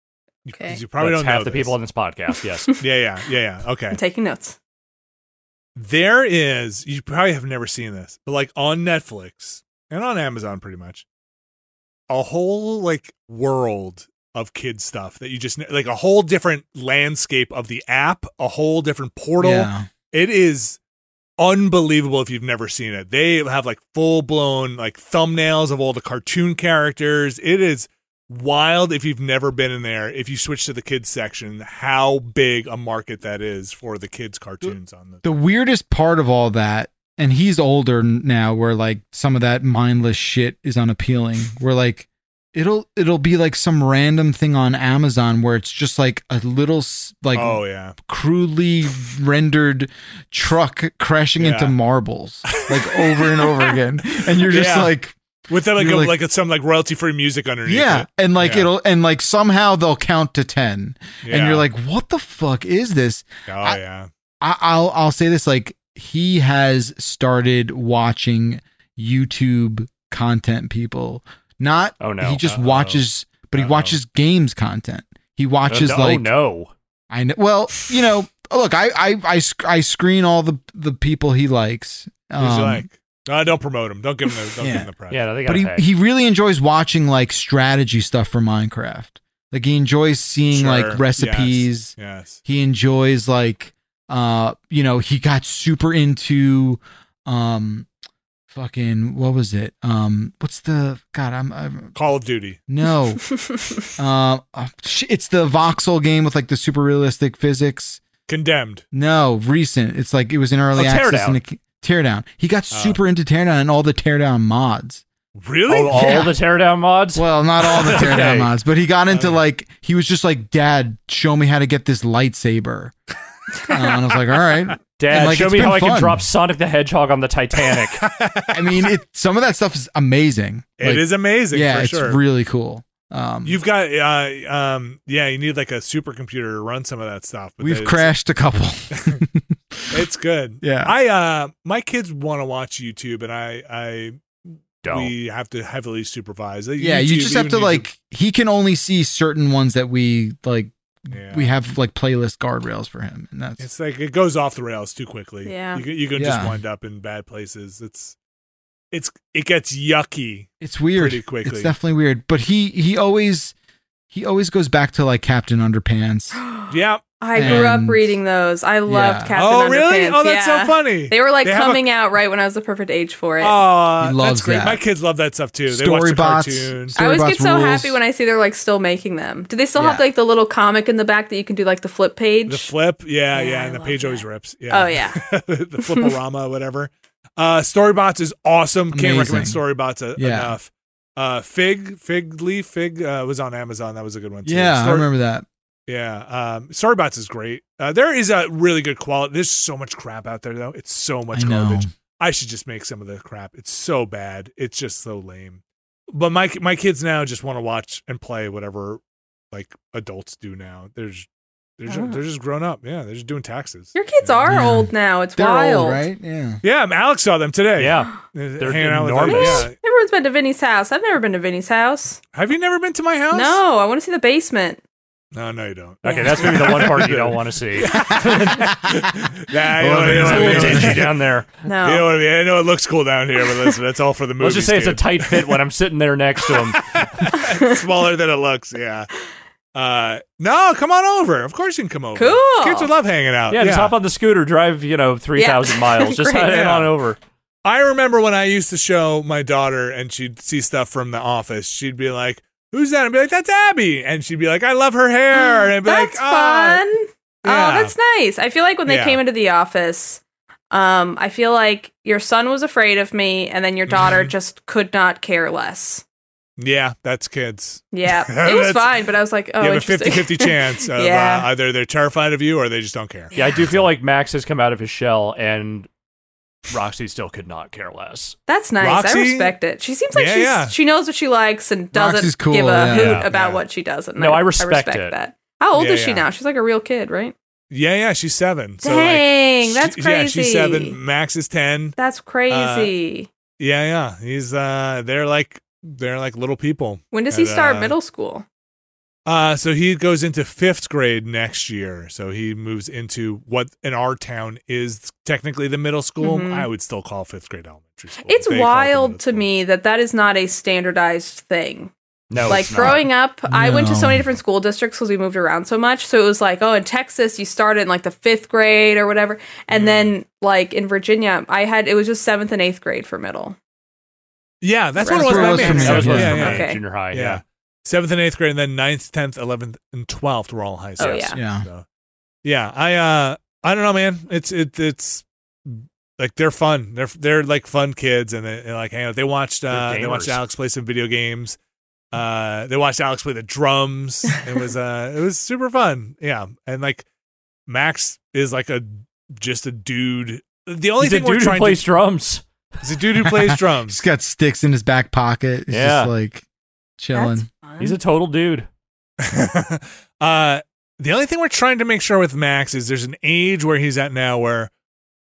Speaker 1: you- 'cause
Speaker 5: Okay.
Speaker 1: You probably
Speaker 3: That's
Speaker 1: don't
Speaker 3: half
Speaker 1: know
Speaker 3: the
Speaker 1: this.
Speaker 3: people on
Speaker 4: [laughs]
Speaker 3: this podcast. Yes,
Speaker 1: [laughs] Yeah, yeah, yeah, yeah. Okay.
Speaker 5: I'm taking notes. [laughs]
Speaker 1: There is, you probably have never seen this, but like on Netflix and on Amazon pretty much, a whole like world of kid stuff that you just like a whole different landscape of the app, a whole different portal.
Speaker 4: Yeah.
Speaker 1: It is unbelievable if you've never seen it. They have like full blown like thumbnails of all the cartoon characters. It is wild if you've never been in there. If you switch to the kids section, how big a market that is for the kids cartoons on the
Speaker 4: the weirdest part of all that and he's older n- now where like some of that mindless shit is unappealing where like it'll it'll be like some random thing on amazon where it's just like a little s- like
Speaker 1: Oh yeah.
Speaker 4: crudely rendered truck crashing into
Speaker 1: Yeah. [laughs]
Speaker 4: marbles like over and over again and you're just
Speaker 1: Yeah.
Speaker 4: like
Speaker 1: With that like
Speaker 4: You're
Speaker 1: a,
Speaker 4: like-
Speaker 1: like, some like royalty free music underneath
Speaker 4: yeah
Speaker 1: it.
Speaker 4: and like
Speaker 1: Yeah.
Speaker 4: it'll and like somehow they'll count to 10 and
Speaker 1: Yeah.
Speaker 4: you're like what the fuck is this
Speaker 1: Oh
Speaker 4: I-
Speaker 1: yeah.
Speaker 4: I, I'll I'll say this like he has started watching YouTube content people. Not
Speaker 3: Oh, no.
Speaker 4: he just
Speaker 1: Uh-oh.
Speaker 4: watches but he
Speaker 1: Uh-oh.
Speaker 4: watches games content. He watches
Speaker 3: oh,
Speaker 4: like
Speaker 3: no,
Speaker 4: I know well, you know, look, I I I, sc- I screen all the the people he likes.
Speaker 1: Who's
Speaker 4: Um,
Speaker 1: like no, don't promote him. Don't give him the don't give
Speaker 4: Yeah.
Speaker 1: him the press.
Speaker 3: yeah, no, they got
Speaker 4: but he,
Speaker 3: pay.
Speaker 4: he really enjoys watching like strategy stuff for Minecraft. Like he enjoys seeing
Speaker 1: Sure.
Speaker 4: like
Speaker 1: Yes.
Speaker 4: recipes
Speaker 1: Yes.
Speaker 4: he enjoys like uh you know he got super into um fucking what was it um what's the god i'm, I'm
Speaker 1: Call of Duty.
Speaker 3: [laughs]
Speaker 4: no um uh, sh- it's the voxel game with like the super realistic physics
Speaker 1: Condemned.
Speaker 4: no recent it's like it was in early
Speaker 3: Oh,
Speaker 4: access
Speaker 3: Teardown. Oh.
Speaker 4: and it, teardown he got super into teardown and all the teardown mods
Speaker 1: Really?
Speaker 3: Oh, all
Speaker 4: Yeah.
Speaker 3: the teardown mods.
Speaker 4: well not all
Speaker 3: [laughs]
Speaker 4: the teardown
Speaker 3: Okay.
Speaker 4: mods but he got into
Speaker 1: Okay.
Speaker 4: like he was just like dad show me how to get this
Speaker 3: [laughs]
Speaker 4: lightsaber Uh, and i was like all right
Speaker 3: Dad,
Speaker 4: and, like,
Speaker 3: show
Speaker 4: it's
Speaker 3: me
Speaker 4: been
Speaker 3: how I
Speaker 4: fun.
Speaker 3: can drop Sonic the Hedgehog on the Titanic.
Speaker 4: [laughs] I mean, it, some of that stuff is amazing.
Speaker 1: [laughs] it is amazing
Speaker 4: yeah,
Speaker 1: for
Speaker 4: it's
Speaker 1: sure.
Speaker 4: really cool. Um,
Speaker 1: You've got, uh, um, yeah, you need like a supercomputer to run some of that stuff. But
Speaker 4: we've
Speaker 1: it's,
Speaker 4: crashed
Speaker 1: [laughs]
Speaker 4: a couple. [laughs]
Speaker 1: It's good.
Speaker 4: Yeah.
Speaker 1: I, uh, my kids want to watch YouTube, and I, I,
Speaker 3: Don't.
Speaker 1: we have to heavily supervise. Like,
Speaker 4: yeah, you
Speaker 1: YouTube-
Speaker 4: just have to
Speaker 1: even YouTube-
Speaker 4: like. He can only see certain ones that we like.
Speaker 1: Yeah.
Speaker 4: We have like playlist guardrails for him, and that's
Speaker 1: It's like it goes off the rails too quickly.
Speaker 5: Yeah.
Speaker 1: you, can- you can
Speaker 4: Yeah.
Speaker 1: just wind up in bad places. It's, it's, it gets
Speaker 5: [gasps]
Speaker 1: yucky.
Speaker 4: it's weird.
Speaker 1: pretty quickly.
Speaker 4: It's definitely weird, but he he always he always goes back to like
Speaker 1: [gasps]
Speaker 4: Captain Underpants.
Speaker 1: Yeah.
Speaker 5: I grew up
Speaker 4: And-
Speaker 5: reading those. I
Speaker 4: Yeah.
Speaker 5: loved Captain
Speaker 1: oh, really?
Speaker 5: Underpants.
Speaker 1: Oh, that's
Speaker 5: Yeah.
Speaker 1: so funny.
Speaker 5: They were like
Speaker 1: They have a- Oh,
Speaker 5: coming out right when I was the perfect age for it.
Speaker 1: Aw,
Speaker 4: He loves
Speaker 1: that's great.
Speaker 4: that.
Speaker 1: My kids love that stuff too. They watch the cartoons.
Speaker 4: Storybots.
Speaker 5: I always
Speaker 4: Storybots
Speaker 5: get so
Speaker 4: rules.
Speaker 5: happy when I see they're like still making them. Do they still have
Speaker 4: Yeah.
Speaker 5: like the little comic in the back that you can do like the flip page?
Speaker 1: The flip, yeah,
Speaker 5: Yeah,
Speaker 1: yeah,
Speaker 5: I
Speaker 1: and the
Speaker 5: love
Speaker 1: page
Speaker 5: that.
Speaker 1: always rips. Yeah.
Speaker 5: Oh, yeah.
Speaker 1: [laughs] the fliporama,
Speaker 5: [laughs]
Speaker 1: whatever. Uh, Storybots is awesome. Can't recommend
Speaker 4: Amazing.
Speaker 1: Storybots uh,
Speaker 4: Yeah.
Speaker 1: enough. Uh, Fig, Fig Leaf, Fig uh, was on Amazon. That was a good one too.
Speaker 4: yeah, I
Speaker 1: Story-
Speaker 4: remember that.
Speaker 1: Yeah, um, Storybots is great. Uh, there is a really good quality. There's so much crap out there though. It's so much
Speaker 4: I know.
Speaker 1: garbage. I should just make some of the crap. It's so bad. It's just so lame. But my my kids now just want to watch and play whatever like adults do now. There's they're
Speaker 5: Oh.
Speaker 1: just, they're just grown up. Yeah, they're just doing taxes.
Speaker 5: Your kids
Speaker 1: Yeah.
Speaker 5: are
Speaker 4: Yeah.
Speaker 5: old now. It's
Speaker 4: They're
Speaker 5: wild.
Speaker 4: old, right? Yeah.
Speaker 1: Yeah, um, Alex saw them today.
Speaker 3: [laughs] yeah,
Speaker 1: they're
Speaker 3: They're
Speaker 1: hanging out with them.
Speaker 3: enormous.
Speaker 1: Yeah.
Speaker 5: Everyone's been to Vinny's house. I've never been to Vinny's house.
Speaker 1: Have you never been to my house?
Speaker 5: No, I want to see the basement.
Speaker 1: no, no, you don't.
Speaker 3: okay, that's maybe the one part you don't want
Speaker 1: [laughs]
Speaker 3: to
Speaker 1: Nah, you
Speaker 3: see.
Speaker 1: don't-
Speaker 3: Well,
Speaker 1: you
Speaker 3: it's a
Speaker 1: don't- you
Speaker 3: little
Speaker 1: don't-
Speaker 3: dingy down there.
Speaker 5: No.
Speaker 1: You know what I mean? I know it looks cool down here, but listen, that's all for the movie.
Speaker 3: Let's just say it's a tight fit when I'm sitting there next
Speaker 1: [laughs]
Speaker 3: to
Speaker 5: [laughs]
Speaker 3: him.
Speaker 1: smaller than it looks. Yeah. Uh, no, come on over. Of course you can come over.
Speaker 5: Cool.
Speaker 1: Kids would love hanging out.
Speaker 3: Yeah, just hop on the scooter, drive you know three thousand
Speaker 5: [laughs]
Speaker 3: miles, just
Speaker 5: Great.
Speaker 3: head
Speaker 1: Yeah.
Speaker 3: on over.
Speaker 1: I remember when I used to show my daughter and she'd see stuff from the office. She'd be like, Who's that? I'd be like, That's Abby. And she'd be like, I love her
Speaker 5: [gasps]
Speaker 1: hair. And I'd be
Speaker 5: that's
Speaker 1: like, "Ah."
Speaker 5: fun.
Speaker 1: yeah.
Speaker 5: Oh, that's nice. I feel like when they
Speaker 1: Yeah.
Speaker 5: came into the office, um, I feel like your son was afraid of me, and then
Speaker 1: [laughs]
Speaker 5: your daughter just could not care less.
Speaker 1: Yeah, that's kids.
Speaker 5: Yeah,
Speaker 1: [laughs]
Speaker 5: it was
Speaker 1: That's-
Speaker 5: fine, but I was like, oh,
Speaker 1: you have a
Speaker 5: interesting.
Speaker 1: 50
Speaker 5: [laughs]
Speaker 1: 50 chance of
Speaker 5: Yeah.
Speaker 1: uh, either they're terrified of you or they just don't care.
Speaker 3: Yeah, I do feel like Max has come out of his shell, and Roxy still could not care less.
Speaker 5: That's nice.
Speaker 1: Roxy?
Speaker 5: I respect it. She seems like
Speaker 1: Yeah,
Speaker 5: she's,
Speaker 1: yeah.
Speaker 5: she knows what she likes and
Speaker 4: Roxy's
Speaker 5: doesn't
Speaker 4: cool,
Speaker 5: give a
Speaker 4: yeah.
Speaker 5: hoot
Speaker 1: Yeah,
Speaker 5: about
Speaker 1: yeah.
Speaker 5: what she does. And
Speaker 3: No,
Speaker 5: I,
Speaker 3: I respect it.
Speaker 5: that. How old
Speaker 1: Yeah,
Speaker 5: is she
Speaker 1: yeah.
Speaker 5: now? She's like a real kid, right?
Speaker 1: Yeah, yeah, she's seven. So
Speaker 5: Dang,
Speaker 1: like,
Speaker 5: that's
Speaker 1: she- Yeah, she's
Speaker 5: crazy.
Speaker 1: seven. Uh, Max is ten.
Speaker 5: That's crazy.
Speaker 1: Yeah, yeah. He's uh, they're like they're like little people.
Speaker 5: when does he
Speaker 1: and,
Speaker 5: start
Speaker 1: uh,
Speaker 5: middle school?
Speaker 1: Uh, so he goes into fifth grade next year. So he moves into what in our town is technically the middle school.
Speaker 5: Mhm.
Speaker 1: I would still call fifth grade elementary school.
Speaker 5: It's
Speaker 1: They call it the middle
Speaker 5: wild to
Speaker 1: school.
Speaker 5: me that that is not a standardized thing.
Speaker 3: No,
Speaker 5: like
Speaker 3: it's not.
Speaker 5: growing up, I went to so
Speaker 4: No.
Speaker 5: many different school districts because we moved around so much. So it was like, oh, in Texas, you started in like the fifth grade or whatever. And then like in Virginia, I had it was just seventh and eighth grade for middle.
Speaker 1: Yeah, that's what
Speaker 5: That's
Speaker 1: it was.
Speaker 4: where it
Speaker 1: about
Speaker 4: was
Speaker 1: me.
Speaker 4: for me.
Speaker 3: That was
Speaker 1: Yeah,
Speaker 3: what
Speaker 1: yeah,
Speaker 3: for me,
Speaker 1: yeah.
Speaker 5: Okay.
Speaker 3: junior high.
Speaker 1: Yeah.
Speaker 3: Yeah.
Speaker 1: Seventh and eighth grade, and then ninth, tenth, eleventh, and twelfth were all high school.
Speaker 5: Oh, yeah.
Speaker 4: Yeah.
Speaker 1: So, yeah, I uh, I don't know, man. It's it it's like they're fun. They're they're like fun kids, and they, they like hang out. They watched uh,
Speaker 3: They're
Speaker 1: they watched
Speaker 3: gamers.
Speaker 1: Alex play some video games. Uh, they watched Alex play the drums. It was uh, it was super fun. Yeah, and like Max is like a just a dude. The only
Speaker 3: He's a
Speaker 1: thing we're
Speaker 3: dude who
Speaker 1: trying
Speaker 3: plays
Speaker 1: to
Speaker 3: drums.
Speaker 5: Mm-hmm.
Speaker 1: is a dude who
Speaker 3: [laughs]
Speaker 1: plays
Speaker 4: He's
Speaker 1: drums.
Speaker 4: got sticks in his back pocket. He's
Speaker 3: Yeah.
Speaker 4: just like chilling.
Speaker 3: He's a total dude.
Speaker 1: [laughs] uh, the only thing we're trying to make sure with Max is there's an age where he's at now where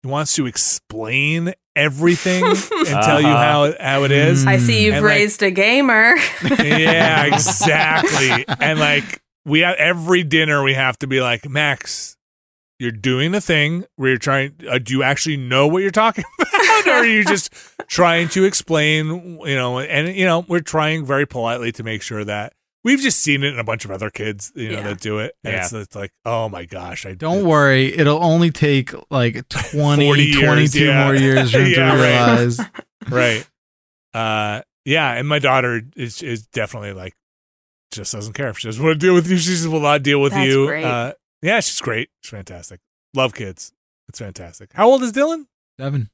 Speaker 1: he wants to explain everything and tell you
Speaker 3: Uh-huh.
Speaker 1: how how it is.
Speaker 5: I see you've
Speaker 1: And, like-
Speaker 5: raised a gamer.
Speaker 1: [laughs] yeah, exactly. And like we have every dinner, we have to be like Max. You're doing the thing where you're trying. Uh, do you actually know what you're talking about, or
Speaker 5: [laughs]
Speaker 1: are you just trying to explain? You know, and you know, we're trying very politely to make sure that we've just seen it in a bunch of other kids, you know,
Speaker 5: Yeah.
Speaker 1: that do it. And
Speaker 3: Yeah.
Speaker 1: it's, it's like, oh my gosh, I
Speaker 4: Don't worry, it'll only take
Speaker 1: [laughs]
Speaker 4: like 20,
Speaker 1: 40 years,
Speaker 4: 22
Speaker 1: yeah.
Speaker 4: more years
Speaker 1: [laughs]
Speaker 4: for him
Speaker 1: Yeah,
Speaker 4: to
Speaker 1: right.
Speaker 4: realize.
Speaker 1: right? Uh, yeah, and my daughter is is definitely like just doesn't care if she doesn't want to deal with you. She just will not deal with
Speaker 5: That's
Speaker 1: you.
Speaker 5: great.
Speaker 1: Uh, yeah, she's great. She's fantastic. Love kids. It's fantastic. How old is Dylan?
Speaker 4: Seven.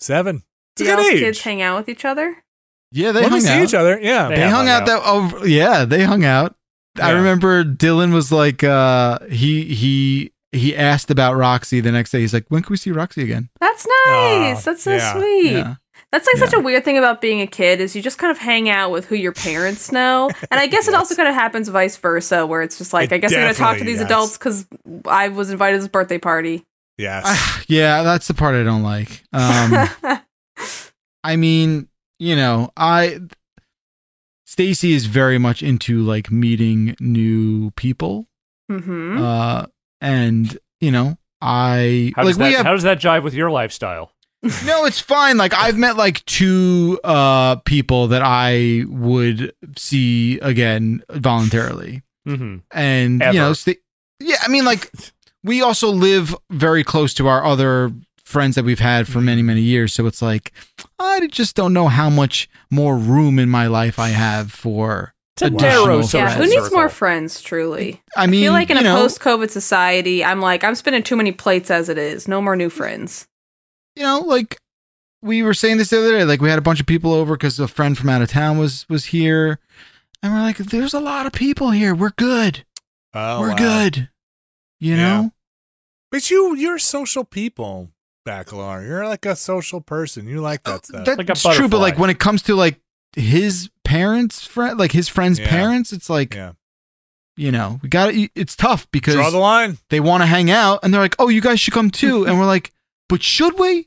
Speaker 1: Seven. It's a
Speaker 5: Do y'all's
Speaker 1: good age.
Speaker 5: kids hang out with each other?
Speaker 4: Yeah, they
Speaker 1: when we
Speaker 4: hung
Speaker 1: see
Speaker 4: out.
Speaker 1: each other, yeah.
Speaker 4: They hung out that oh yeah, they hung out. I
Speaker 1: Yeah.
Speaker 4: remember Dylan was like uh he he he asked about Roxy the next day. He's like, "When can we see Roxy again?"
Speaker 5: That's nice.
Speaker 1: Aw,
Speaker 5: That's so
Speaker 1: yeah,
Speaker 5: sweet.
Speaker 4: Yeah. [sighs]
Speaker 5: That's like such
Speaker 4: Yeah.
Speaker 5: a weird thing about being a kid is you just kind of hang out with who your parents know, and I guess it also kind of happens vice versa where it's just like
Speaker 1: It
Speaker 5: I guess I'm gonna talk to
Speaker 1: definitely
Speaker 5: these
Speaker 1: does.
Speaker 5: adults because I was invited to this birthday party.
Speaker 1: yes.
Speaker 4: yeah, that's the part I don't like.
Speaker 5: [laughs]
Speaker 4: Um I mean, you know, I Stacy is very much into like meeting new people.
Speaker 5: hmm
Speaker 4: Uh and, you know, I
Speaker 3: How
Speaker 4: like
Speaker 3: does that,
Speaker 4: we have
Speaker 3: how does that jive with your lifestyle?
Speaker 4: [laughs] No, it's fine. Like I've met like two uh people that I would see again voluntarily.
Speaker 3: Mm-hmm.
Speaker 4: And
Speaker 3: Ever.
Speaker 4: you know, st- yeah, I mean like we also live very close to our other friends that we've had for many many years, so it's like I just don't know how much more room in my life I have for
Speaker 3: It's a
Speaker 4: additional
Speaker 3: narrow social
Speaker 5: Yeah,
Speaker 4: friends.
Speaker 5: who needs
Speaker 3: circle.
Speaker 5: more friends? Truly,
Speaker 4: I
Speaker 5: I
Speaker 4: mean,
Speaker 5: feel like in
Speaker 4: you
Speaker 5: a
Speaker 4: know,
Speaker 5: post-COVID society, I'm like I'm spinning too many plates as it is. No more new friends.
Speaker 4: you know, like we were saying this the other day, like we had a bunch of people over because a friend from out of town was was here, and we're like, "There's a lot of people here. We're good.
Speaker 1: Oh,
Speaker 4: we're
Speaker 1: wow.
Speaker 4: good." You
Speaker 1: Yeah.
Speaker 4: know,
Speaker 1: But you, you're social people, Bacalar. You're like a social person. You like that stuff.
Speaker 4: Uh, that's
Speaker 3: Like a
Speaker 4: true. But
Speaker 3: butterfly.
Speaker 4: like when it comes to like his parents' friend, like his friends'
Speaker 1: Yeah.
Speaker 4: parents, it's like
Speaker 1: yeah.
Speaker 4: you know, we got to It's
Speaker 1: Draw
Speaker 4: tough because
Speaker 1: the line.
Speaker 4: they want to hang out, and they're like, "Oh, you guys should come too," and we're like, "But should
Speaker 1: [laughs]
Speaker 4: we?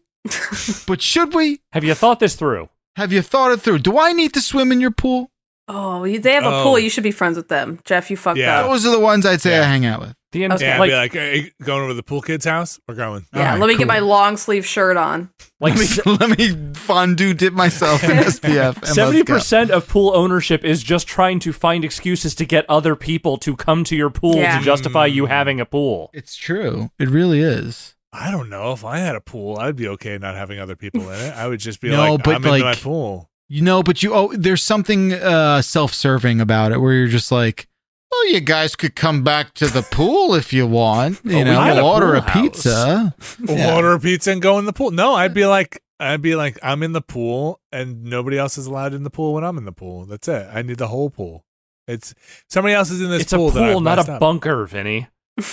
Speaker 4: but should we?
Speaker 3: Have you thought this through?
Speaker 4: Have you thought it through? Do I need to swim in your pool?"
Speaker 5: Oh, you- they have a
Speaker 1: Oh.
Speaker 5: pool. You should be friends with them, Jeff. You fucked
Speaker 1: Yeah.
Speaker 5: up.
Speaker 4: Those are the ones I'd say
Speaker 1: Yeah.
Speaker 4: I hang out with.
Speaker 3: The in-
Speaker 5: Okay.
Speaker 1: Yeah,
Speaker 3: like,
Speaker 1: be like, hey, going over to the pool kid's house? We're going.
Speaker 5: Yeah,
Speaker 4: Alright,
Speaker 5: let me
Speaker 4: cool.
Speaker 5: get my long sleeve shirt on.
Speaker 1: [laughs]
Speaker 3: like
Speaker 4: let me, let me fondue dip myself
Speaker 3: [laughs]
Speaker 4: in SPF. and
Speaker 3: Seventy
Speaker 4: let's
Speaker 3: percent of pool ownership is just trying to find excuses to get other people to come to your pool
Speaker 5: Yeah.
Speaker 3: to justify you having a pool.
Speaker 4: go. It's true. It really is.
Speaker 1: I don't know. If I had a pool, I'd be okay not having other people in it. I would just be
Speaker 4: No,
Speaker 1: like,
Speaker 4: but
Speaker 1: I'm
Speaker 4: like-
Speaker 1: in my pool.
Speaker 4: You know, but you oh, there's something uh, self-serving about it where you're just like, well, you guys could come back to the pool if you
Speaker 3: [laughs]
Speaker 4: want. You
Speaker 3: Oh, we
Speaker 4: know,
Speaker 3: got
Speaker 4: we'll
Speaker 3: a
Speaker 4: order
Speaker 3: pool
Speaker 4: a
Speaker 3: house.
Speaker 4: pizza.
Speaker 3: [laughs]
Speaker 4: Yeah.
Speaker 1: Order a pizza and go in the pool. No, I'd be like, I'd be like, I'm in the pool and nobody else is allowed in the pool when I'm in the pool. That's it. I need the whole pool. It's somebody else is in this
Speaker 3: It's
Speaker 1: pool.
Speaker 3: a
Speaker 1: that I've
Speaker 3: pool, not
Speaker 1: messed
Speaker 3: a
Speaker 1: up.
Speaker 3: bunker, Vinny.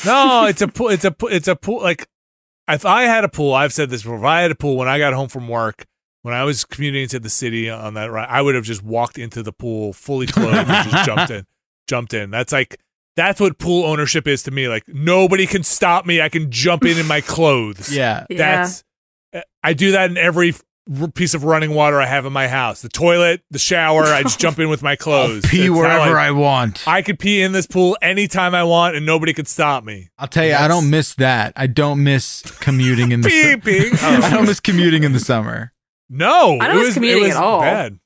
Speaker 1: No, it's a pool. It's a pool. It's a pool. Like if I had a pool, I've said this before. If I had a pool when I got home from work, when I was commuting to the city on that ride, I would have just walked into the pool fully clothed and just jumped in. Jumped in. That's like that's what pool ownership is to me. Like nobody can stop me. I can jump in in my clothes.
Speaker 4: Yeah.
Speaker 5: Yeah.
Speaker 1: That's I do that in every f- r- piece of running water I have in my house. The toilet, the shower, I just jump in with my clothes.
Speaker 4: Pee
Speaker 1: That's how
Speaker 4: wherever
Speaker 1: I,
Speaker 4: I want.
Speaker 1: I could pee in this pool anytime I want and nobody could stop me.
Speaker 4: I'll tell you, I don't miss that. I don't miss commuting in
Speaker 5: [laughs]
Speaker 3: [laughs]
Speaker 4: the.
Speaker 1: Pee
Speaker 4: su-
Speaker 1: pee.
Speaker 4: [laughs]
Speaker 1: [laughs]
Speaker 4: I don't miss commuting in the summer.
Speaker 1: Oh. No,
Speaker 5: I don't
Speaker 1: it
Speaker 5: miss
Speaker 1: was,
Speaker 5: commuting
Speaker 1: it was
Speaker 5: at all.
Speaker 1: Bad.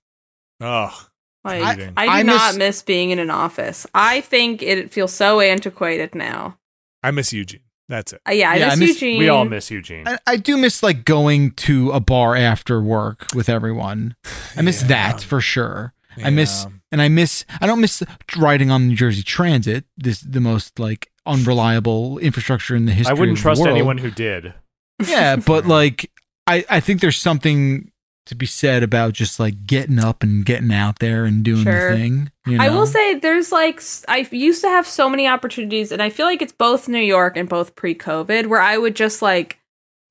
Speaker 1: Oh,
Speaker 5: Like,
Speaker 1: Commuting.
Speaker 5: I, do
Speaker 4: I miss-
Speaker 5: not miss being in an office. I think it feels so antiquated now.
Speaker 1: I miss Eugene. That's it.
Speaker 5: Uh, yeah, I
Speaker 4: Yeah, I
Speaker 5: miss
Speaker 4: miss-
Speaker 5: Eugene.
Speaker 3: We all miss Eugene.
Speaker 4: I, I do miss like going to a bar after work with everyone. I miss
Speaker 1: Yeah.
Speaker 4: that for sure. I miss
Speaker 1: Yeah.
Speaker 4: and I miss I don't miss riding on New Jersey Transit. This the most like unreliable infrastructure in the history.
Speaker 3: I wouldn't
Speaker 4: of the
Speaker 3: trust
Speaker 4: world.
Speaker 3: anyone who did.
Speaker 4: [laughs] Yeah, but like I I think there's something to be said about just like getting up and getting out there and doing
Speaker 5: Sure.
Speaker 4: the thing. You know?
Speaker 5: I will say there's like s- I used to have so many opportunities, and I feel like it's both New York and both pre-COVID, where I would just like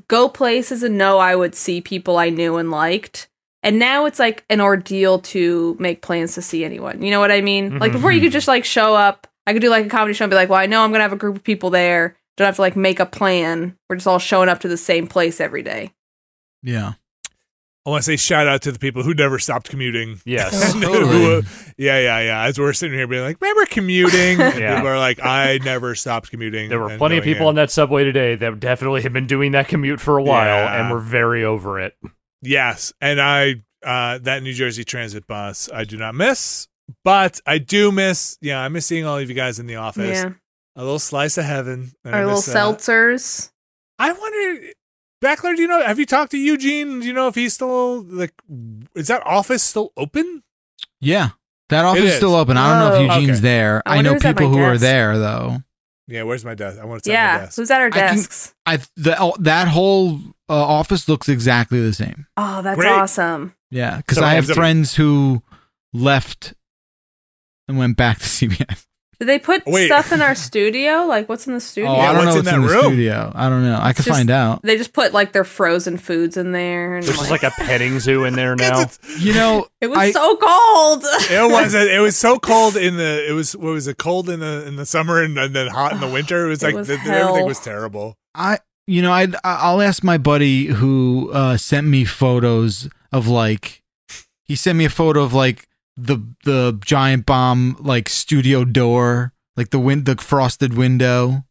Speaker 5: go places and know I would see people I knew and liked. And now it's like an ordeal to make plans to see anyone. You know what I mean?
Speaker 1: Mm-hmm,
Speaker 5: Like before, you could just like show up. I could do like a comedy show and be like, "Well, I know I'm gonna have a group of people there. Don't have to like make a plan. We're just all showing up to the same place every day."
Speaker 4: yeah.
Speaker 1: I want to say shout out to the people who never stopped commuting. [laughs]
Speaker 3: Yes.
Speaker 1: Who, uh, yeah, yeah, yeah. As we're sitting here being like, remember
Speaker 5: [laughs]
Speaker 1: commuting? And
Speaker 3: Yeah.
Speaker 1: People are like, I never stopped commuting.
Speaker 3: There were
Speaker 1: and
Speaker 3: plenty of
Speaker 1: going
Speaker 3: people
Speaker 1: in.
Speaker 3: on that subway today that definitely had been doing that commute for a while
Speaker 1: Yeah.
Speaker 3: and were very over it.
Speaker 1: Yes, and I uh, that New Jersey Transit bus I do not miss, but I do miss. Yeah, I miss seeing all of you guys in the office.
Speaker 5: Yeah,
Speaker 1: A little slice of heaven. and I
Speaker 5: our little
Speaker 1: miss uh, that.
Speaker 5: seltzers.
Speaker 1: I wonder, Beckler, do you know? Have you talked to Eugene? Do you know if he's still like? Is that office still open?
Speaker 4: Yeah. That office
Speaker 1: It
Speaker 4: is still
Speaker 1: is.
Speaker 4: open. I don't know if
Speaker 5: Oh.
Speaker 4: Eugene's
Speaker 1: Okay.
Speaker 4: there.
Speaker 5: I
Speaker 4: I, know
Speaker 5: wonder who's at
Speaker 4: people
Speaker 5: my
Speaker 4: who are
Speaker 5: desk.
Speaker 4: there though.
Speaker 1: Yeah, where's my desk? I want to set my
Speaker 5: Yeah,
Speaker 1: desk.
Speaker 5: who's at our
Speaker 4: I can-
Speaker 5: desks?
Speaker 4: I the, oh, that whole uh, office looks exactly the same.
Speaker 5: Oh, that's
Speaker 1: Great.
Speaker 5: awesome.
Speaker 4: Yeah, because
Speaker 1: So
Speaker 4: I have
Speaker 1: ends up-
Speaker 4: friends who left and went back to [laughs] CBS.
Speaker 5: Did they put
Speaker 1: Wait.
Speaker 5: stuff in our studio? Like, what's in the
Speaker 4: Oh,
Speaker 5: studio?
Speaker 4: I don't
Speaker 1: what's
Speaker 4: know
Speaker 1: in
Speaker 4: what's
Speaker 1: that
Speaker 4: in, the
Speaker 1: room?
Speaker 4: studio. I don't know. I could
Speaker 5: just-
Speaker 4: find out.
Speaker 5: They just put like their frozen foods in there. And,
Speaker 3: There's just like a petting zoo in there now.
Speaker 1: It's-
Speaker 4: You know,
Speaker 5: it was
Speaker 4: I-
Speaker 5: so cold.
Speaker 1: it was it was so cold in the it was what was it cold in the in the summer and, and then hot in the winter it was
Speaker 5: [sighs] It
Speaker 1: like
Speaker 5: was
Speaker 1: the, the-
Speaker 5: hell.
Speaker 1: everything was terrible
Speaker 4: I you know I I'll ask my buddy who uh, sent me photos of like he sent me a photo of like the the giant bomb like studio door like the wind the frosted window.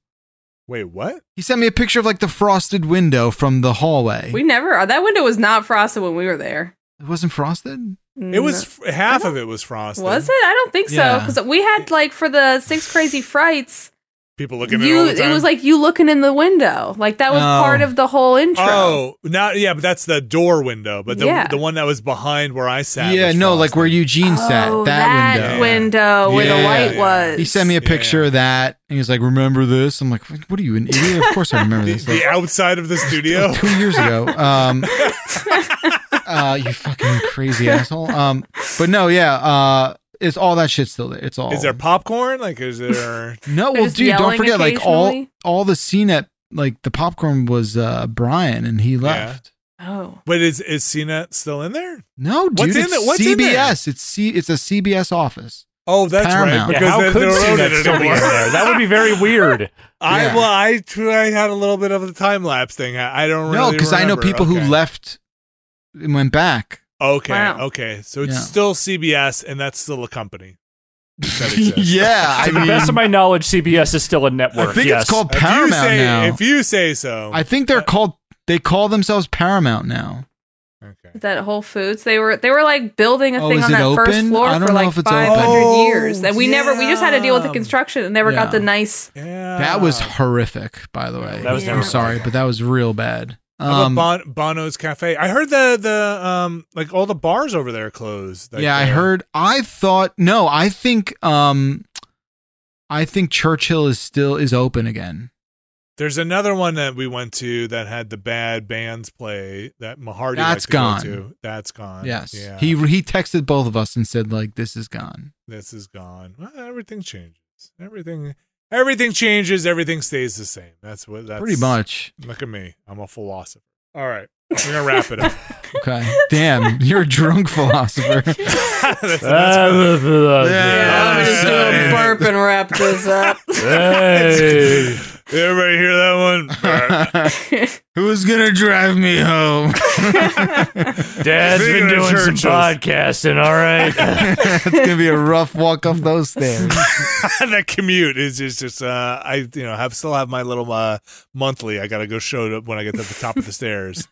Speaker 1: wait what
Speaker 4: He sent me a picture of like the frosted window from the hallway.
Speaker 5: [laughs] we never. uh, That window was not frosted when we were there.
Speaker 4: it wasn't frosted.
Speaker 1: it
Speaker 5: Mm,
Speaker 1: was f- half of it was
Speaker 5: No.
Speaker 1: frosted
Speaker 5: Was it? I don't think so.
Speaker 4: Yeah.
Speaker 5: Because we had like for the six crazy frights.
Speaker 1: people looking at it all
Speaker 5: You.
Speaker 1: the time
Speaker 5: It was like you looking in the window. Like that was
Speaker 4: Oh.
Speaker 5: part of the whole intro.
Speaker 1: oh not yeah but that's the door window but the
Speaker 5: Yeah.
Speaker 1: the one that was behind where I sat
Speaker 4: yeah,
Speaker 1: was
Speaker 4: no, like
Speaker 1: frosted.
Speaker 4: where Eugene sat.
Speaker 5: Oh,
Speaker 1: window.
Speaker 4: That, window.
Speaker 5: window where the
Speaker 4: Yeah.
Speaker 5: light was.
Speaker 4: He sent me a
Speaker 1: Yeah.
Speaker 4: picture of that, and he was like, "Remember this?" I'm like, "What are you, an idiot?" Of course I remember
Speaker 1: the,
Speaker 4: this.
Speaker 1: [laughs]
Speaker 4: Like, [laughs]
Speaker 1: the outside of the studio
Speaker 4: two years ago,
Speaker 1: [laughs]
Speaker 4: um, uh, you fucking crazy asshole. Um, but no, yeah, uh, it's all that shit's still there. It's all
Speaker 1: is there popcorn like is [laughs] there
Speaker 4: no.
Speaker 5: They're
Speaker 4: Well,
Speaker 5: just
Speaker 4: dude, don't
Speaker 5: yelling
Speaker 4: forget, like all
Speaker 5: occasionally?
Speaker 4: all the scene at like the popcorn was uh Brian, and he left.
Speaker 5: Oh.
Speaker 1: but is is CNET still in there
Speaker 4: No, dude,
Speaker 1: What's in
Speaker 4: it's
Speaker 1: it? What's in there?
Speaker 4: CBS. It's C. It's a CBS office.
Speaker 1: oh that's
Speaker 4: Paramount.
Speaker 1: right
Speaker 3: Yeah,
Speaker 1: because
Speaker 3: how
Speaker 1: they,
Speaker 3: could
Speaker 1: they don't own
Speaker 3: CNET
Speaker 1: it
Speaker 3: still be in
Speaker 1: anymore.
Speaker 3: there? That would be very weird.
Speaker 1: [laughs] I
Speaker 4: Yeah.
Speaker 1: well, I too, I had a little bit of a time lapse thing. I, I don't
Speaker 4: no,
Speaker 1: really
Speaker 4: because I know
Speaker 1: remember.
Speaker 4: people
Speaker 1: Okay.
Speaker 4: who left and went back.
Speaker 1: Okay,
Speaker 5: Wow.
Speaker 1: okay, so it's
Speaker 4: Yeah.
Speaker 1: still CBS, and that's still a company.
Speaker 4: [laughs]
Speaker 1: That exists.
Speaker 4: yeah,
Speaker 1: [laughs]
Speaker 4: I
Speaker 3: To the
Speaker 4: mean,
Speaker 3: best of my knowledge, CBS is still a network.
Speaker 4: I think
Speaker 3: yes.
Speaker 4: it's called
Speaker 1: If
Speaker 4: Paramount
Speaker 1: you say,
Speaker 4: now.
Speaker 1: If you say so,
Speaker 4: I think they're called. They call themselves Paramount now.
Speaker 1: okay.
Speaker 5: that Whole Foods. They were they were like building a
Speaker 4: Oh,
Speaker 5: thing
Speaker 4: is
Speaker 5: on
Speaker 4: it
Speaker 5: that first
Speaker 4: open?
Speaker 5: floor
Speaker 4: I don't
Speaker 5: for
Speaker 4: know
Speaker 5: like
Speaker 4: if it's open.
Speaker 5: 500 years.
Speaker 1: Oh,
Speaker 5: And we never we just had to deal with the
Speaker 1: yeah.
Speaker 5: construction and never got
Speaker 4: Yeah.
Speaker 5: the nice
Speaker 1: Yeah,
Speaker 4: That was horrific, by the way.
Speaker 3: That was
Speaker 4: I'm
Speaker 5: terrible.
Speaker 4: sorry, but that was real bad.
Speaker 1: How
Speaker 4: Um,
Speaker 1: about bon- Bono's Cafe. I heard the the um like all the bars over there closed. Like,
Speaker 4: yeah, I
Speaker 1: uh,
Speaker 4: heard. I thought no. I think. Um, I think Churchill is still is open again.
Speaker 1: There's another one that we went to that had the bad bands play that Mahardy. liked
Speaker 4: That's
Speaker 1: to go
Speaker 4: gone.
Speaker 1: to. That's gone.
Speaker 4: Yes,
Speaker 1: Uh, Yeah.
Speaker 4: he he texted both of us and said like, "This is gone."
Speaker 1: this is gone. Well, everything changes. Everything Everything changes, everything stays the same. That's what that's
Speaker 4: Pretty much.
Speaker 1: [laughs] Look at me. I'm a philosopher. All right. We're gonna wrap it up. [laughs]
Speaker 4: Okay. Damn, you're a drunk philosopher.
Speaker 1: that's, [laughs] that's-
Speaker 3: Yeah.
Speaker 4: [laughs]
Speaker 5: Yeah, I'm just
Speaker 1: Yeah.
Speaker 5: gonna burp and wrap this up.
Speaker 1: [laughs]
Speaker 3: Hey.
Speaker 1: everybody hear that one? All right.
Speaker 4: Who's gonna drive me home?
Speaker 5: [laughs]
Speaker 3: Dad's
Speaker 1: Speaking
Speaker 3: been
Speaker 1: of
Speaker 3: doing
Speaker 1: churches.
Speaker 3: some podcasting,
Speaker 1: [laughs]
Speaker 3: all right.
Speaker 4: it's gonna be a rough walk up those stairs.
Speaker 1: [laughs] that commute is just, just uh, I you know have still have my little uh, monthly. I gotta go show it up when I get to the top of the
Speaker 3: [laughs]
Speaker 1: stairs.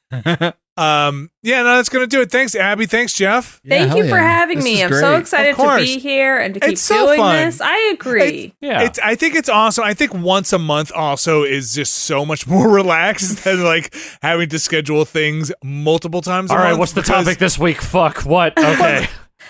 Speaker 1: Um, yeah, no, that's gonna do it. Thanks, Abby. Thanks, Jeff.
Speaker 4: Yeah,
Speaker 5: [laughs] Thank
Speaker 4: hell
Speaker 5: you for
Speaker 4: yeah.
Speaker 5: having
Speaker 4: This
Speaker 5: me.
Speaker 4: is
Speaker 5: I'm so
Speaker 4: great.
Speaker 1: Of
Speaker 5: excited to
Speaker 1: course.
Speaker 5: be here and to keep
Speaker 1: It's so
Speaker 5: doing
Speaker 1: fun.
Speaker 5: this. I agree.
Speaker 3: yeah.
Speaker 1: It's, I think it's awesome. I think once a month also is just so much [laughs] more relaxed than like having to schedule things multiple times. a
Speaker 3: all right,
Speaker 1: month
Speaker 3: what's the
Speaker 1: because-
Speaker 3: topic this week?
Speaker 1: [laughs]
Speaker 3: Fuck, what? Okay.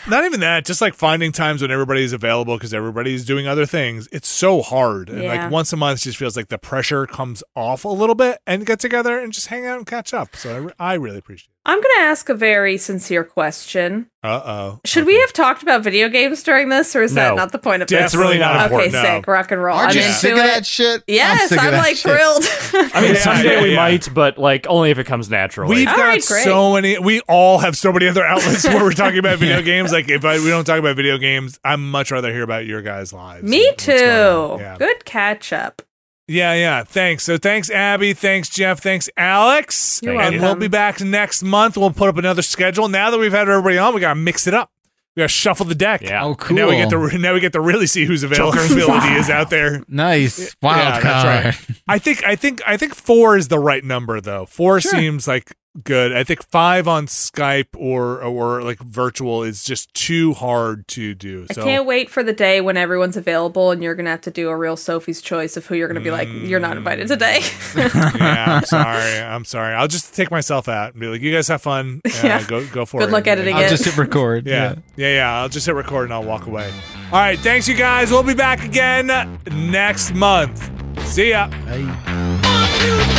Speaker 1: Not even that, just like finding times when everybody's available because everybody's doing other things. It's so hard. And
Speaker 5: Yeah.
Speaker 1: like once a month, it just feels like the pressure comes off a little bit and get together and just hang out and catch up. So I, re- I really appreciate
Speaker 5: I'm gonna ask a very sincere question.
Speaker 1: it. Uh oh.
Speaker 5: Should we have talked about video games during this, or is
Speaker 3: No.
Speaker 5: that not the point of
Speaker 1: That's
Speaker 5: this?
Speaker 3: really not
Speaker 5: okay,
Speaker 1: important, no.
Speaker 5: sick rock and roll.
Speaker 4: Aren't
Speaker 5: I'm
Speaker 4: you
Speaker 5: into
Speaker 4: sick
Speaker 5: it.
Speaker 4: of that shit?
Speaker 5: Yes,
Speaker 4: sick
Speaker 5: I'm,
Speaker 4: of that
Speaker 5: like
Speaker 4: shit.
Speaker 5: thrilled. [laughs]
Speaker 3: I mean,
Speaker 1: Yeah,
Speaker 3: [laughs] someday we
Speaker 1: yeah.
Speaker 3: might, but like only if it comes naturally.
Speaker 1: We've
Speaker 5: All
Speaker 1: got
Speaker 5: right, great.
Speaker 1: so many. We all have so many other outlets where we're talking
Speaker 3: [laughs]
Speaker 1: about video games. Like if I, we don't talk about video games, I'd much rather hear about your guys' lives. and
Speaker 5: Me
Speaker 1: what's
Speaker 5: too.
Speaker 1: going on. Yeah.
Speaker 5: Good catch up.
Speaker 1: Yeah, yeah. Thanks. So thanks, Abby. Thanks, Jeff. Thanks, Alex.
Speaker 5: You're
Speaker 1: and
Speaker 5: welcome.
Speaker 1: we'll be back next month. We'll put up another schedule. Now that we've had everybody on, we gotta mix it up. We gotta shuffle the deck.
Speaker 3: yeah.
Speaker 4: Oh,
Speaker 1: And
Speaker 4: cool.
Speaker 1: now we get to now we get to really see whose availability is out there.
Speaker 4: nice wild
Speaker 1: Yeah, that's
Speaker 4: card.
Speaker 1: right. I think I think I think four is the right number though. Four seems like good. I think five on Skype or or like virtual is just too hard to do. So
Speaker 5: I can't wait for the day when everyone's available and you're gonna have to do a real Sophie's choice of who you're gonna be like, you're not invited today. [laughs]
Speaker 1: yeah, I'm sorry. I'm sorry. I'll just take myself out and be like, you guys have fun. yeah.
Speaker 5: [laughs] Yeah.
Speaker 1: Go go for it.
Speaker 5: Good luck editing
Speaker 4: I'll
Speaker 5: it.
Speaker 4: just hit record.
Speaker 1: Yeah. yeah. Yeah, I'll just hit record and I'll walk away. All right, thanks you guys. We'll be back again next month. See ya.
Speaker 4: Yeah. Hey.
Speaker 2: One, two, three,